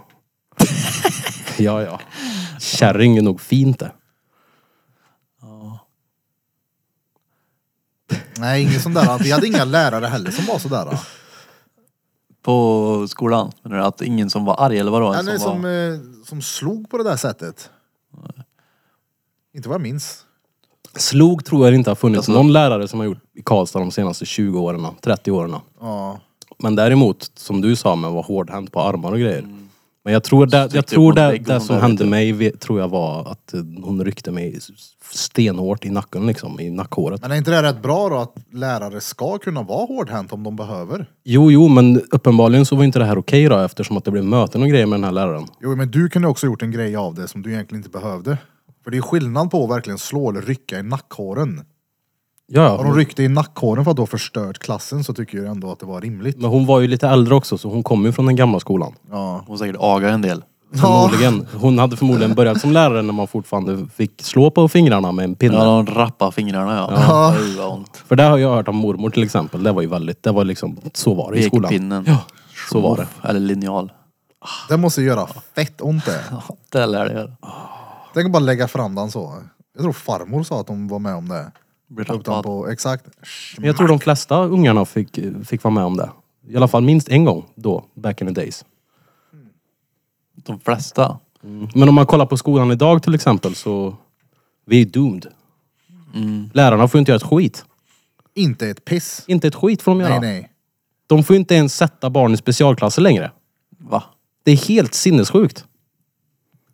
[SPEAKER 1] ja, ja. Kärring är nog fint det.
[SPEAKER 3] Nej, ingen sån där. Vi hade inga lärare heller som var sådär. då.
[SPEAKER 2] På skolan, menar du? Att ingen som var arg eller vadå? En
[SPEAKER 3] Eller
[SPEAKER 2] som
[SPEAKER 3] som,
[SPEAKER 2] var...
[SPEAKER 3] eh, som slog på det där sättet. Inte vad jag minns.
[SPEAKER 1] Slog tror jag inte har funnits
[SPEAKER 2] Alltså-
[SPEAKER 1] någon lärare som har gjort i Karlstad de senaste 20 åren, 30 åren.
[SPEAKER 3] Ja.
[SPEAKER 1] Men däremot, som du sa, men var hårdhänt på armar och grejer.
[SPEAKER 2] Mm.
[SPEAKER 1] Men jag tror det,
[SPEAKER 2] Tryckte
[SPEAKER 1] jag tror
[SPEAKER 2] på en
[SPEAKER 1] det,
[SPEAKER 2] vägg och
[SPEAKER 1] det
[SPEAKER 2] sånt
[SPEAKER 1] som
[SPEAKER 2] där,
[SPEAKER 1] hände
[SPEAKER 2] vet
[SPEAKER 1] mig vet- tror jag var att eh, hon ryckte mig stenhårt i nacken liksom, i nackhåret.
[SPEAKER 3] Men är inte det rätt bra då att lärare ska kunna vara hårdhänt om de behöver?
[SPEAKER 1] Jo, jo, men uppenbarligen så var inte det här okej då eftersom att det blev möten och grejer med den här läraren.
[SPEAKER 3] Jo, men du kunde också gjort en grej av det som du egentligen inte behövde. För det är skillnad på att verkligen slå eller rycka i nackhåren.
[SPEAKER 1] Ja, ja.
[SPEAKER 3] Har de ryckt i nackhåren för att då förstört klassen så tycker jag ändå att det var rimligt.
[SPEAKER 1] Men hon var ju lite äldre också, så hon kom ju från den gamla skolan.
[SPEAKER 3] Ja.
[SPEAKER 2] Hon säkert agar en del.
[SPEAKER 1] Förmodligen. Hon hade förmodligen börjat som lärare när man fortfarande fick slå på fingrarna med en pinne.
[SPEAKER 2] Ja, de rappar fingrarna ja.
[SPEAKER 3] Ja.
[SPEAKER 2] Oj, vad ont.
[SPEAKER 1] För det har jag hört av mormor till exempel. Det var ju väldigt, det var liksom, så var det i skolan.
[SPEAKER 2] Pekpinnen.
[SPEAKER 1] Ja, så var det.
[SPEAKER 2] Eller linjal.
[SPEAKER 3] Det måste göra fett ont det.
[SPEAKER 2] Ja, det lär det göra.
[SPEAKER 3] Tänk att bara lägga fram den så. Jag tror farmor sa att de var med om det.
[SPEAKER 2] Blir
[SPEAKER 3] Ta upp den
[SPEAKER 2] rappad.
[SPEAKER 3] på, exakt.
[SPEAKER 1] Men jag tror de flesta ungarna fick, fick vara med om det. I alla fall minst en gång då, back in the days.
[SPEAKER 2] De flesta.
[SPEAKER 1] Men om man kollar på skolan idag till exempel så, vi är doomed. Lärarna får ju inte göra ett skit.
[SPEAKER 3] Inte ett piss.
[SPEAKER 1] Inte ett skit får de göra.
[SPEAKER 3] Nej, nej.
[SPEAKER 1] De får ju inte ens sätta barn i specialklasser längre.
[SPEAKER 2] Va?
[SPEAKER 1] Det är helt sinnessjukt.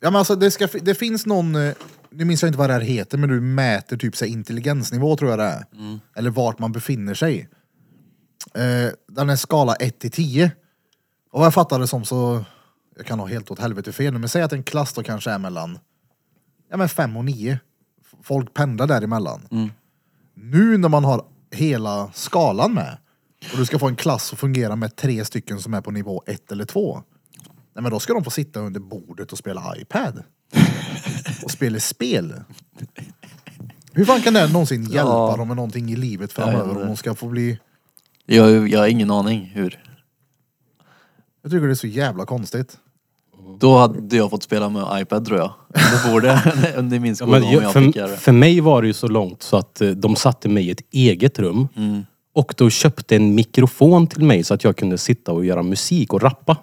[SPEAKER 3] Ja, men alltså, det, ska, fi- det finns någon, eh, nu minns jag inte vad det här heter, men du mäter typ så här, intelligensnivå tror jag det är.
[SPEAKER 2] Mm.
[SPEAKER 3] Eller vart man befinner sig. Eh, den är skala 1 till 10. Och vad jag fattar det som så, jag kan ha helt åt helvete fel nu, men säg att en klass då kanske är mellan ja, men 5 och 9. Folk pendlar däremellan.
[SPEAKER 2] Mm.
[SPEAKER 3] Nu när man har hela skalan med och du ska få en klass att fungera med tre stycken som är på nivå 1 eller 2. Nej men då ska de få sitta under bordet och spela iPad. och spela spel. Hur fan kan det här någonsin hjälpa
[SPEAKER 2] Ja.
[SPEAKER 3] dem med någonting i livet
[SPEAKER 2] Jag vet
[SPEAKER 3] framöver
[SPEAKER 2] inte.
[SPEAKER 3] om de ska få bli...
[SPEAKER 2] Jag, jag har ingen aning hur.
[SPEAKER 3] Jag tycker det är så jävla konstigt.
[SPEAKER 2] Då hade jag fått spela med iPad tror jag. Det borde under min
[SPEAKER 1] Ja,
[SPEAKER 2] skola
[SPEAKER 1] men
[SPEAKER 2] om jag
[SPEAKER 1] jag,
[SPEAKER 2] fick
[SPEAKER 1] för,
[SPEAKER 2] göra det.
[SPEAKER 1] för mig var det ju så långt så att eh, de satte mig i ett eget rum.
[SPEAKER 3] Mm.
[SPEAKER 1] Och då köpte en mikrofon till mig så att jag kunde sitta och göra musik och rappa.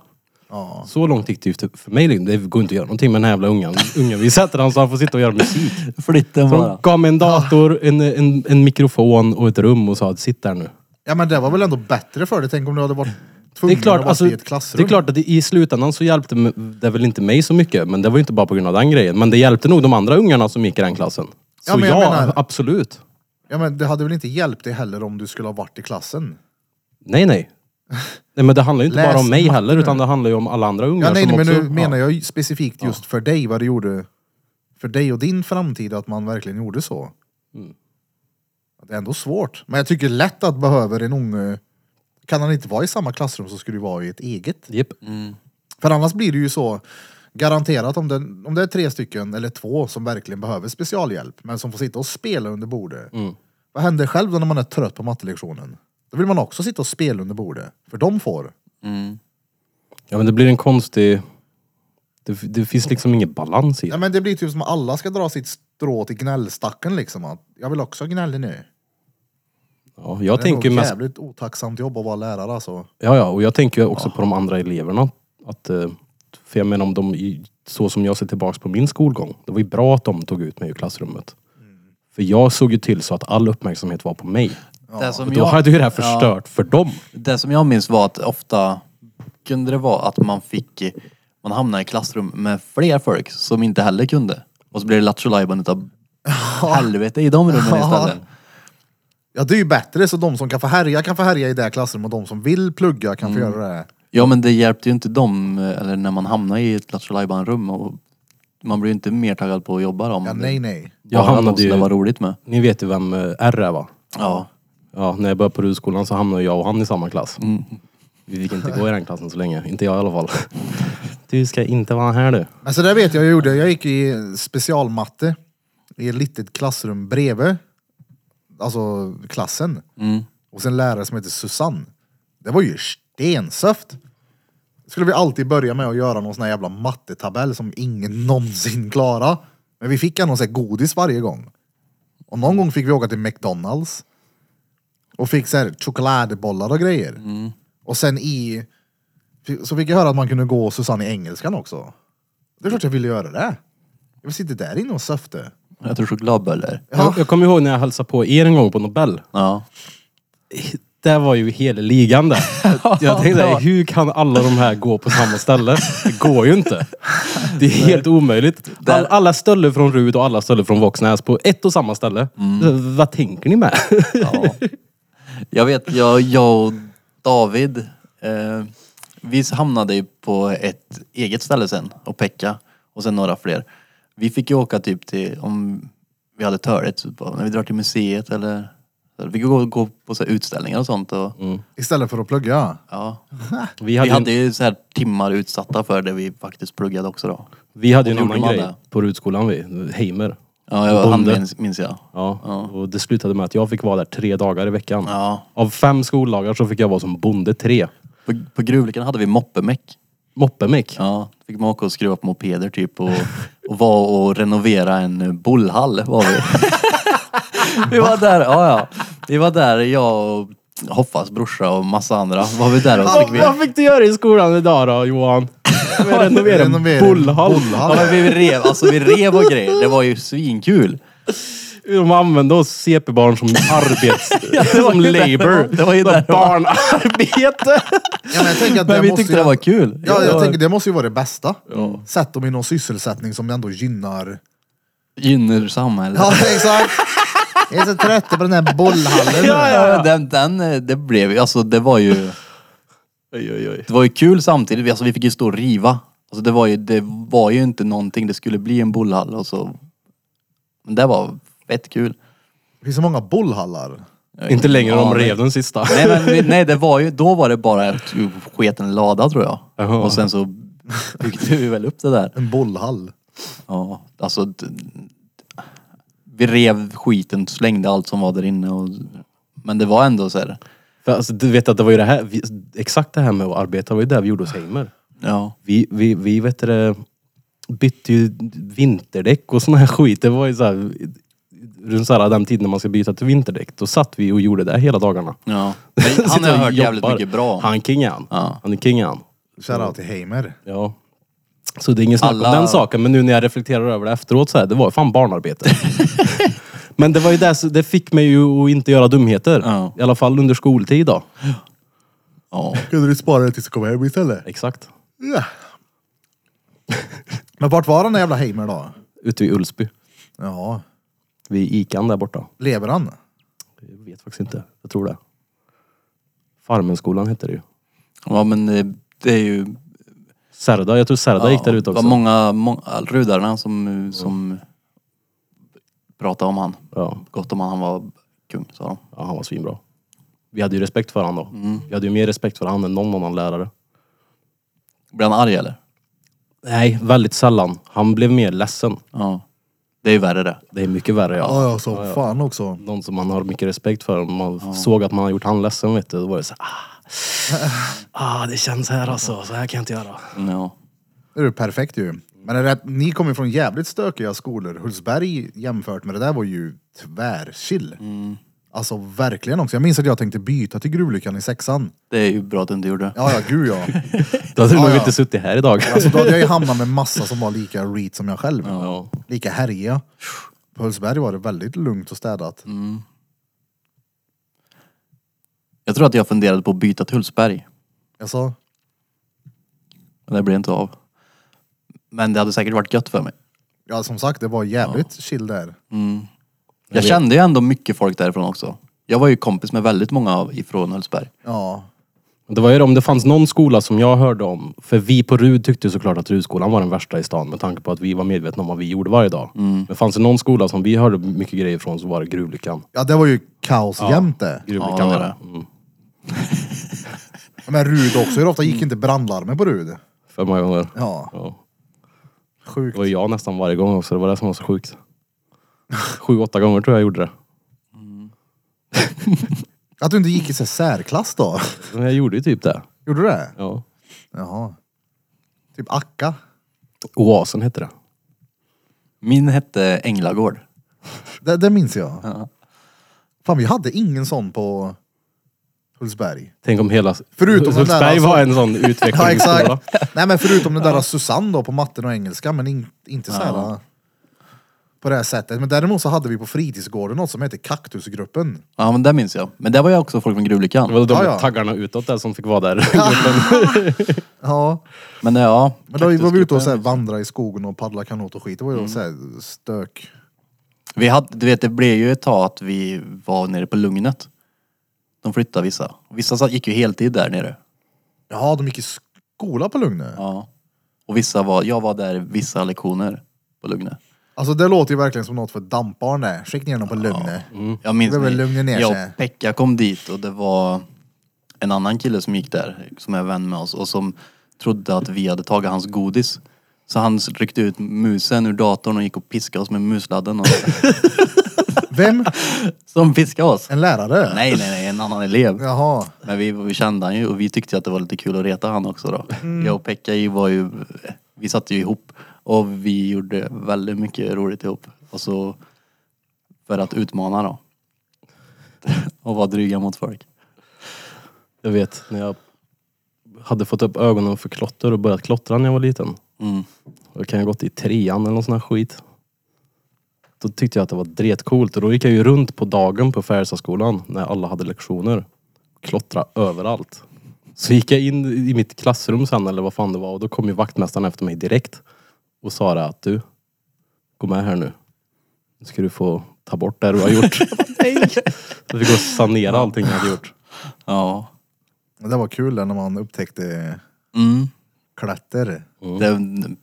[SPEAKER 3] Ja.
[SPEAKER 1] Så långt gick det ju typ för mig. liksom. Det går inte att göra någonting med den här jävla ungen. ungen vi sätter han så han får sitta och göra musik.
[SPEAKER 2] Flytten
[SPEAKER 1] Så de
[SPEAKER 2] bara.
[SPEAKER 1] gav mig en dator, en, en, en mikrofon och ett rum och sa att sitt där nu.
[SPEAKER 3] ja men det var väl ändå bättre för dig? Tänk om du hade varit
[SPEAKER 1] Det är,
[SPEAKER 3] tvungen att
[SPEAKER 1] klart,
[SPEAKER 3] vara
[SPEAKER 1] alltså,
[SPEAKER 3] Mm, i ett
[SPEAKER 1] det
[SPEAKER 3] klassrum.
[SPEAKER 1] är klart att i slutändan så hjälpte m- det väl inte mig så mycket. Men det var ju inte bara på grund av den grejen. Men det hjälpte nog de andra ungarna som gick i den klassen. Så
[SPEAKER 3] Ja,
[SPEAKER 1] ja,
[SPEAKER 3] men jag menar-
[SPEAKER 1] absolut.
[SPEAKER 3] Ja men det hade väl inte hjälpt dig heller om du skulle ha varit i klassen?
[SPEAKER 1] Nej, nej. Nej men det handlar ju inte
[SPEAKER 3] Läs
[SPEAKER 1] bara om mig
[SPEAKER 3] matte
[SPEAKER 1] heller
[SPEAKER 3] nu.
[SPEAKER 1] utan det handlar ju om alla andra ungar
[SPEAKER 3] Ja, nej,
[SPEAKER 1] som
[SPEAKER 3] nej men
[SPEAKER 1] också...
[SPEAKER 3] nu menar jag ju specifikt just för dig, vad det gjorde för dig och din framtid, att man verkligen gjorde så.
[SPEAKER 1] Mm.
[SPEAKER 3] Det är ändå svårt. Men jag tycker lätt att behöver en unge, kan han inte vara i samma klassrum så skulle du vara i ett eget.
[SPEAKER 1] Japp.
[SPEAKER 3] För annars blir det ju så, garanterat om det, om det är tre stycken eller två som verkligen behöver specialhjälp, men som får sitta och spela under bordet. Vad händer själv då när man är trött på mattelektionen? Då vill man också sitta och spela under bordet, för de får.
[SPEAKER 1] Ja men det blir en konstig... Det, det finns liksom ingen balans i
[SPEAKER 3] Ja,
[SPEAKER 1] det.
[SPEAKER 3] men det blir typ som att alla ska dra sitt strå till gnällstacken liksom. Att jag vill också gnälla nu.
[SPEAKER 1] Ja, jag
[SPEAKER 3] Det är
[SPEAKER 1] tänker
[SPEAKER 3] nog
[SPEAKER 1] mest...
[SPEAKER 3] jävligt otacksamt jobb att vara lärare alltså.
[SPEAKER 1] Ja, ja, och jag tänker ju också på de andra eleverna. Att, eh, för jag menar om de, i- så som jag ser tillbaks på min skolgång. Det var ju bra att de tog ut mig ur klassrummet. För jag såg ju till så att all uppmärksamhet var på mig.
[SPEAKER 2] Det som
[SPEAKER 1] Då hade ju det här förstört
[SPEAKER 2] Ja.
[SPEAKER 1] för dem.
[SPEAKER 2] Det som jag minns var att ofta kunde det vara att man fick, man hamnade i klassrum med fler folk som inte heller kunde. Och så blev det lattjo lajban utav helvete i de rummen istället.
[SPEAKER 3] Ja det är ju bättre så de som kan få härja kan få härja i det här klassrummet och de som vill plugga kan få göra det.
[SPEAKER 2] Ja men det hjälpte ju inte dem, eller när man hamnade i ett lattjo lajban rum och man blir ju inte mer taggad på att jobba då. om
[SPEAKER 3] Ja
[SPEAKER 2] det
[SPEAKER 3] nej nej.
[SPEAKER 1] Jag
[SPEAKER 2] bara
[SPEAKER 1] hamnade
[SPEAKER 2] någon som
[SPEAKER 1] ju-
[SPEAKER 2] det var roligt med.
[SPEAKER 1] Ni vet ju vem eh, R är va?
[SPEAKER 2] Ja.
[SPEAKER 1] Ja, när jag började på Rudskolan så hamnade jag och han i samma klass. Vi fick inte gå i den klassen så länge. Inte jag i alla fall. Du ska inte vara här du.
[SPEAKER 3] Men så där Alltså, vet jag jag gjorde. Jag gick i specialmatte i ett litet klassrum bredvid. Alltså klassen. Och sen lärare som heter Susanne. Det var ju stensöft. Skulle vi alltid börja med att göra någon sån här jävla mattetabell som ingen någonsin klarade. Men vi fick ändå någon sån här godis varje gång. Och någon gång fick vi åka till McDonalds. Och fick så här chokladbollar och grejer. Och sen i... Så fick jag höra att man kunde gå Susanne i engelskan också. Det är klart jag ville göra det. Jag vill sitta där inne och söfte.
[SPEAKER 2] Jag tror chokladbullar.
[SPEAKER 1] Jag, jag kommer ihåg när jag hälsade på er en gång på Nobel.
[SPEAKER 2] Ja.
[SPEAKER 1] Det var ju hela ligan där. Jag tänkte,
[SPEAKER 2] Ja.
[SPEAKER 1] hur kan alla de här gå på samma ställe? Det går ju inte. Det är helt omöjligt. All, alla stöller från Rud och alla stöller från Våxnäs på ett och samma ställe. Vad tänker ni med?
[SPEAKER 2] Ja. Jag vet, jag, jag och David, eh, vi hamnade ju på ett eget ställe sen och Pekka och sen några fler. Vi fick ju åka typ till, om vi hade törligt, så bara, när vi drar till museet eller så vi går gå på så här utställningar och sånt. Och,
[SPEAKER 3] Istället för att plugga.
[SPEAKER 2] ja.
[SPEAKER 1] Vi
[SPEAKER 2] Vi
[SPEAKER 1] hade,
[SPEAKER 2] hade
[SPEAKER 1] en,
[SPEAKER 2] ju så här timmar utsatta för det vi faktiskt pluggade också då.
[SPEAKER 1] vi hade ju en
[SPEAKER 2] Och gjorde
[SPEAKER 1] annan
[SPEAKER 2] man
[SPEAKER 1] grej
[SPEAKER 2] det?
[SPEAKER 1] på Rudskolan vi. Heimer.
[SPEAKER 2] Ja, jag, han
[SPEAKER 1] Bonde.
[SPEAKER 2] minns, minns jag.
[SPEAKER 1] Ja. Och det slutade med att jag fick vara där tre dagar i veckan.
[SPEAKER 2] Ja.
[SPEAKER 1] Av fem skoldagar så fick jag vara som bonde tre.
[SPEAKER 2] På, på gruvlyckan hade vi moppemäck.
[SPEAKER 1] Moppemek.
[SPEAKER 2] Ja, fick man åka och skruva på mopeder typ och, och var och renovera en bollhall var vi. vi var där, ja ja. Vi var där, jag och Hoffas brorsa och massa andra. Var vi där och fick vi...
[SPEAKER 1] Vad fick du göra i skolan idag då Johan? Renovera en
[SPEAKER 3] Renovera en
[SPEAKER 1] bullhall.
[SPEAKER 3] bullhall.
[SPEAKER 2] Ja men vi rev, alltså vi rev och grejer. Det var ju svinkul.
[SPEAKER 1] De använde oss CP-barn som arbets...
[SPEAKER 2] det var
[SPEAKER 1] som
[SPEAKER 2] ju där det var.
[SPEAKER 1] labor.
[SPEAKER 2] Det var ju där det var.
[SPEAKER 1] Barnarbete.
[SPEAKER 3] Ja, men jag tänker att
[SPEAKER 2] Men
[SPEAKER 3] det
[SPEAKER 2] vi
[SPEAKER 3] måste
[SPEAKER 2] tyckte
[SPEAKER 3] ju-
[SPEAKER 2] det var kul.
[SPEAKER 3] Ja,
[SPEAKER 2] Det
[SPEAKER 3] jag
[SPEAKER 2] var-
[SPEAKER 3] tänker det måste ju vara det bästa. Sätt dem i någon sysselsättning som ändå gynnar...
[SPEAKER 2] Gynnar samhället.
[SPEAKER 3] Ja, exakt. Jag är så trött på den här bollhallen.
[SPEAKER 2] Ja, ja, ja. Den, den, eh, det blev ju, alltså det var ju,
[SPEAKER 1] Oj, oj, oj.
[SPEAKER 2] det var ju kul samtidigt. Vi- Alltså vi fick ju stå och riva. Alltså det var ju, det var ju inte någonting. Det skulle bli en bollhall och så. Men det var fett kul.
[SPEAKER 3] Det finns så många bollhallar.
[SPEAKER 1] Inte längre
[SPEAKER 2] Ja,
[SPEAKER 1] de
[SPEAKER 2] men-
[SPEAKER 1] rev den sista.
[SPEAKER 2] Nej men vi- nej, det var ju, då var det bara att du sket en lada tror jag.
[SPEAKER 1] Jaha.
[SPEAKER 2] Och sen så byggde vi väl upp det där.
[SPEAKER 3] En bollhall.
[SPEAKER 2] Ja, alltså. d- Vi rev skiten, slängde allt som var där inne och, men det var ändå så här.
[SPEAKER 1] För Alltså, du vet att det var ju det här, vi, exakt det här med att arbeta var ju det vi gjorde hos Heimer.
[SPEAKER 2] Ja.
[SPEAKER 1] Vi, vi, vi vet du det, bytte ju vinterdäck och sån här skit. Det var ju så här, runt så här, den tiden när man ska byta till vinterdäck. Då satt vi och gjorde det hela dagarna.
[SPEAKER 2] ja. Men han
[SPEAKER 1] Sitter
[SPEAKER 2] har jag
[SPEAKER 1] och
[SPEAKER 2] hört jävligt
[SPEAKER 1] jobbar.
[SPEAKER 2] mycket bra om.
[SPEAKER 1] Han kingar han.
[SPEAKER 2] Ja.
[SPEAKER 1] Han är king han.
[SPEAKER 3] Shoutout till Heimer.
[SPEAKER 1] Ja. Så det är ingen snack om
[SPEAKER 2] Alla-
[SPEAKER 1] den saken. Men nu när jag reflekterar över det efteråt så här, det var ju fan barnarbete. men det var ju det, så- det fick mig ju att inte göra dumheter.
[SPEAKER 2] Ja.
[SPEAKER 1] I alla fall under skoltid då.
[SPEAKER 2] Ja.
[SPEAKER 3] Kunde du spara det tills du kom hem istället?
[SPEAKER 1] Exakt.
[SPEAKER 3] Ja. Men vart var den där jävla Heimer då?
[SPEAKER 1] Ute i Ulsby.
[SPEAKER 3] Ja,
[SPEAKER 1] Vid Ican där borta.
[SPEAKER 3] lever han?
[SPEAKER 1] Jag vet faktiskt inte. Jag tror det. Farmenskolan hette det ju.
[SPEAKER 2] ja men eh, det är ju...
[SPEAKER 1] Serda, jag tror Serda gick där ute
[SPEAKER 2] Det var
[SPEAKER 1] också.
[SPEAKER 2] många, många rudarna som, eh, som pratade om han.
[SPEAKER 1] Ja.
[SPEAKER 2] Gott om han, han var kung sa de.
[SPEAKER 1] ja, han var svinbra. Vi hade ju respekt för honom då.
[SPEAKER 2] Mm.
[SPEAKER 1] Vi hade ju mer respekt för honom än någon annan lärare.
[SPEAKER 2] Blev han arg eller?
[SPEAKER 1] Nej, väldigt sällan. Han blev mer ledsen.
[SPEAKER 2] Ja. Det är ju värre det.
[SPEAKER 1] Det är mycket värre ja.
[SPEAKER 3] Ja, ja, så fan också.
[SPEAKER 1] Någon som man har mycket respekt för. Om man såg att man har gjort han ledsen vet du. Då var det så här, ah. ah, det känns här alltså. Så här kan jag inte göra.
[SPEAKER 2] Ja.
[SPEAKER 3] Det är ju perfekt ju. Men är det att ni kommer från jävligt stökiga skolor. Hultsberg jämfört med det där var ju tvärchill. Alltså verkligen också. Jag minns att jag tänkte byta till gruvlyckan i sexan.
[SPEAKER 2] Det är ju bra att du inte gjorde det.
[SPEAKER 3] Ja, ja, gud ja.
[SPEAKER 1] Då hade du
[SPEAKER 3] Ja,
[SPEAKER 1] nog
[SPEAKER 3] ja.
[SPEAKER 1] inte suttit här idag.
[SPEAKER 3] Alltså då hade jag ju hamnat med massa som var lika reet som jag själv.
[SPEAKER 1] Ja.
[SPEAKER 3] Lika härjiga. På Hultsberg var det väldigt lugnt och städat.
[SPEAKER 2] Jag tror att jag funderade på att byta till Hultsberg.
[SPEAKER 3] Alltså,
[SPEAKER 2] Men det blev inte av. Men det hade säkert varit gött för mig.
[SPEAKER 3] ja som sagt det var jävligt chill där.
[SPEAKER 2] Jag kände ju ändå mycket folk därifrån också. Jag var ju kompis med väldigt många av- ifrån Hultsberg.
[SPEAKER 3] Ja.
[SPEAKER 1] Det var ju det, om det fanns någon skola som jag hörde om. För vi på RUD tyckte ju såklart att RUD-skolan var den värsta i stan med tanke på att vi var medvetna om vad vi gjorde varje dag.
[SPEAKER 3] Mm.
[SPEAKER 1] Men fanns det någon skola som vi hörde mycket grejer från så var det Gruvlyckan.
[SPEAKER 3] Ja det var ju kaos jämt det.
[SPEAKER 1] Gruvlyckan
[SPEAKER 2] Ja, det var
[SPEAKER 1] var det. Mm,
[SPEAKER 3] Men Rud också, hur ofta gick inte brandlarmen på Rud?
[SPEAKER 1] för många gånger.
[SPEAKER 3] Ja,
[SPEAKER 1] Ja.
[SPEAKER 3] sjukt.
[SPEAKER 1] Det var ju jag nästan varje gång också. Det var det som var så sjukt. Sju, åtta gånger tror jag jag gjorde det.
[SPEAKER 3] Att du inte gick i så här särklass då?
[SPEAKER 1] Men jag gjorde ju typ det.
[SPEAKER 3] Gjorde du det?
[SPEAKER 1] Ja.
[SPEAKER 3] Jaha. Typ Akka?
[SPEAKER 1] Oasen hette det.
[SPEAKER 2] Min hette Änglagård.
[SPEAKER 3] Det, det minns jag. Fan vi hade ingen sån på Hultsberg.
[SPEAKER 1] Tänk om hela...
[SPEAKER 3] Förutom den där
[SPEAKER 1] Hultsberg var
[SPEAKER 3] alltså.
[SPEAKER 1] en sån
[SPEAKER 3] Ja
[SPEAKER 1] utvecklingsskola.
[SPEAKER 3] exakt. Nej men förutom den där Susanne då på matten och engelska men in, inte så här på det här sättet. Men däremot så hade vi på fritidsgården något som hette Kaktusgruppen.
[SPEAKER 2] Ja men det minns jag. Men det var ju också folk från
[SPEAKER 1] det
[SPEAKER 2] Gruvlyckan.
[SPEAKER 1] var de
[SPEAKER 3] Ja, ja.
[SPEAKER 1] taggarna utåt där som fick vara där.
[SPEAKER 3] Ja.
[SPEAKER 2] Men ja.
[SPEAKER 3] Men då var vi ute och så här, vandra i skogen och paddla kanot och skit. Det var ju så här, stök.
[SPEAKER 2] Vi hade, du vet det blev ju ett tag att vi var nere på Lugnet. De flyttade vissa. Vissa satt- gick ju heltid där nere.
[SPEAKER 3] Ja, de gick i skola på Lugne.
[SPEAKER 2] Ja. Och vissa var, jag var där vissa lektioner på Lugne.
[SPEAKER 3] Alltså det låter ju verkligen som något för dampbarn det. Skick ner dem på Lugne.
[SPEAKER 2] Jag minns
[SPEAKER 3] Det var väl
[SPEAKER 2] när
[SPEAKER 3] lugna ner
[SPEAKER 2] jag
[SPEAKER 3] sig.
[SPEAKER 2] och Pekka kom dit och det var en annan kille som gick där, som är vän med oss och som trodde att vi hade tagit hans godis. Så han ryckte ut musen ur datorn och gick och piskade oss med musladden. Och,
[SPEAKER 3] Vem?
[SPEAKER 2] som piskade oss!
[SPEAKER 3] En lärare?
[SPEAKER 2] Nej, nej, nej, en annan elev.
[SPEAKER 3] Jaha.
[SPEAKER 2] Men vi, vi kände han ju och vi tyckte att det var lite kul att reta han också då. Jag och Pekka ju var ju, vi satt ju ihop och vi gjorde väldigt mycket roligt ihop. Och så för att utmana då. och vara dryga mot folk.
[SPEAKER 1] Jag vet när jag hade fått upp ögonen för klotter och börjat klottra när jag var liten.
[SPEAKER 2] Mm.
[SPEAKER 1] Då kan jag gått i trean eller någon sån här skit. Då tyckte jag att det var dretcoolt och då gick jag ju runt på dagen på Färjestadskolan när alla hade lektioner. Klottra överallt. Så gick jag in i mitt klassrum sen eller vad fan det var och då kom ju vaktmästaren efter mig direkt och sa det att du, gå med här nu. Nu ska du få ta bort det du har gjort. Så vi går och sanera allting jag hade gjort.
[SPEAKER 2] Ja.
[SPEAKER 3] Det var kul där när man upptäckte
[SPEAKER 2] Mm.
[SPEAKER 3] klätter.
[SPEAKER 2] Det,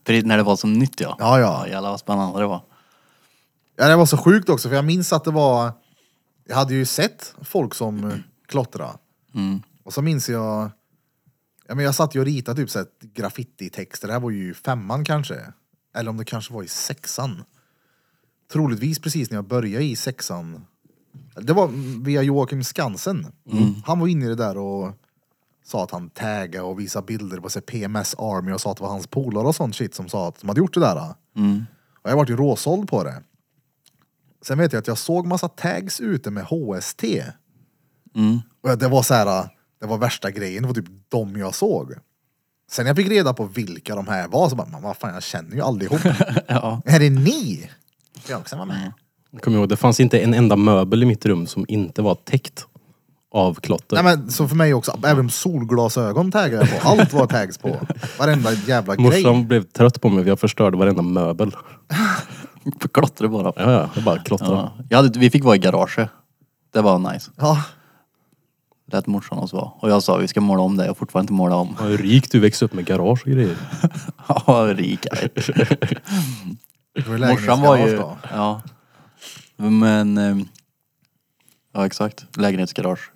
[SPEAKER 2] pre- när det var som nytt ja.
[SPEAKER 3] Ja, ja.
[SPEAKER 2] Jävlar vad spännande det var.
[SPEAKER 3] Ja, det var så sjukt också för jag minns att det var... Jag hade ju sett folk som eh, klottrade. Och så minns jag... Ja, men jag satt ju och ritade typ så här graffititexter. Det här var ju i femman kanske. Eller om det kanske var i sexan. Troligtvis precis när jag började i sexan. Det var via Joakim Skansen. Han var inne i det där och sa att han taggade och visade bilder på sig PMS Army och sa att det var hans polare och sånt shit som sa att de hade gjort det där. Och jag vart ju råsåld på det. Sen vet jag att jag såg massa tags ute med HST.
[SPEAKER 2] Mm.
[SPEAKER 3] Och det var så här, äh, det var värsta grejen, det var typ de jag såg. Sen jag fick reda på vilka de här var så bara, "Men vad fan jag känner ju allihop.
[SPEAKER 2] Ja. Mm.
[SPEAKER 3] Är det ni? Ska jag också vara med?
[SPEAKER 1] Jag kommer ihåg, det fanns inte en enda möbel i mitt rum som inte var täckt av klotter.
[SPEAKER 3] Nej men så för mig också, även solglasögon taggade jag på. Allt var tags på. Varenda jävla
[SPEAKER 1] Morsan
[SPEAKER 3] grej.
[SPEAKER 1] blev trött på mig för jag förstörde varenda möbel.
[SPEAKER 2] Klottra bara.
[SPEAKER 1] Ja, ja, jag bara klottrade.
[SPEAKER 2] Ja. Jag hade, vi fick vara i garaget. Det var nice.
[SPEAKER 3] Ja,
[SPEAKER 2] Lät morsan oss vara. Och jag sa vi ska måla om det. Jag har fortfarande inte målat om.
[SPEAKER 1] Ja, hur rik du växte upp med garage och grejer.
[SPEAKER 2] Ja, rik jag vet.
[SPEAKER 3] det var
[SPEAKER 2] Morsan var ju...
[SPEAKER 3] lägenhetsgarage då.
[SPEAKER 2] Ja. Men... ehm, Ja, exakt. Lägenhetsgarage.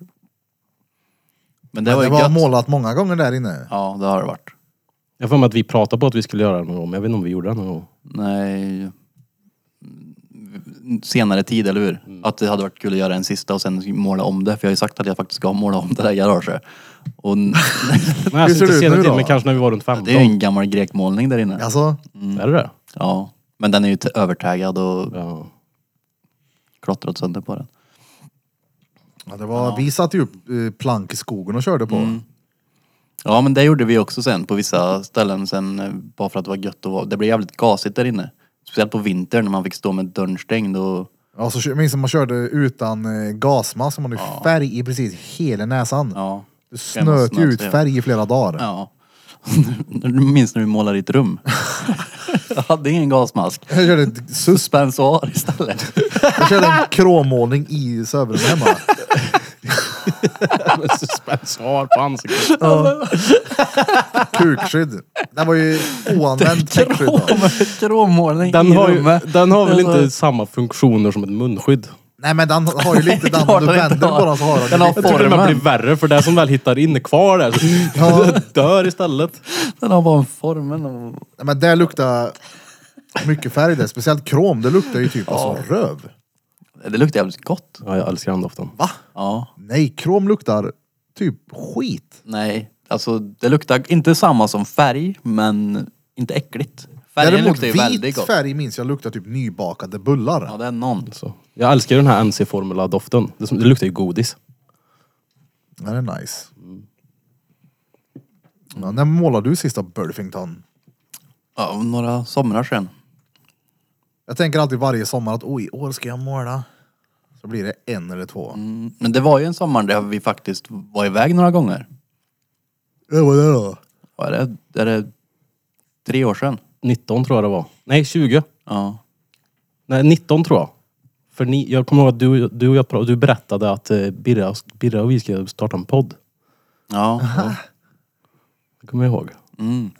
[SPEAKER 2] Men det var
[SPEAKER 3] Det
[SPEAKER 2] ju
[SPEAKER 3] var
[SPEAKER 2] gött.
[SPEAKER 3] målat många gånger där inne.
[SPEAKER 2] Ja, det har det varit.
[SPEAKER 1] Jag har för mig att vi pratade på att vi skulle göra det någon gång, men jag vet inte om vi gjorde det någon gång.
[SPEAKER 2] Nej... Senare tid, eller hur? Att det hade varit kul att göra en sista och sen måla om det. För jag har ju sagt att jag faktiskt ska måla om det där garaget. Och n-
[SPEAKER 1] Nej, alltså
[SPEAKER 3] ser
[SPEAKER 1] inte
[SPEAKER 3] det ut
[SPEAKER 1] senare
[SPEAKER 3] nu
[SPEAKER 1] tid,
[SPEAKER 3] då?
[SPEAKER 1] men kanske när vi var runt 15.
[SPEAKER 2] det är ju en gammal grekmålning där inne.
[SPEAKER 3] Alltså,
[SPEAKER 1] Är det det?
[SPEAKER 2] Ja. Men den är ju t- övertaggad och
[SPEAKER 1] Ja.
[SPEAKER 2] klottrat sönder på den.
[SPEAKER 3] ja, det var, vi satte ju upp eh, plank i skogen och körde på.
[SPEAKER 2] Mm. Ja men det gjorde vi också sen på vissa ställen sen eh, bara för att det var gött att vara. Det blev jävligt gasigt där inne. Speciellt på vintern när man fick stå med dörren stängd och
[SPEAKER 3] Ja, så Alltså, kö- jag minns att man körde utan eh, gasmask, så man hade färg i precis hela näsan.
[SPEAKER 2] ja.
[SPEAKER 3] Du snöt ju
[SPEAKER 2] snöt,
[SPEAKER 3] ut
[SPEAKER 2] ja.
[SPEAKER 3] färg i flera dagar.
[SPEAKER 2] Ja. Du minns när du målade ditt rum. Jag hade ingen gasmask.
[SPEAKER 3] Jag körde, ett sus,
[SPEAKER 2] Suspensoar istället.
[SPEAKER 3] jag körde en krommålning i sovrummet hemma.
[SPEAKER 1] Med suspensoar på ansiktet.
[SPEAKER 3] Kukskydd. Det var ju oanvänt täckskydd. då.
[SPEAKER 2] Kråmålning
[SPEAKER 1] Den
[SPEAKER 2] i
[SPEAKER 1] har, ju,
[SPEAKER 2] rummet.
[SPEAKER 1] den har väl
[SPEAKER 2] Alltså,
[SPEAKER 1] inte samma funktioner som ett munskydd?
[SPEAKER 3] Nej men den har ju lite den, om
[SPEAKER 2] klart
[SPEAKER 3] du
[SPEAKER 2] den inte
[SPEAKER 3] vänder
[SPEAKER 2] har.
[SPEAKER 3] på den så har
[SPEAKER 2] Den
[SPEAKER 3] den
[SPEAKER 2] har
[SPEAKER 3] ju
[SPEAKER 1] Jag
[SPEAKER 3] lite-
[SPEAKER 1] tror det
[SPEAKER 2] Formen.
[SPEAKER 1] blir värre för det som väl hittar inne kvar där så dör istället.
[SPEAKER 2] Den har bara en formen av...
[SPEAKER 3] Nej, men det luktar mycket färg där, speciellt krom. Det luktar ju typ alltså röv.
[SPEAKER 2] Det luktar jävligt gott.
[SPEAKER 1] Ja, jag älskar handdoften.
[SPEAKER 3] Va?
[SPEAKER 2] Ja.
[SPEAKER 3] Nej, krom luktar typ skit.
[SPEAKER 2] Nej. Alltså det luktar inte samma som färg men inte äckligt. Färgen
[SPEAKER 3] Däremot
[SPEAKER 2] luktar ju väldigt
[SPEAKER 3] vit
[SPEAKER 2] gott.
[SPEAKER 3] färg minns jag luktar typ nybakade bullar.
[SPEAKER 2] Ja det är någon.
[SPEAKER 1] Så. Jag älskar ju den här NC-formula-doften. Det, som- det luktar ju godis.
[SPEAKER 3] Ja, det är nice. Ja, när målade du sista Burfington?
[SPEAKER 2] Ja, om några somrar sedan.
[SPEAKER 3] Jag tänker alltid varje sommar att oj, i år ska jag måla. Så blir det en eller två.
[SPEAKER 2] Mm, Men det var ju en sommar där vi faktiskt var iväg några gånger.
[SPEAKER 3] Det var det då.
[SPEAKER 2] Vad är det? Är det tre år sedan?
[SPEAKER 1] 19 tror jag det var. Nej, 20.
[SPEAKER 2] Ja.
[SPEAKER 1] Nej, 19 tror jag. För ni, jag kommer ihåg att du, du och jag pra- du berättade att eh, Birra, Birra och vi ska starta en podd.
[SPEAKER 2] Ja.
[SPEAKER 1] Det kommer jag ihåg.
[SPEAKER 2] Mm.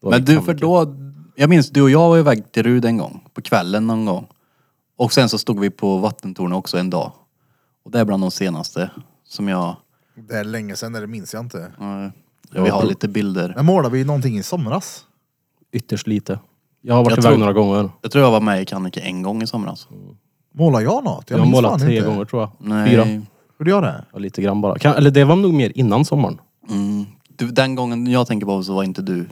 [SPEAKER 1] Det var
[SPEAKER 2] Men
[SPEAKER 1] i
[SPEAKER 2] du, för
[SPEAKER 1] Kammarkrig.
[SPEAKER 2] då... Jag minns du och jag var iväg till Rud en gång. På kvällen någon gång. Och sen så stod vi på vattentornet också en dag. Och det är bland de senaste som jag...
[SPEAKER 3] Det är länge sedan, det minns jag inte.
[SPEAKER 2] eh, vi har lite bilder.
[SPEAKER 3] Men målade vi någonting i somras?
[SPEAKER 1] Ytterst lite. Jag har varit
[SPEAKER 2] Jag
[SPEAKER 1] iväg
[SPEAKER 2] tror-
[SPEAKER 1] några gånger.
[SPEAKER 2] Jag tror jag var med i Kannike en gång i somras.
[SPEAKER 3] Målade jag något?
[SPEAKER 1] Jag,
[SPEAKER 3] minns
[SPEAKER 1] har målat
[SPEAKER 3] fan
[SPEAKER 1] tre
[SPEAKER 3] inte.
[SPEAKER 1] gånger tror jag.
[SPEAKER 2] Nej.
[SPEAKER 1] Fyra.
[SPEAKER 3] Gjorde jag det?
[SPEAKER 1] Ja, lite grann bara. Kan, eller det var nog mer innan sommaren.
[SPEAKER 2] Mm. Du, den gången jag tänker på så var inte du.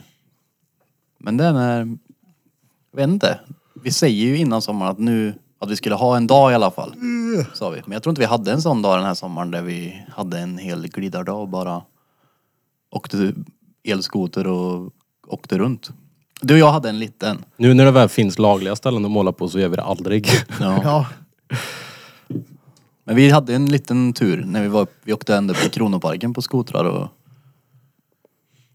[SPEAKER 2] Men den är... Jag vet inte. Vi säger ju innan sommaren att nu... Att vi skulle ha en dag i alla fall. Sa vi. Men jag tror inte vi hade en sån dag den här sommaren där vi hade en hel glidardag och bara åkte elskoter och åkte runt. Du och jag hade en liten.
[SPEAKER 1] Nu när det väl finns lagliga ställen att måla på så gör vi det aldrig.
[SPEAKER 3] Ja.
[SPEAKER 2] Men vi hade en liten tur när vi var vi åkte ända upp till Kronoparken på skotrar och...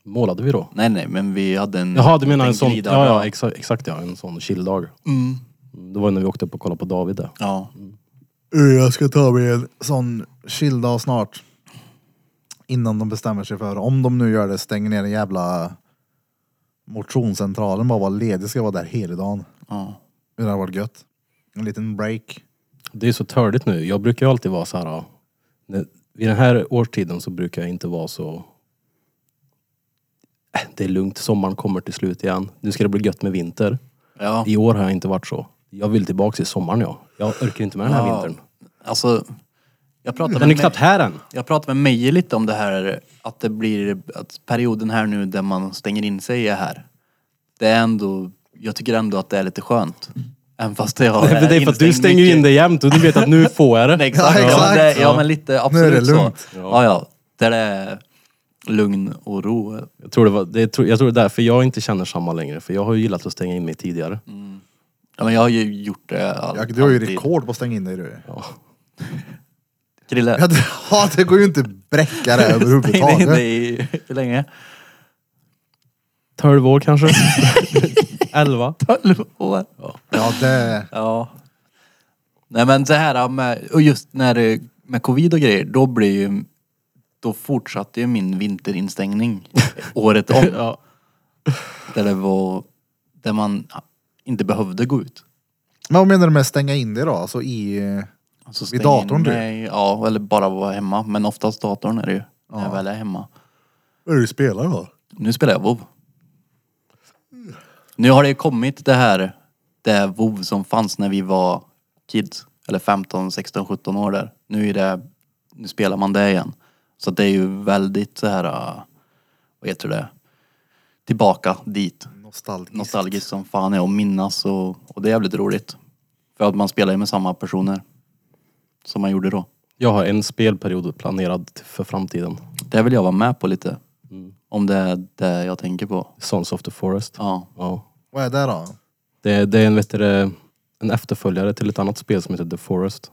[SPEAKER 1] Målade vi då?
[SPEAKER 2] Nej nej, men vi hade en...
[SPEAKER 1] Jaha, du menar en sån?
[SPEAKER 2] glida-
[SPEAKER 1] Ja, ja, exakt, exakt ja. En sån chilldag.
[SPEAKER 2] Mm.
[SPEAKER 1] Det var ju när vi åkte upp och kollade på David där.
[SPEAKER 2] Ja.
[SPEAKER 3] Uh, Jag ska ta mig en sån chilldag snart. Innan de bestämmer sig för, om de nu gör det, stänger ner den jävla motionscentralen. Bara vara ledig, ska vara där hela dagen.
[SPEAKER 2] ja.
[SPEAKER 3] Det hade varit gött. En liten break.
[SPEAKER 1] Det är så törligt nu. Jag brukar ju alltid vara så här. ja, när- Vid den här årstiden så brukar jag inte vara så... Äh, Det är lugnt, sommaren kommer till slut igen. Nu ska det bli gött med vinter.
[SPEAKER 2] ja.
[SPEAKER 1] I år har jag inte varit så. Jag vill tillbaka till sommaren jag. Jag orkar inte med den här
[SPEAKER 2] Ja.
[SPEAKER 1] vintern.
[SPEAKER 2] Alltså, jag pratade
[SPEAKER 1] Mm. Den är
[SPEAKER 2] med,
[SPEAKER 1] knappt här än.
[SPEAKER 2] jag pratade med Meje lite om det här att det blir, att perioden här nu där man stänger in sig är här. Det är ändå, jag tycker ändå att det är lite skönt. Även fast jag
[SPEAKER 1] Nej, men det är för att du
[SPEAKER 2] instängd
[SPEAKER 1] stänger ju
[SPEAKER 2] mycket.
[SPEAKER 1] in dig jämt och du vet att nu får jag det.
[SPEAKER 2] Nej, exakt.
[SPEAKER 3] Ja,
[SPEAKER 2] Ja,
[SPEAKER 3] exakt.
[SPEAKER 2] men, det, ja, men lite absolut
[SPEAKER 3] Nu är det lugnt.
[SPEAKER 2] så. Ja, ja. Där det är lugn och ro.
[SPEAKER 1] Jag tror det, var, det, tror- jag tror det är därför jag inte känner samma längre. För jag har ju gillat att stänga in mig tidigare.
[SPEAKER 2] Ja, men jag har ju gjort det all,
[SPEAKER 3] Jag, du har ju
[SPEAKER 2] alltid.
[SPEAKER 3] rekord på att stänga in dig du.
[SPEAKER 2] Krille,
[SPEAKER 3] Ja, det, ja, det går ju inte att bräcka det
[SPEAKER 2] stängde in
[SPEAKER 3] överhuvudtaget.
[SPEAKER 2] dig i, hur länge?
[SPEAKER 1] 12 år kanske? 11?
[SPEAKER 2] 12 år.
[SPEAKER 3] Ja, det...
[SPEAKER 2] Ja. Nej men så här med, och just när det, med covid och grejer, då blir ju, då fortsatte ju min vinterinstängning året om.
[SPEAKER 1] Ja.
[SPEAKER 2] Där det var, där man inte behövde gå ut.
[SPEAKER 3] Men vad menar du med stänga in dig då? Alltså i...
[SPEAKER 2] Alltså
[SPEAKER 3] Vid
[SPEAKER 2] stäng in
[SPEAKER 3] datorn, du?
[SPEAKER 2] mig, Ja, eller bara vara hemma. Men oftast datorn är det ju. När jag väl är hemma.
[SPEAKER 3] Vad är det du spelar då?
[SPEAKER 2] Nu spelar jag WoW. Nu har det ju kommit det här, det här WoW som fanns när vi var kids. Eller 15, 16, 17 år där. Nu är det, nu spelar man det igen. Så det är ju väldigt så här, äh, vad heter det, tillbaka dit.
[SPEAKER 3] Nostalgiskt.
[SPEAKER 2] Nostalgiskt som fan är att minnas och, och det är jävligt roligt. För att man spelar ju med samma personer. Som man gjorde då.
[SPEAKER 1] Jag har en spelperiod planerad t- för framtiden.
[SPEAKER 2] Det vill jag vara med på lite. Om det är det jag tänker på.
[SPEAKER 1] Sons of the Forest.
[SPEAKER 2] Ja.
[SPEAKER 1] Ja.
[SPEAKER 3] Vad är det då?
[SPEAKER 1] Det, är- det är en, vet du, det, en efterföljare till ett annat spel som heter The Forest.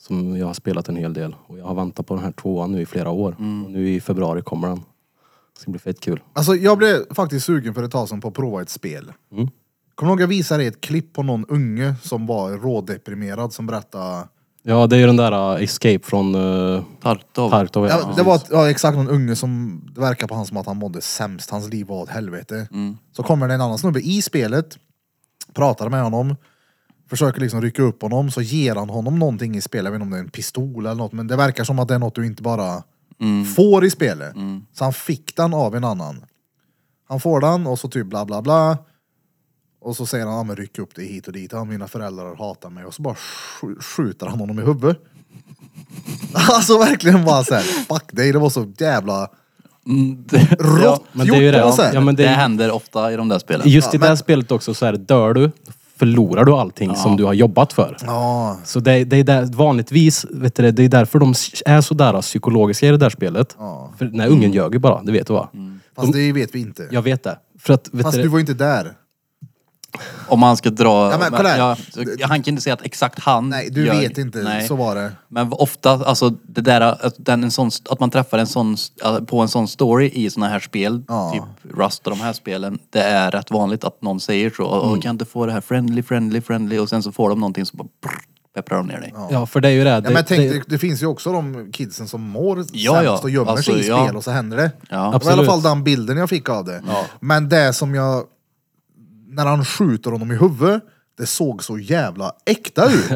[SPEAKER 1] Som jag har spelat en hel del. Och jag har väntat på den här tvåan nu i flera år.
[SPEAKER 3] Mm.
[SPEAKER 1] Och nu i februari kommer den. Det ska bli fett kul.
[SPEAKER 3] Alltså jag blev faktiskt sugen för ett tag sedan på att prova ett spel.
[SPEAKER 1] Mm.
[SPEAKER 3] Kommer du ihåg jag visade dig ett klipp på någon unge som var rådeprimerad som berättade...
[SPEAKER 1] Ja, det är ju den där uh, Escape från uh,
[SPEAKER 2] Tartov.
[SPEAKER 1] Tartov.
[SPEAKER 3] Ja, det var ett- ja, exakt någon unge som, det verkar på han som att han mådde sämst, hans liv var åt helvete. Så kommer det en annan snubbe i spelet, pratar med honom, försöker liksom rycka upp honom, så ger han honom någonting i spelet, jag vet inte om det är en pistol eller något, men det verkar som att det är något du inte bara får i spelet. Så han fick den av en annan. Han får den och så typ bla bla bla. Och så säger han, ja men ryck upp dig hit och dit, ja, mina föräldrar hatar mig. Och så bara sk- skjuter han honom i huvudet. Alltså verkligen bara såhär, fuck dig, det var så jävla
[SPEAKER 2] Mm, det-
[SPEAKER 3] rått
[SPEAKER 2] Ja.
[SPEAKER 1] Men det är ju
[SPEAKER 3] gjort, Alltså,
[SPEAKER 1] det.
[SPEAKER 3] på något sätt.
[SPEAKER 1] Ja, men
[SPEAKER 2] Det,
[SPEAKER 1] det är,
[SPEAKER 2] händer ofta i de där spelen.
[SPEAKER 1] just i det här spelet också så här, dör du, förlorar du allting som du har jobbat för.
[SPEAKER 3] Ja,
[SPEAKER 1] Så det, det är där, vanligtvis, vet du, det, det är därför de är sådär psykologiska i det där spelet. För den här ungen ljög ju bara, det vet du va?
[SPEAKER 3] fast det vet vi inte.
[SPEAKER 1] Jag vet det. För att, vet
[SPEAKER 3] Mm. Fast
[SPEAKER 1] du,
[SPEAKER 3] du var ju inte där.
[SPEAKER 2] Om man ska dra...
[SPEAKER 3] Ja, men kolla här.
[SPEAKER 2] ja, så- han kan inte säga att exakt han
[SPEAKER 3] Nej, du
[SPEAKER 2] gör-
[SPEAKER 3] vet inte.
[SPEAKER 2] Nej.
[SPEAKER 3] Så var det.
[SPEAKER 2] Men ofta, alltså det där att, den, en sån, att man träffar en sån, på en sån story i såna här spel,
[SPEAKER 3] Ja.
[SPEAKER 2] typ Rust och de här spelen, det är rätt vanligt att någon säger så. "Åh,
[SPEAKER 3] Mm.
[SPEAKER 2] Kan inte få det här friendly, friendly, friendly och sen så får de någonting som bara prr, pepprar de ner dig.
[SPEAKER 1] ja, för det är ju det.
[SPEAKER 3] Ja,
[SPEAKER 1] det,
[SPEAKER 3] men jag tänkte,
[SPEAKER 1] det
[SPEAKER 3] det, finns ju också de kidsen som mår
[SPEAKER 2] Ja, ja.
[SPEAKER 3] sämst och gömmer
[SPEAKER 2] Alltså,
[SPEAKER 3] sig i spel
[SPEAKER 2] ja.
[SPEAKER 3] och så händer det.
[SPEAKER 2] Ja.
[SPEAKER 3] Det var i alla
[SPEAKER 1] Absolut.
[SPEAKER 3] fall den bilden jag fick av det. Men det som jag... När han skjuter honom i huvudet, det såg så jävla äkta ut.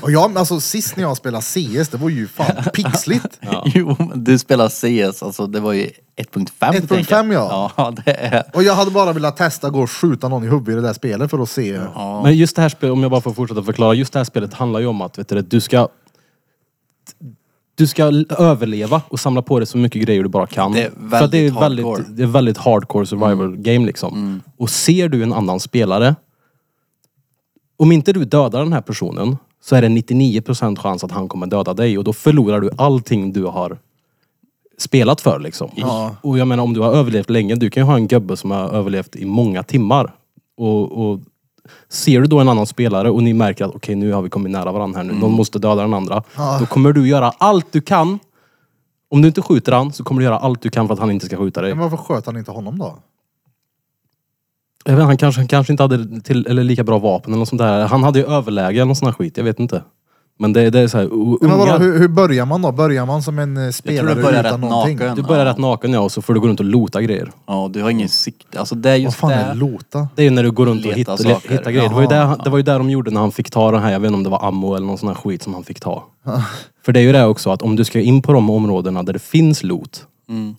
[SPEAKER 3] Och jag, alltså sist när jag spelade CS, det var ju fan pixligt.
[SPEAKER 2] Jo, men du spelar CS, alltså det var ju 1.5 tänker jag.
[SPEAKER 3] 1.5, ja.
[SPEAKER 2] Ja, det är...
[SPEAKER 3] Och jag hade bara velat testa gå och skjuta någon i huvudet i det där spelet för att se.
[SPEAKER 1] Men just det här spelet, om jag bara får fortsätta förklara. Just det här spelet handlar ju om att vet du, det, du ska... Du ska l- överleva och samla på dig så mycket grejer du bara kan.
[SPEAKER 2] Det är
[SPEAKER 1] För att det är
[SPEAKER 2] väldigt hardcore. Mm.
[SPEAKER 1] väldigt, det är väldigt hardcore survival game liksom. Och ser du en annan spelare, om inte du dödar den här personen så är det 99% chans att han kommer döda dig och då förlorar du allting du har spelat för liksom.
[SPEAKER 3] Ja.
[SPEAKER 1] Och jag menar om du har överlevt länge, du kan ju ha en gubbe som har överlevt i många timmar. Och, och ser du då en annan spelare och ni märker att okej nu har vi kommit nära varandra här nu,
[SPEAKER 3] Mm.
[SPEAKER 1] någon måste döda den andra. Då kommer du göra allt du kan. Om du inte skjuter han så kommer du göra allt du kan för att han inte ska skjuta dig.
[SPEAKER 3] Men varför sköt han inte honom då?
[SPEAKER 1] Jag vet, inte, han kanske, han kanske inte hade till, eller lika bra vapen eller något sånt där. Han hade ju överläge eller någon sån här skit, jag vet inte. Men det, det är så här, o-
[SPEAKER 3] Men vadå,
[SPEAKER 1] ungar-
[SPEAKER 3] hur, hur börjar man då? Börjar man som en eh, spelare
[SPEAKER 2] börjar
[SPEAKER 3] utan
[SPEAKER 2] rätt
[SPEAKER 3] någonting?
[SPEAKER 2] naken.
[SPEAKER 1] Du börjar rätt naken ja, och så får du gå runt och lota grejer.
[SPEAKER 2] Ja, du har ingen sikte. Alltså det är
[SPEAKER 3] Vad
[SPEAKER 2] just
[SPEAKER 3] fan är
[SPEAKER 2] det.
[SPEAKER 3] lota?
[SPEAKER 1] Det är ju när du går runt och
[SPEAKER 2] Leta
[SPEAKER 1] hittar,
[SPEAKER 2] saker.
[SPEAKER 1] hittar grejer. Det var, ju
[SPEAKER 3] Jaha.
[SPEAKER 1] där, han- det var ju där de gjorde när han fick ta den här, jag vet inte om det var ammo eller någon sån här skit som han fick ta. För det är ju det också att om du ska in på de områdena där det finns loot,
[SPEAKER 2] Mm.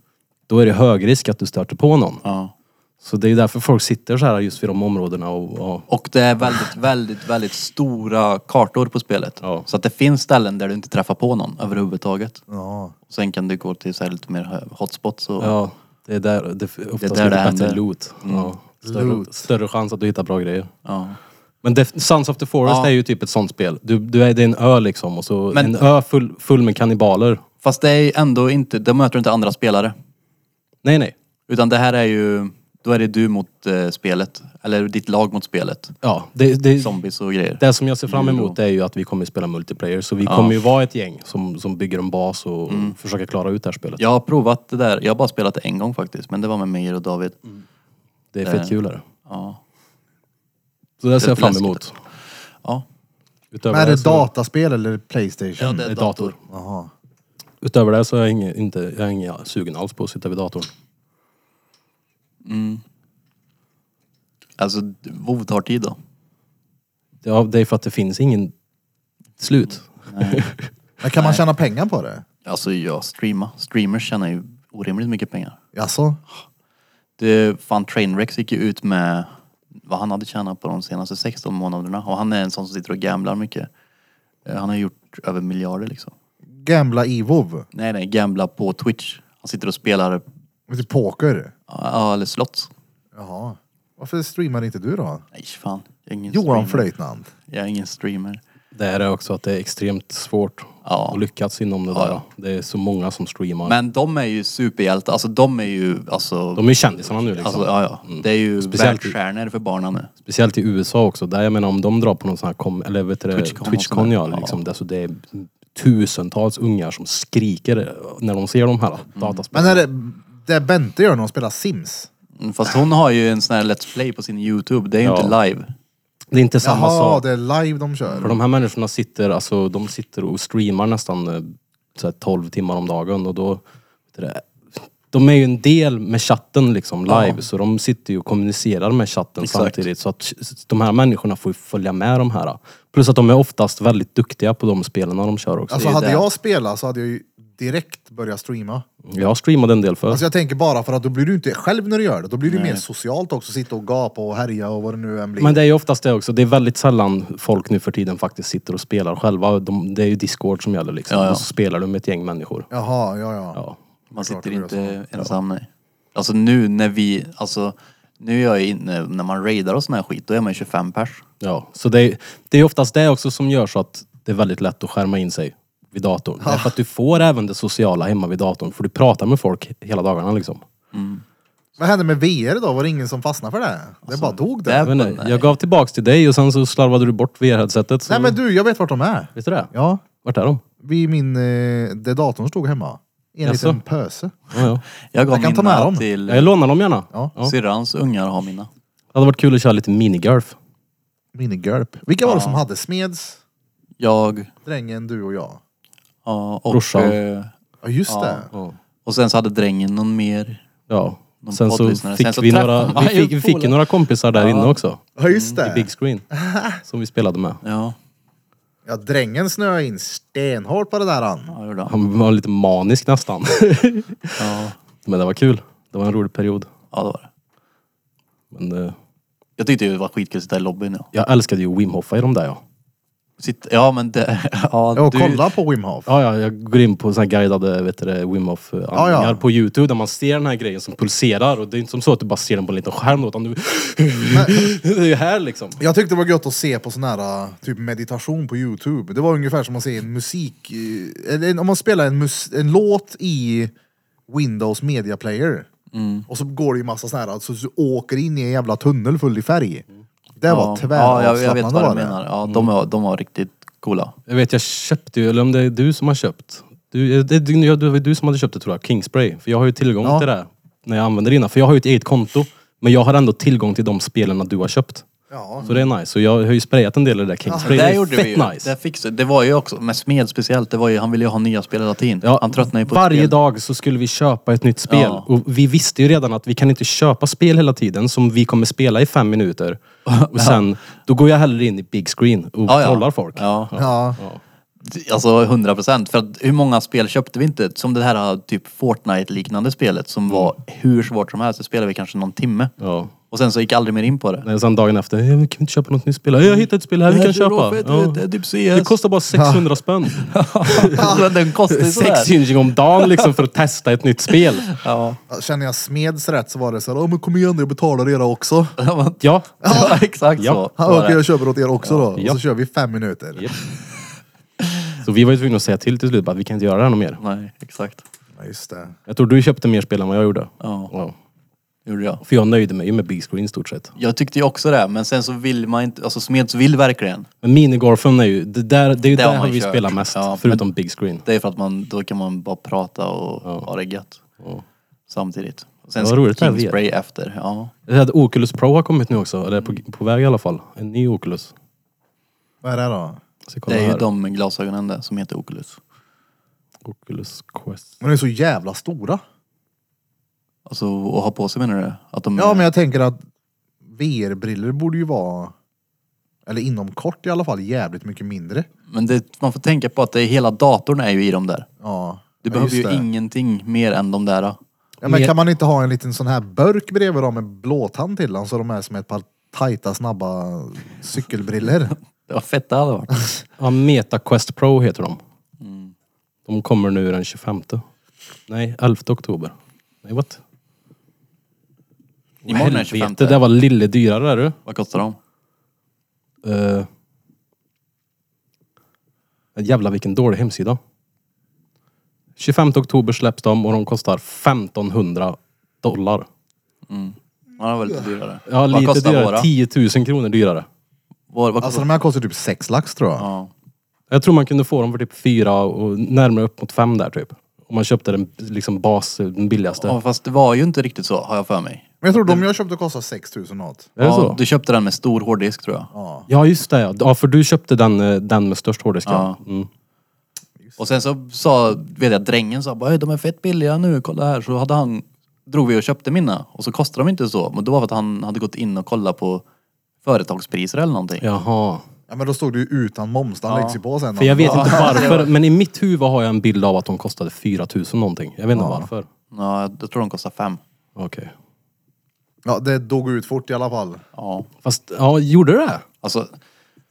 [SPEAKER 1] då är det hög risk att du stöter på någon.
[SPEAKER 2] Ja.
[SPEAKER 1] Så det är ju därför folk sitter så här just vid de områdena och, och
[SPEAKER 2] Och det är väldigt, väldigt, väldigt stora kartor på spelet.
[SPEAKER 1] Ja.
[SPEAKER 2] Så att det finns ställen där du inte träffar på någon överhuvudtaget.
[SPEAKER 3] Ja.
[SPEAKER 2] Sen kan du gå till så här lite mer hö- hotspots och...
[SPEAKER 1] ja, det är där det f- oftast
[SPEAKER 2] där
[SPEAKER 1] lite
[SPEAKER 2] det
[SPEAKER 1] bättre
[SPEAKER 2] händer. Mm.
[SPEAKER 1] loot. Ja. Större,
[SPEAKER 3] Loot.
[SPEAKER 1] större chans att du hittar bra grejer.
[SPEAKER 2] Ja.
[SPEAKER 1] Men Def- Sons of the Forest
[SPEAKER 2] Ja.
[SPEAKER 1] är ju typ ett sånt spel. Du, du är, det är en ö liksom och så
[SPEAKER 2] Men-
[SPEAKER 1] en ö full, full med kannibaler.
[SPEAKER 2] Fast det är ändå inte, där möter du inte andra spelare.
[SPEAKER 1] Nej nej.
[SPEAKER 2] Utan det här är ju, då är det du mot eh, spelet. Eller ditt lag mot spelet.
[SPEAKER 1] Ja, det, det,
[SPEAKER 2] Zombies och grejer.
[SPEAKER 1] det som jag ser fram emot är ju att vi kommer spela multiplayer. Så vi kommer ju vara ett gäng som, som bygger en bas och
[SPEAKER 2] Mm.
[SPEAKER 1] försöker klara ut det här spelet.
[SPEAKER 2] Jag har provat det där, jag har bara spelat det en gång faktiskt. Men det var med Meir och David.
[SPEAKER 1] Det är fett kul är det.
[SPEAKER 2] Ja.
[SPEAKER 1] Så det ser
[SPEAKER 2] Eh,
[SPEAKER 1] jag
[SPEAKER 2] Lite
[SPEAKER 1] fram
[SPEAKER 2] läskigt.
[SPEAKER 1] emot.
[SPEAKER 2] Ja.
[SPEAKER 1] Utöver
[SPEAKER 3] Men är det
[SPEAKER 1] så-
[SPEAKER 3] dataspel eller Playstation?
[SPEAKER 2] Ja,
[SPEAKER 1] det är
[SPEAKER 2] dator.
[SPEAKER 1] dator.
[SPEAKER 3] Jaha.
[SPEAKER 1] Utöver det så är jag inge, inte, jag är inga sugen alls på att sitta vid datorn.
[SPEAKER 2] Alltså, WoW tar tid då.
[SPEAKER 1] Det, ja, det är för att det finns ingen slut.
[SPEAKER 3] Men kan man tjäna pengar på det?
[SPEAKER 2] Alltså jag streama. Streamers tjänar ju orimligt mycket pengar.
[SPEAKER 3] Jaså?
[SPEAKER 2] Det, fan Trainwreck gick ju ut med vad han hade tjänat på de senaste 16 månaderna. Och han är en sån som sitter och gamblar mycket. Eh, Han har gjort över miljarder liksom.
[SPEAKER 3] Gamla i WoW?
[SPEAKER 2] Nej nej, gambla på Twitch. Han sitter och spelar,
[SPEAKER 3] Lite poker?
[SPEAKER 2] ja eller slots.
[SPEAKER 3] Jaha. Varför streamar inte du då?
[SPEAKER 2] Nej fan. Jag är ingen
[SPEAKER 3] Johan
[SPEAKER 2] streamer.
[SPEAKER 3] Flöjtnant.
[SPEAKER 2] Jag är ingen streamer.
[SPEAKER 1] Det här är också att det är extremt svårt
[SPEAKER 2] Ja.
[SPEAKER 1] att lyckas inom det
[SPEAKER 2] Ja,
[SPEAKER 1] där.
[SPEAKER 2] ja.
[SPEAKER 1] Det är så många som streamar.
[SPEAKER 2] Men de är ju superhjältar. Alltså de är ju, alltså...
[SPEAKER 1] De är ju kändisarna nu liksom.
[SPEAKER 2] Alltså, ja, ja. Det är ju
[SPEAKER 1] Speciellt i-
[SPEAKER 2] världsstjärnor för barnen nu.
[SPEAKER 1] Speciellt i USA också. Där jag menar om de drar på någon sån här kom, eller vet du, det,
[SPEAKER 2] Twitchcon och
[SPEAKER 1] Twitchcon
[SPEAKER 2] sånt
[SPEAKER 1] ja,
[SPEAKER 2] där.
[SPEAKER 1] liksom, där, så det är tusentals ungar som skriker när de ser de här
[SPEAKER 3] Mm. Men eh,
[SPEAKER 1] dataspelen.
[SPEAKER 3] är det, det Bente gör när hon spelar Sims?
[SPEAKER 2] Mm, Fast hon har ju en sån här Let's Play på sin YouTube. Det är ju
[SPEAKER 1] Ja.
[SPEAKER 2] inte live.
[SPEAKER 1] Det är inte samma
[SPEAKER 3] Jaha,
[SPEAKER 1] sak.
[SPEAKER 3] det är live de kör.
[SPEAKER 1] För de här människorna sitter, alltså, de sitter och streamar nästan eh, så här, 12 timmar om dagen och då... vet du Det, de är ju en del med chatten liksom live, så de sitter ju och kommunicerar med chatten
[SPEAKER 2] Exakt.
[SPEAKER 1] samtidigt. Så att de här människorna får ju följa med de här. Plus att de är oftast väldigt duktiga på de spelen de kör också.
[SPEAKER 3] Alltså
[SPEAKER 2] det är
[SPEAKER 3] hade
[SPEAKER 2] det.
[SPEAKER 3] jag spelat så hade jag ju direkt börjat streama.
[SPEAKER 1] Jag streamade en del förr.
[SPEAKER 3] Alltså jag tänker bara för att då blir du inte själv när du gör det. Då blir det ju mer socialt också. Sitta och gapa och härja och vad det nu än blir.
[SPEAKER 1] Men det är ju oftast det också. Det är väldigt sällan folk nu för tiden faktiskt sitter och spelar själva. De, det är ju Discord som gäller liksom.
[SPEAKER 2] Ja, ja.
[SPEAKER 1] Och så spelar du med ett gäng människor.
[SPEAKER 3] Jaha, ja ja.
[SPEAKER 1] Ja.
[SPEAKER 2] Man
[SPEAKER 3] Klart
[SPEAKER 2] sitter
[SPEAKER 3] det är
[SPEAKER 2] inte ensam, nej. Alltså nu när vi, alltså nu är jag inne, när man raidar och sån här skit, då är man ju 25 pers.
[SPEAKER 1] ja. Så det är, det är oftast det också som gör så att det är väldigt lätt att skärma in sig vid datorn. Därför att du får även det sociala hemma vid datorn. För du pratar med folk hela dagarna liksom.
[SPEAKER 3] Vad hände med VR då? Var det ingen som fastnade för det? Det bara dog
[SPEAKER 2] det
[SPEAKER 3] det.
[SPEAKER 2] är-
[SPEAKER 1] Jag, vet inte,
[SPEAKER 2] nej.
[SPEAKER 1] jag gav tillbaks till dig och sen så slarvade du bort VR-headsetet. Så...
[SPEAKER 3] Nej men du, jag vet vart de är.
[SPEAKER 1] Visst är det?
[SPEAKER 3] Ja,
[SPEAKER 1] Vart är de?
[SPEAKER 3] vid min... Eh, där datorn stod hemma. I En
[SPEAKER 1] Jaså?
[SPEAKER 3] liten pöse.
[SPEAKER 1] Ja, ja.
[SPEAKER 2] Jag gav
[SPEAKER 3] Jag kan ta med
[SPEAKER 2] mina
[SPEAKER 3] dem.
[SPEAKER 2] till
[SPEAKER 1] Jag lånar dem gärna.
[SPEAKER 3] Ja.
[SPEAKER 2] syrrans ungar har mina.
[SPEAKER 1] Det hade varit kul att köra lite minigolf.
[SPEAKER 3] Minigulp. Vilka var det som hade? Smeds,
[SPEAKER 2] Jag
[SPEAKER 3] drängen, du och jag.
[SPEAKER 2] ja, och...
[SPEAKER 1] Brorsan.
[SPEAKER 2] eh,
[SPEAKER 3] Ja just det.
[SPEAKER 2] Och sen så hade drängen någon mer.
[SPEAKER 1] Ja.
[SPEAKER 2] Någon
[SPEAKER 1] Sen så
[SPEAKER 2] poddlyssnare. Sen
[SPEAKER 1] fick
[SPEAKER 2] så
[SPEAKER 1] vi
[SPEAKER 2] träffade
[SPEAKER 1] några,
[SPEAKER 2] man
[SPEAKER 1] vi
[SPEAKER 2] ju
[SPEAKER 1] fick, vi fick ju
[SPEAKER 2] polare.
[SPEAKER 1] några kompisar där inne också.
[SPEAKER 3] Ja just
[SPEAKER 1] i
[SPEAKER 3] det.
[SPEAKER 1] Big Screen. Som vi spelade med.
[SPEAKER 2] Ja,
[SPEAKER 3] Ja drängen snöade in stenhårt på det där han.
[SPEAKER 2] ja gjorde han.
[SPEAKER 1] Han var lite manisk nästan.
[SPEAKER 2] Ja,
[SPEAKER 1] Men det var kul. Det var en rolig period.
[SPEAKER 2] ja det var det.
[SPEAKER 1] Men eh,
[SPEAKER 2] Jag tyckte ju det var skitkul att sitta i lobbyn. Ja,
[SPEAKER 1] jag älskade ju Wim Hofa i de där ja.
[SPEAKER 2] Sitt, ja men det... Ja,
[SPEAKER 3] Jag
[SPEAKER 2] du-
[SPEAKER 3] kolla på Wim Hof.
[SPEAKER 1] Ja, ja jag går in på såna här guidade vet du, det, Wim hof eh, andningar
[SPEAKER 3] Ja, ja.
[SPEAKER 1] på Youtube där man ser den här grejen som pulserar. Och det är inte som så att du bara ser den på en liten skärm då, utan du... det är ju här liksom.
[SPEAKER 3] Jag tyckte det var gött att se på sån här äh, typ meditation på äh, Youtube. Det var ungefär som att se en musik... eh, Eller en- om man spelar en, mus, en låt i Windows Media Player.
[SPEAKER 2] Mm.
[SPEAKER 3] Och så går det ju massa sådana här, alltså, så du åker in i en jävla tunnel full i färg. Det var
[SPEAKER 2] Ja, jag, jag vet
[SPEAKER 3] tväravslappnande
[SPEAKER 2] vad
[SPEAKER 3] var
[SPEAKER 2] du
[SPEAKER 3] det. Mm.
[SPEAKER 2] menar. Ja, de, var, de var riktigt coola.
[SPEAKER 1] Jag vet, jag köpte ju, eller om det är du som har köpt. Du, eh, det, det, ja, det var du som hade köpt det tror jag, Kingspray. För jag har ju tillgång
[SPEAKER 3] Ja.
[SPEAKER 1] till det här när jag använder dina. För jag har ju ett eget konto. Men jag har ändå tillgång till de spelen du har köpt.
[SPEAKER 3] Ja.
[SPEAKER 1] Så det är nice. Och jag har ju sprayat en del av det där Kingspray.
[SPEAKER 2] där
[SPEAKER 1] det
[SPEAKER 2] Alltså,
[SPEAKER 1] är
[SPEAKER 2] gjorde
[SPEAKER 1] fett
[SPEAKER 2] vi ju.
[SPEAKER 1] nice.
[SPEAKER 2] Det, fixade, det var ju också, med Smed speciellt, det var ju, han ville ju ha nya spel hela tiden.
[SPEAKER 1] Ja,
[SPEAKER 2] han tröttnade ju på ett
[SPEAKER 1] Varje
[SPEAKER 2] spel.
[SPEAKER 1] dag så skulle vi köpa ett nytt spel.
[SPEAKER 2] Ja.
[SPEAKER 1] Och vi visste ju redan att vi kan inte köpa spel hela tiden som vi kommer spela i fem minuter. Och sen, då går jag hellre in i big screen och
[SPEAKER 2] Ja, ja.
[SPEAKER 1] trollar folk.
[SPEAKER 2] Ja.
[SPEAKER 3] Ja.
[SPEAKER 2] Alltså 100 procent. För att, hur många spel köpte vi inte? Som det här typ Fortnite-liknande spelet som var hur svårt som helst. Det spelade vi kanske någon timme.
[SPEAKER 1] Mm. Ja.
[SPEAKER 2] Och sen så gick jag aldrig mer in på det.
[SPEAKER 1] Nej, sen dagen efter, "Ja, men kan vi inte köpa något nytt spel? "Ja, Jag hittade ett spel här
[SPEAKER 2] Det
[SPEAKER 1] vi
[SPEAKER 2] här
[SPEAKER 1] kan
[SPEAKER 2] är så bra,
[SPEAKER 1] köpa.
[SPEAKER 2] för
[SPEAKER 1] Ja.
[SPEAKER 2] det- Det är typ CS.
[SPEAKER 1] Det kostar bara 600 spänn.
[SPEAKER 2] Den kostar ju sådär.
[SPEAKER 1] Sex hinging om dagen liksom för att testa ett nytt spel.
[SPEAKER 2] Ja.
[SPEAKER 3] Känner jag Smeds rätt så var det så här, "Ja, men kom igen jag betalar era också.
[SPEAKER 1] Ja,
[SPEAKER 2] ja, exakt
[SPEAKER 1] Ja.
[SPEAKER 2] så.
[SPEAKER 3] Ja,
[SPEAKER 2] var
[SPEAKER 3] Okej,
[SPEAKER 2] det.
[SPEAKER 3] jag köper åt er också då. Och
[SPEAKER 1] Ja.
[SPEAKER 3] så kör vi fem minuter.
[SPEAKER 1] Ja. så vi var ju tvungna att säga till till slut bara, vi kan inte göra det här något mer.
[SPEAKER 2] Nej, exakt.
[SPEAKER 3] Ja, just det.
[SPEAKER 1] Jag tror du köpte mer spel än vad jag gjorde.
[SPEAKER 2] Ja.
[SPEAKER 1] Ja.
[SPEAKER 2] Gjorde jag.
[SPEAKER 1] För jag nöjde mig ju med big screen i stort sett.
[SPEAKER 2] Jag tyckte ju också det, men sen så vill man inte, alltså Smeds vill verkligen.
[SPEAKER 1] Men minigolfen är ju, det, där, det är ju
[SPEAKER 2] Det har
[SPEAKER 1] där
[SPEAKER 2] man
[SPEAKER 1] vi
[SPEAKER 2] kört.
[SPEAKER 1] spelar mest.
[SPEAKER 2] Ja,
[SPEAKER 1] förutom big screen.
[SPEAKER 2] Det är för att man, då kan man bara prata och ha det gött. Samtidigt. Och sen
[SPEAKER 1] Vad roligt det här
[SPEAKER 2] Kingspray efter. Ja.
[SPEAKER 1] Det här att Oculus Pro har kommit nu också, eller är på, på väg i alla fall. En ny Oculus.
[SPEAKER 3] Vad är det då?
[SPEAKER 1] Jag ska kolla
[SPEAKER 2] Det är ju
[SPEAKER 1] här.
[SPEAKER 2] de glasögonen där som heter Oculus.
[SPEAKER 1] Oculus Quest.
[SPEAKER 3] Men de är så jävla stora.
[SPEAKER 2] Alltså att ha på sig menar du? Att de,
[SPEAKER 3] Ja men jag tänker att VR-briller borde ju vara, eller inom kort i alla fall, jävligt mycket mindre.
[SPEAKER 2] men det, man får tänka på att det är hela datorn är ju i de där.
[SPEAKER 3] Ja.
[SPEAKER 2] Du
[SPEAKER 3] ja,
[SPEAKER 2] behöver
[SPEAKER 3] just
[SPEAKER 2] ju
[SPEAKER 3] det.
[SPEAKER 2] ingenting mer än de där.
[SPEAKER 3] Ja, men kan man inte ha en liten sån här burk bredvid dem med blåtand till den så de är som ett par tajta snabba cykelbriller.
[SPEAKER 2] Det var fett det hade varit.
[SPEAKER 1] Ja, Meta Quest Pro heter de.
[SPEAKER 2] Mm.
[SPEAKER 1] De kommer nu den 25. Nej, 11 oktober. Nej, what?
[SPEAKER 2] Imorgon är 25.
[SPEAKER 1] Det där var lille dyrare där du.
[SPEAKER 2] Vad kostar de?
[SPEAKER 1] Uh, jävlar vilken dålig hemsida. 25 oktober släpps de och de kostar 1500 dollar.
[SPEAKER 2] Ja, det var lite dyrare.
[SPEAKER 1] Ja,
[SPEAKER 2] vad
[SPEAKER 1] lite
[SPEAKER 2] kostar
[SPEAKER 1] dyrare.
[SPEAKER 2] våra?
[SPEAKER 1] 10 000 kronor dyrare.
[SPEAKER 2] Vår, vad
[SPEAKER 3] Alltså
[SPEAKER 2] kostar
[SPEAKER 3] de här kostar typ sex lax tror jag.
[SPEAKER 2] ja.
[SPEAKER 1] Jag tror man kunde få dem för typ fyra och närmare upp mot fem där typ. Om man köpte den liksom bas, den billigaste.
[SPEAKER 2] ja, fast det var ju inte riktigt så har jag för mig.
[SPEAKER 3] Men jag tror de jag köpte kostar 6000 något.
[SPEAKER 1] Är det
[SPEAKER 2] ja,
[SPEAKER 1] så?
[SPEAKER 2] Du köpte den med stor hårddisk tror jag.
[SPEAKER 3] Ja.
[SPEAKER 1] Ja just det ja. ja. för du köpte den, eh, den med störst hårddisk. Ja.
[SPEAKER 2] Ja.
[SPEAKER 1] Mm.
[SPEAKER 2] Och sen så sa, vet jag, drängen sa bara "Oj, de är fett billiga nu, kolla här. Så hade han, drog vi och köpte mina och så kostade de inte så. Men då var det för att han hade gått in och kollat på företagspriser eller någonting.
[SPEAKER 1] Jaha.
[SPEAKER 3] ja men då stod det ju utan moms, den läggs ju på sen.
[SPEAKER 1] För jag vet inte varför, men i mitt huvud har jag en bild av att de kostade 4000 någonting. Jag vet inte varför.
[SPEAKER 2] Ja, jag tror de kostar fem.
[SPEAKER 1] Okej.
[SPEAKER 3] Ja det dog ut fort i alla fall.
[SPEAKER 2] Ja,
[SPEAKER 1] Fast, ja gjorde det?
[SPEAKER 2] alltså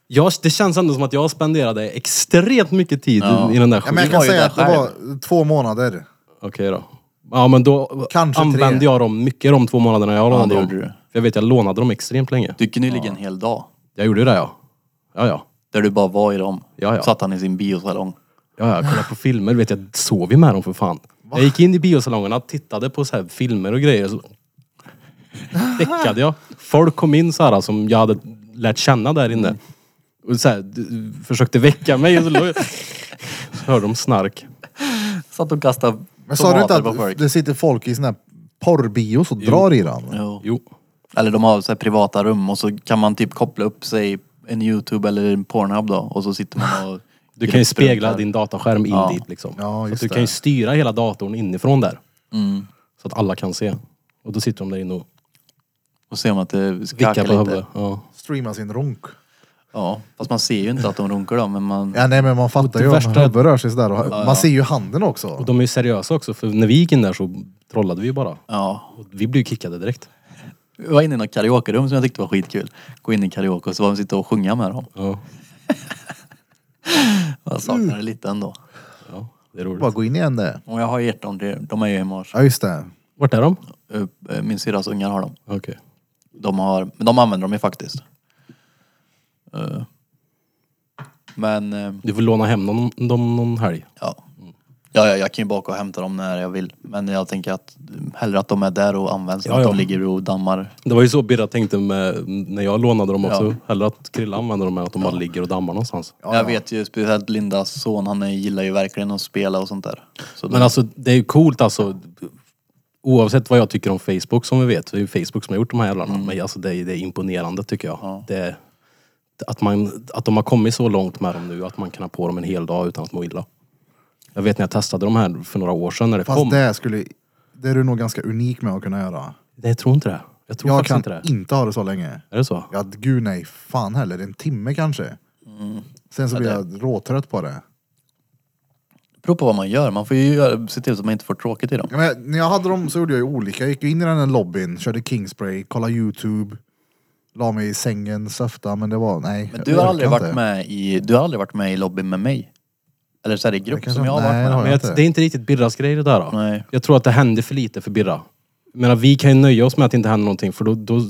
[SPEAKER 1] Jag, det känns ändå som att jag spenderade extremt mycket tid
[SPEAKER 2] Ja.
[SPEAKER 1] i den där
[SPEAKER 3] Ja,
[SPEAKER 1] skiten.
[SPEAKER 3] men
[SPEAKER 2] Du
[SPEAKER 3] jag kan
[SPEAKER 2] var ju
[SPEAKER 3] säga
[SPEAKER 2] där
[SPEAKER 3] att det var två månader.
[SPEAKER 1] Okej då. Ja men då
[SPEAKER 3] Kanske
[SPEAKER 1] använde
[SPEAKER 3] tre.
[SPEAKER 1] jag dem mycket de två månaderna jag lånade
[SPEAKER 2] det
[SPEAKER 1] dem.
[SPEAKER 2] gjorde du.
[SPEAKER 1] För jag vet jag lånade dem extremt länge.
[SPEAKER 2] du kunde ju ligga en hel dag
[SPEAKER 1] Jag gjorde ju det ja. Ja ja.
[SPEAKER 2] där du bara var i dem.
[SPEAKER 1] Ja, ja.
[SPEAKER 2] Satt han i sin biosalong.
[SPEAKER 1] Ja, jag kollade på filmer. Vet jag sov ju med dem för fan. Jag gick in i biosalongerna, tittade på så här filmer och grejer. Så däckade jag. Folk kom in så här som jag hade lärt känna där inne. Och så här, d- försökte väcka mig. Och så, låg jag- så hörde de snark.
[SPEAKER 2] Satt och kastade
[SPEAKER 3] Men sa du inte
[SPEAKER 2] tomater på folk.
[SPEAKER 3] att det sitter folk i sån här porrbios och drar i den?
[SPEAKER 2] Jo.
[SPEAKER 1] Jo.
[SPEAKER 2] Eller de har så här privata rum och så kan man typ koppla upp sig en youtube eller en pornhub då och så sitter man och...
[SPEAKER 1] Du kan ju spegla din dataskärm in
[SPEAKER 2] Ja.
[SPEAKER 1] dit liksom.
[SPEAKER 3] Ja,
[SPEAKER 1] så att
[SPEAKER 3] just
[SPEAKER 1] du
[SPEAKER 3] det. Mm.
[SPEAKER 1] kan ju styra hela datorn inifrån där. Så att alla kan se. Och då sitter de där inne och
[SPEAKER 2] Och ser man att det skakar
[SPEAKER 1] vickar på
[SPEAKER 2] lite.
[SPEAKER 1] huvudet. Ja.
[SPEAKER 3] Streama sin runk.
[SPEAKER 2] Ja, fast man ser ju inte att de runkar då men man...
[SPEAKER 3] Ja nej men man fattar ju om
[SPEAKER 1] värsta-
[SPEAKER 3] huvudet rör sig sådär. Och man ser ju handen också.
[SPEAKER 1] Och de är ju seriösa också. För när vi gick in där så trollade vi ju bara.
[SPEAKER 2] Ja.
[SPEAKER 1] Och vi blev ju kickade direkt.
[SPEAKER 2] Jag var inne i något karaokerum som jag tyckte var skitkul. Gå in i karaoke och så var de sitta och sjunga med dem.
[SPEAKER 1] Ja,
[SPEAKER 2] Jag saknar det lite ändå.
[SPEAKER 1] ja det är roligt.
[SPEAKER 3] Bara gå in igen det.
[SPEAKER 2] Och jag har gett dem det. De är ju hemma hos...
[SPEAKER 3] Ja just det.
[SPEAKER 1] Vart är de?
[SPEAKER 2] eh, eh, Min syrras ungar har dem.
[SPEAKER 1] Okej.
[SPEAKER 2] De har... Men de använder dem ju faktiskt. Eh, Men... eh,
[SPEAKER 1] Du får låna hem dem, dem någon helg.
[SPEAKER 2] Ja. Ja, ja, jag kan ju bara åka och hämta dem när jag vill. Men jag tänker att hellre att de är där och används än
[SPEAKER 1] Ja,
[SPEAKER 2] att
[SPEAKER 1] ja.
[SPEAKER 2] de ligger och dammar.
[SPEAKER 1] Det var ju så Birra tänkte med, när jag lånade dem också.
[SPEAKER 2] Ja.
[SPEAKER 1] Hellre att Krilla använder dem än att de bara ligger och dammar någonstans.
[SPEAKER 2] jag vet ju speciellt Lindas son, han är- gillar ju verkligen att spela och sånt där. Så
[SPEAKER 1] Men alltså det är ju coolt alltså. Oavsett vad jag tycker om Facebook som vi vet, det är ju Facebook som har gjort de här jävlarna. Men alltså det är, det är imponerande tycker jag. Det är, att, man, att de har kommit så långt med dem nu att man kan ha på dem en hel dag utan att må illa. Jag vet när jag testade de här för några år sedan när det
[SPEAKER 3] Fast
[SPEAKER 1] kom. Det...
[SPEAKER 3] det skulle... Det är du nog ganska unik med att kunna göra.
[SPEAKER 1] Nej, jag tror inte det. Jag tror
[SPEAKER 3] Jag
[SPEAKER 1] faktiskt
[SPEAKER 3] kan
[SPEAKER 1] inte
[SPEAKER 3] inte,
[SPEAKER 1] det.
[SPEAKER 3] ha det så länge.
[SPEAKER 1] Är det så?
[SPEAKER 3] Ja, gud nej, fan heller. En timme kanske.
[SPEAKER 2] Mm.
[SPEAKER 3] Sen så blir jag råtrött på det.
[SPEAKER 2] det beror på vad man gör. Man får ju göra, se till så att man inte får tråkigt i dem.
[SPEAKER 3] Ja, men jag- när jag hade dem så gjorde jag ju olika. Jag gick ju in i den här lobbyn, körde Kingspray, kollade YouTube, la mig i sängen, söfta, men det var nej.
[SPEAKER 2] Men
[SPEAKER 3] jag
[SPEAKER 2] du har
[SPEAKER 3] orkar
[SPEAKER 2] aldrig varit
[SPEAKER 3] inte.
[SPEAKER 2] med i, du har aldrig varit med i lobbyn med mig? Eller så är det i grupp
[SPEAKER 3] kanske-
[SPEAKER 2] som jag har
[SPEAKER 3] nej, det
[SPEAKER 2] varit
[SPEAKER 3] har
[SPEAKER 2] med.
[SPEAKER 1] Men jag,
[SPEAKER 3] inte.
[SPEAKER 1] det är inte riktigt Birras grej det där. Då.
[SPEAKER 2] Nej.
[SPEAKER 1] Jag tror att det händer för lite för Birra. Men vi kan ju nöja oss med att det inte händer någonting för då, då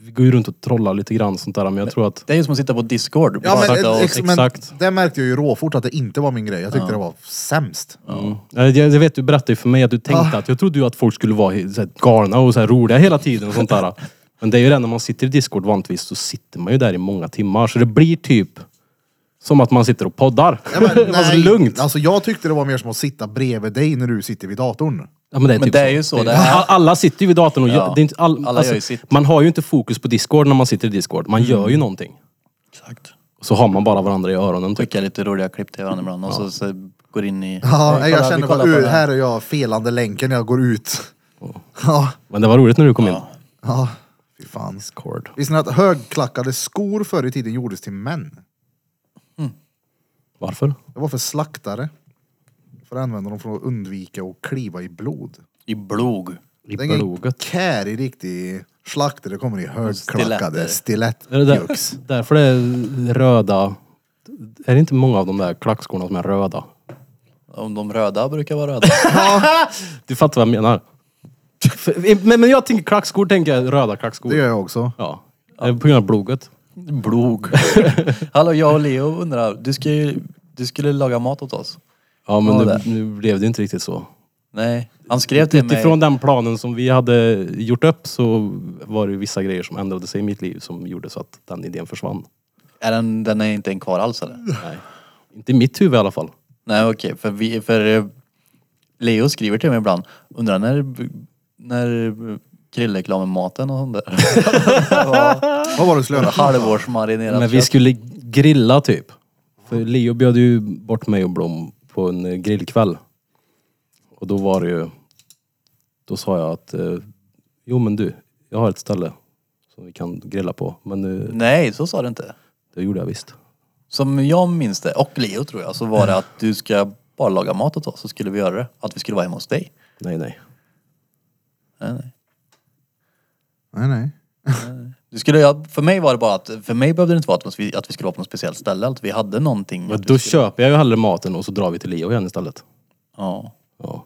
[SPEAKER 1] vi går ju runt och trollar lite grann sånt där. Men jag tror att
[SPEAKER 2] Det är ju som att sitta på discord.
[SPEAKER 3] Ja, men,
[SPEAKER 2] Bara
[SPEAKER 3] ex,
[SPEAKER 2] sitta och-
[SPEAKER 1] ex- exakt.
[SPEAKER 3] men det märkte jag ju råfort att det inte var min grej. Jag tyckte det var sämst.
[SPEAKER 1] Mm. Ja, Jag, jag vet, du berättade ju för mig att du tänkte att jag trodde ju att folk skulle vara he- så här galna och så här roliga hela tiden och sånt där. Men det är ju det när man sitter i Discord vanligtvis så sitter man ju där i många timmar. Så det blir typ som att man sitter och poddar.
[SPEAKER 3] Ja, men,
[SPEAKER 1] Fast lugnt.
[SPEAKER 3] Alltså, jag tyckte det var mer som att sitta bredvid dig när du sitter vid datorn.
[SPEAKER 1] Ja, men det är,
[SPEAKER 2] Men
[SPEAKER 1] typ
[SPEAKER 2] det är ju så det är.
[SPEAKER 1] Alla- Alla sitter ju vid datorn och gör,
[SPEAKER 2] Ja.
[SPEAKER 1] det är inte all, alltså,
[SPEAKER 2] Alla gör ju sitt. Mm.
[SPEAKER 1] Man har ju inte fokus på Discord när man sitter i Discord. Man gör ju någonting.
[SPEAKER 2] Exakt.
[SPEAKER 1] Och så har man bara varandra i öronen typ.
[SPEAKER 2] Skicka lite roliga klipp till varandra ibland och så, så går in i...
[SPEAKER 3] Ja,
[SPEAKER 2] Nej,
[SPEAKER 3] jag
[SPEAKER 2] kolla, vi
[SPEAKER 3] känner
[SPEAKER 2] kollar
[SPEAKER 3] bara,
[SPEAKER 2] på
[SPEAKER 3] "Ur,
[SPEAKER 2] den
[SPEAKER 3] här är jag felande länken när jag går ut. Ja,
[SPEAKER 1] Men det var roligt när du kom in.
[SPEAKER 3] ja. Fy fan.
[SPEAKER 1] Discord.
[SPEAKER 3] Visste ni att högklackade skor förr i tiden gjordes till män?
[SPEAKER 1] Varför?
[SPEAKER 3] Det var för slaktare. För att använda dem för att undvika att kliva i blod.
[SPEAKER 2] I blod.
[SPEAKER 1] I
[SPEAKER 3] Det är ingen
[SPEAKER 1] blodet.
[SPEAKER 3] kärig riktig slaktare kommer i högklackade
[SPEAKER 1] Är det där,
[SPEAKER 3] stilettpjucks.
[SPEAKER 1] därför det är röda? Är det inte många av de där klackskorna som är röda?
[SPEAKER 2] Om de röda brukar vara röda.
[SPEAKER 1] Du fattar vad jag menar. För- Men, men jag tänker klackskor, tänker jag röda klackskor.
[SPEAKER 3] Det gör jag också.
[SPEAKER 1] Ja. Det är På grund av blodet.
[SPEAKER 2] blod. Hallå, jag och Leo undrar, du, ska ju, du skulle laga mat åt oss?
[SPEAKER 1] Ja men
[SPEAKER 2] Ja,
[SPEAKER 1] nu,
[SPEAKER 2] det.
[SPEAKER 1] nu blev det inte riktigt så.
[SPEAKER 2] Nej. Han skrev till mig...
[SPEAKER 1] Utifrån den planen som vi hade gjort upp så var det vissa grejer som ändrade sig i mitt liv som gjorde så att den idén försvann.
[SPEAKER 2] Är den, den är inte en kvar alls eller?
[SPEAKER 1] Nej. Inte i mitt huvud i alla fall.
[SPEAKER 2] Nej okej, för, vi, för eh, Leo skriver till mig ibland, undrar när, när Krille är klar med maten och sånt där.
[SPEAKER 3] Vad var det du skulle göra?
[SPEAKER 2] Halvårsmarinerat
[SPEAKER 1] Men vi skulle grilla typ. För Leo bjöd ju bort mig och Blom på en eh, grillkväll. Och då var det ju... Då sa jag att... Eh, jo men du, jag har ett ställe som vi kan grilla på. Men eh,
[SPEAKER 2] Nej, så sa du inte.
[SPEAKER 1] det gjorde jag visst.
[SPEAKER 2] Som jag minns det, och Leo tror jag, så var det att du ska bara laga mat åt oss så skulle vi göra det. Att vi skulle vara hemma hos dig.
[SPEAKER 1] Nej nej.
[SPEAKER 2] Nej, nej.
[SPEAKER 3] Nej, nej.
[SPEAKER 2] Du skulle, ja, för mig var det bara att, för mig behövde det inte vara att vi, att vi skulle vara på något speciellt ställe, att vi hade någonting.
[SPEAKER 1] Men
[SPEAKER 2] att vi
[SPEAKER 1] då
[SPEAKER 2] skulle,
[SPEAKER 1] köper jag ju hellre maten och så drar vi till Leo igen istället.
[SPEAKER 2] ja,
[SPEAKER 1] Ja,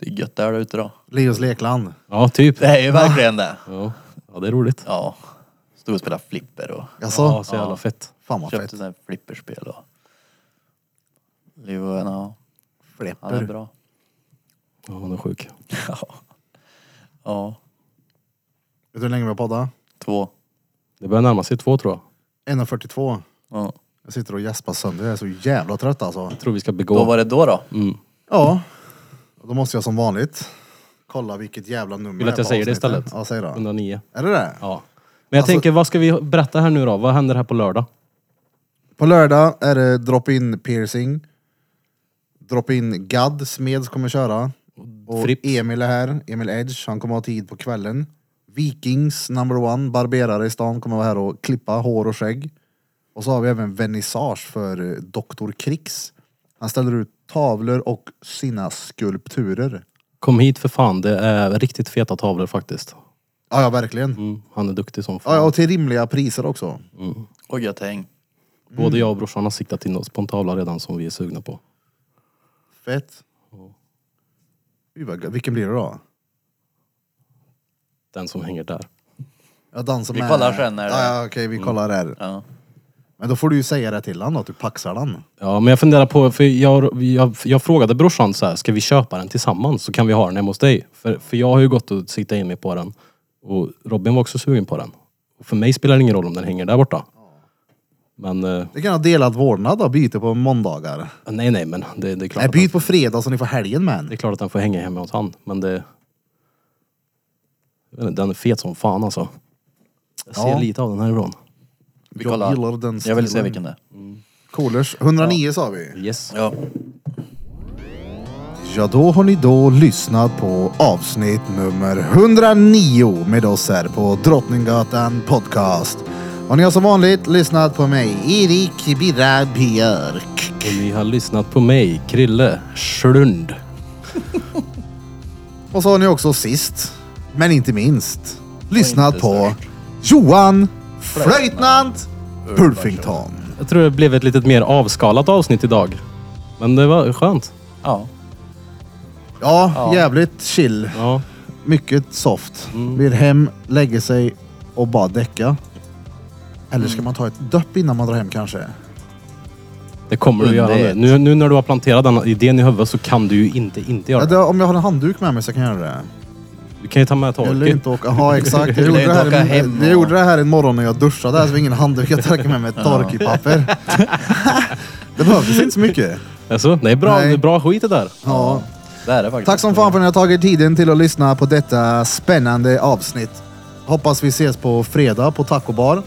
[SPEAKER 2] det är gött där ute då.
[SPEAKER 3] Leos lekland.
[SPEAKER 1] ja typ.
[SPEAKER 2] Det är ju verkligen det.
[SPEAKER 1] Ja. ja det är roligt.
[SPEAKER 2] Ja. Stod och spelade flipper och
[SPEAKER 3] Jaså?
[SPEAKER 1] Ja, så jävla fett.
[SPEAKER 3] Fan vad
[SPEAKER 2] köpte
[SPEAKER 3] fett.
[SPEAKER 2] sådana här flipperspel och... Leo, ja, han är
[SPEAKER 3] Flipper.
[SPEAKER 2] bra.
[SPEAKER 1] Ja, han är sjuk.
[SPEAKER 2] Ja. Ja,
[SPEAKER 3] Vet du hur länge vi har poddat?
[SPEAKER 2] två.
[SPEAKER 1] Det börjar närma sig två tror jag.
[SPEAKER 3] 1.42.
[SPEAKER 2] Ja.
[SPEAKER 3] Jag sitter och gäspar sönder. Jag är så jävla trött alltså.
[SPEAKER 1] Tror vi ska begå...
[SPEAKER 2] Då var det då då?
[SPEAKER 1] Mm.
[SPEAKER 3] Ja. Då måste jag som vanligt kolla vilket jävla nummer
[SPEAKER 1] Vill att jag
[SPEAKER 3] det är på
[SPEAKER 1] säger det
[SPEAKER 3] avsnittet.
[SPEAKER 1] istället?
[SPEAKER 3] Ja, säg då.
[SPEAKER 1] 109.
[SPEAKER 3] Är det det?
[SPEAKER 1] Ja. Men jag
[SPEAKER 3] Alltså-
[SPEAKER 1] tänker, vad ska vi berätta här nu då? Vad händer här på lördag?
[SPEAKER 3] På lördag är det drop-in piercing. Drop-in gadd, Smeds kommer köra. Och
[SPEAKER 1] Fripp.
[SPEAKER 3] Emil är här, Emil Edge, han kommer ha tid på kvällen. Vikings number one, barberare i stan, kommer vara här och klippa hår och skägg. Och så har vi även vernissage för eh, Dr. Krix. Han ställer ut tavlor och sina skulpturer.
[SPEAKER 1] Kom hit för fan, det är riktigt feta tavlor faktiskt.
[SPEAKER 3] Ja, ja verkligen.
[SPEAKER 1] Mm, han är duktig som fan.
[SPEAKER 3] Ja, ja, och till rimliga priser också.
[SPEAKER 2] Och gött häng.
[SPEAKER 1] Både jag och brorsan har siktat in oss på en tavla redan som vi är sugna på.
[SPEAKER 3] Fett. Gud, vad gö- Vilken blir det då?
[SPEAKER 1] Den som hänger där.
[SPEAKER 3] Jag dansar
[SPEAKER 2] Vi
[SPEAKER 3] med...
[SPEAKER 2] kollar sen när det- Mm.
[SPEAKER 3] Ja, ja, okej, vi kollar här.
[SPEAKER 2] Ja.
[SPEAKER 3] Men då får du ju säga det till han då, att du paxar den.
[SPEAKER 1] Ja, men jag funderar på, för jag, jag, jag frågade brorsan så här, ska vi köpa den tillsammans så kan vi ha den hemma hos dig? För, för jag har ju gått och siktat in mig på den. Och Robin var också sugen på den. Och för mig spelar det ingen roll om den hänger där borta. Men, eh,
[SPEAKER 3] Det kan ha delad vårdnad då, byte på måndagar.
[SPEAKER 1] nej nej men det, det, är klart
[SPEAKER 3] Nej,
[SPEAKER 1] att den,
[SPEAKER 3] byt på fredag så ni får helgen med
[SPEAKER 1] det är
[SPEAKER 3] en.
[SPEAKER 1] klart att den får hänga hemma hos han. Men det... jag vet inte, Den är fet som fan alltså. Jag ser
[SPEAKER 3] Ja.
[SPEAKER 1] lite av den härifrån.
[SPEAKER 2] Vi
[SPEAKER 3] Jag
[SPEAKER 2] kollar.
[SPEAKER 3] gillar den
[SPEAKER 2] Jag vill se
[SPEAKER 3] stilen.
[SPEAKER 2] vilken det är.
[SPEAKER 3] Coolers, 109 sa vi.
[SPEAKER 1] Yes.
[SPEAKER 2] Ja.
[SPEAKER 3] Ja, då har ni då lyssnat på avsnitt nummer 109 med oss här på Drottninggatan Podcast. Och ni har som vanligt lyssnat på mig, Erik Birra Björk.
[SPEAKER 1] Och ni har lyssnat på mig, Krille Schlund.
[SPEAKER 3] Och så har ni också sist, men inte minst, lyssnat
[SPEAKER 2] inte
[SPEAKER 3] på
[SPEAKER 2] störst.
[SPEAKER 3] Johan Flöjtnant Pulfington.
[SPEAKER 1] Jag tror det blev ett lite mer avskalat avsnitt idag. Men det var skönt.
[SPEAKER 2] ja.
[SPEAKER 3] Ja, jävligt chill.
[SPEAKER 1] Ja.
[SPEAKER 3] Mycket soft.
[SPEAKER 2] Mm.
[SPEAKER 3] Vill hem, lägga sig och bara däcka. Eller
[SPEAKER 2] Mm.
[SPEAKER 3] ska man ta ett dopp innan man drar hem kanske?
[SPEAKER 1] Det kommer du att göra nu.
[SPEAKER 2] Underligt.
[SPEAKER 1] nu. Nu när du har planterat den idén i huvudet så kan du ju inte inte göra
[SPEAKER 3] Ja,
[SPEAKER 1] det.
[SPEAKER 3] det, om jag har en handduk med mig så kan jag göra det.
[SPEAKER 1] Du kan ju ta med
[SPEAKER 3] Jag lär
[SPEAKER 1] torken.
[SPEAKER 3] inte åka. Ja, exakt. Jag
[SPEAKER 2] Du lär
[SPEAKER 3] gjorde, det
[SPEAKER 2] inte
[SPEAKER 3] här,
[SPEAKER 2] åka
[SPEAKER 3] i-
[SPEAKER 2] hem
[SPEAKER 3] jag
[SPEAKER 2] och-
[SPEAKER 3] gjorde det här en morgon när jag duschade. Så det var ingen handduk. Jag torkade med mig ett torkpapper. det behövdes inte så mycket.
[SPEAKER 1] Alltså, det är bra,
[SPEAKER 3] Nej.
[SPEAKER 1] det är bra skit det där.
[SPEAKER 3] Ja.
[SPEAKER 2] Det är det faktiskt.
[SPEAKER 3] Tack som fan för att ni har tagit tiden till att lyssna på detta spännande avsnitt. Hoppas vi ses på fredag på Taco Bar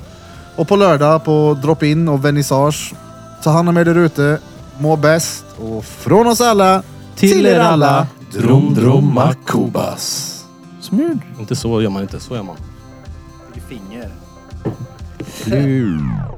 [SPEAKER 3] och på lördag på Drop-In och Vernissage. Ta hand om er där ute. Må bäst och från oss alla
[SPEAKER 1] drom dromma
[SPEAKER 3] Kubas.
[SPEAKER 2] Smid.
[SPEAKER 1] Inte så gör man inte, så gör man.
[SPEAKER 2] Finger.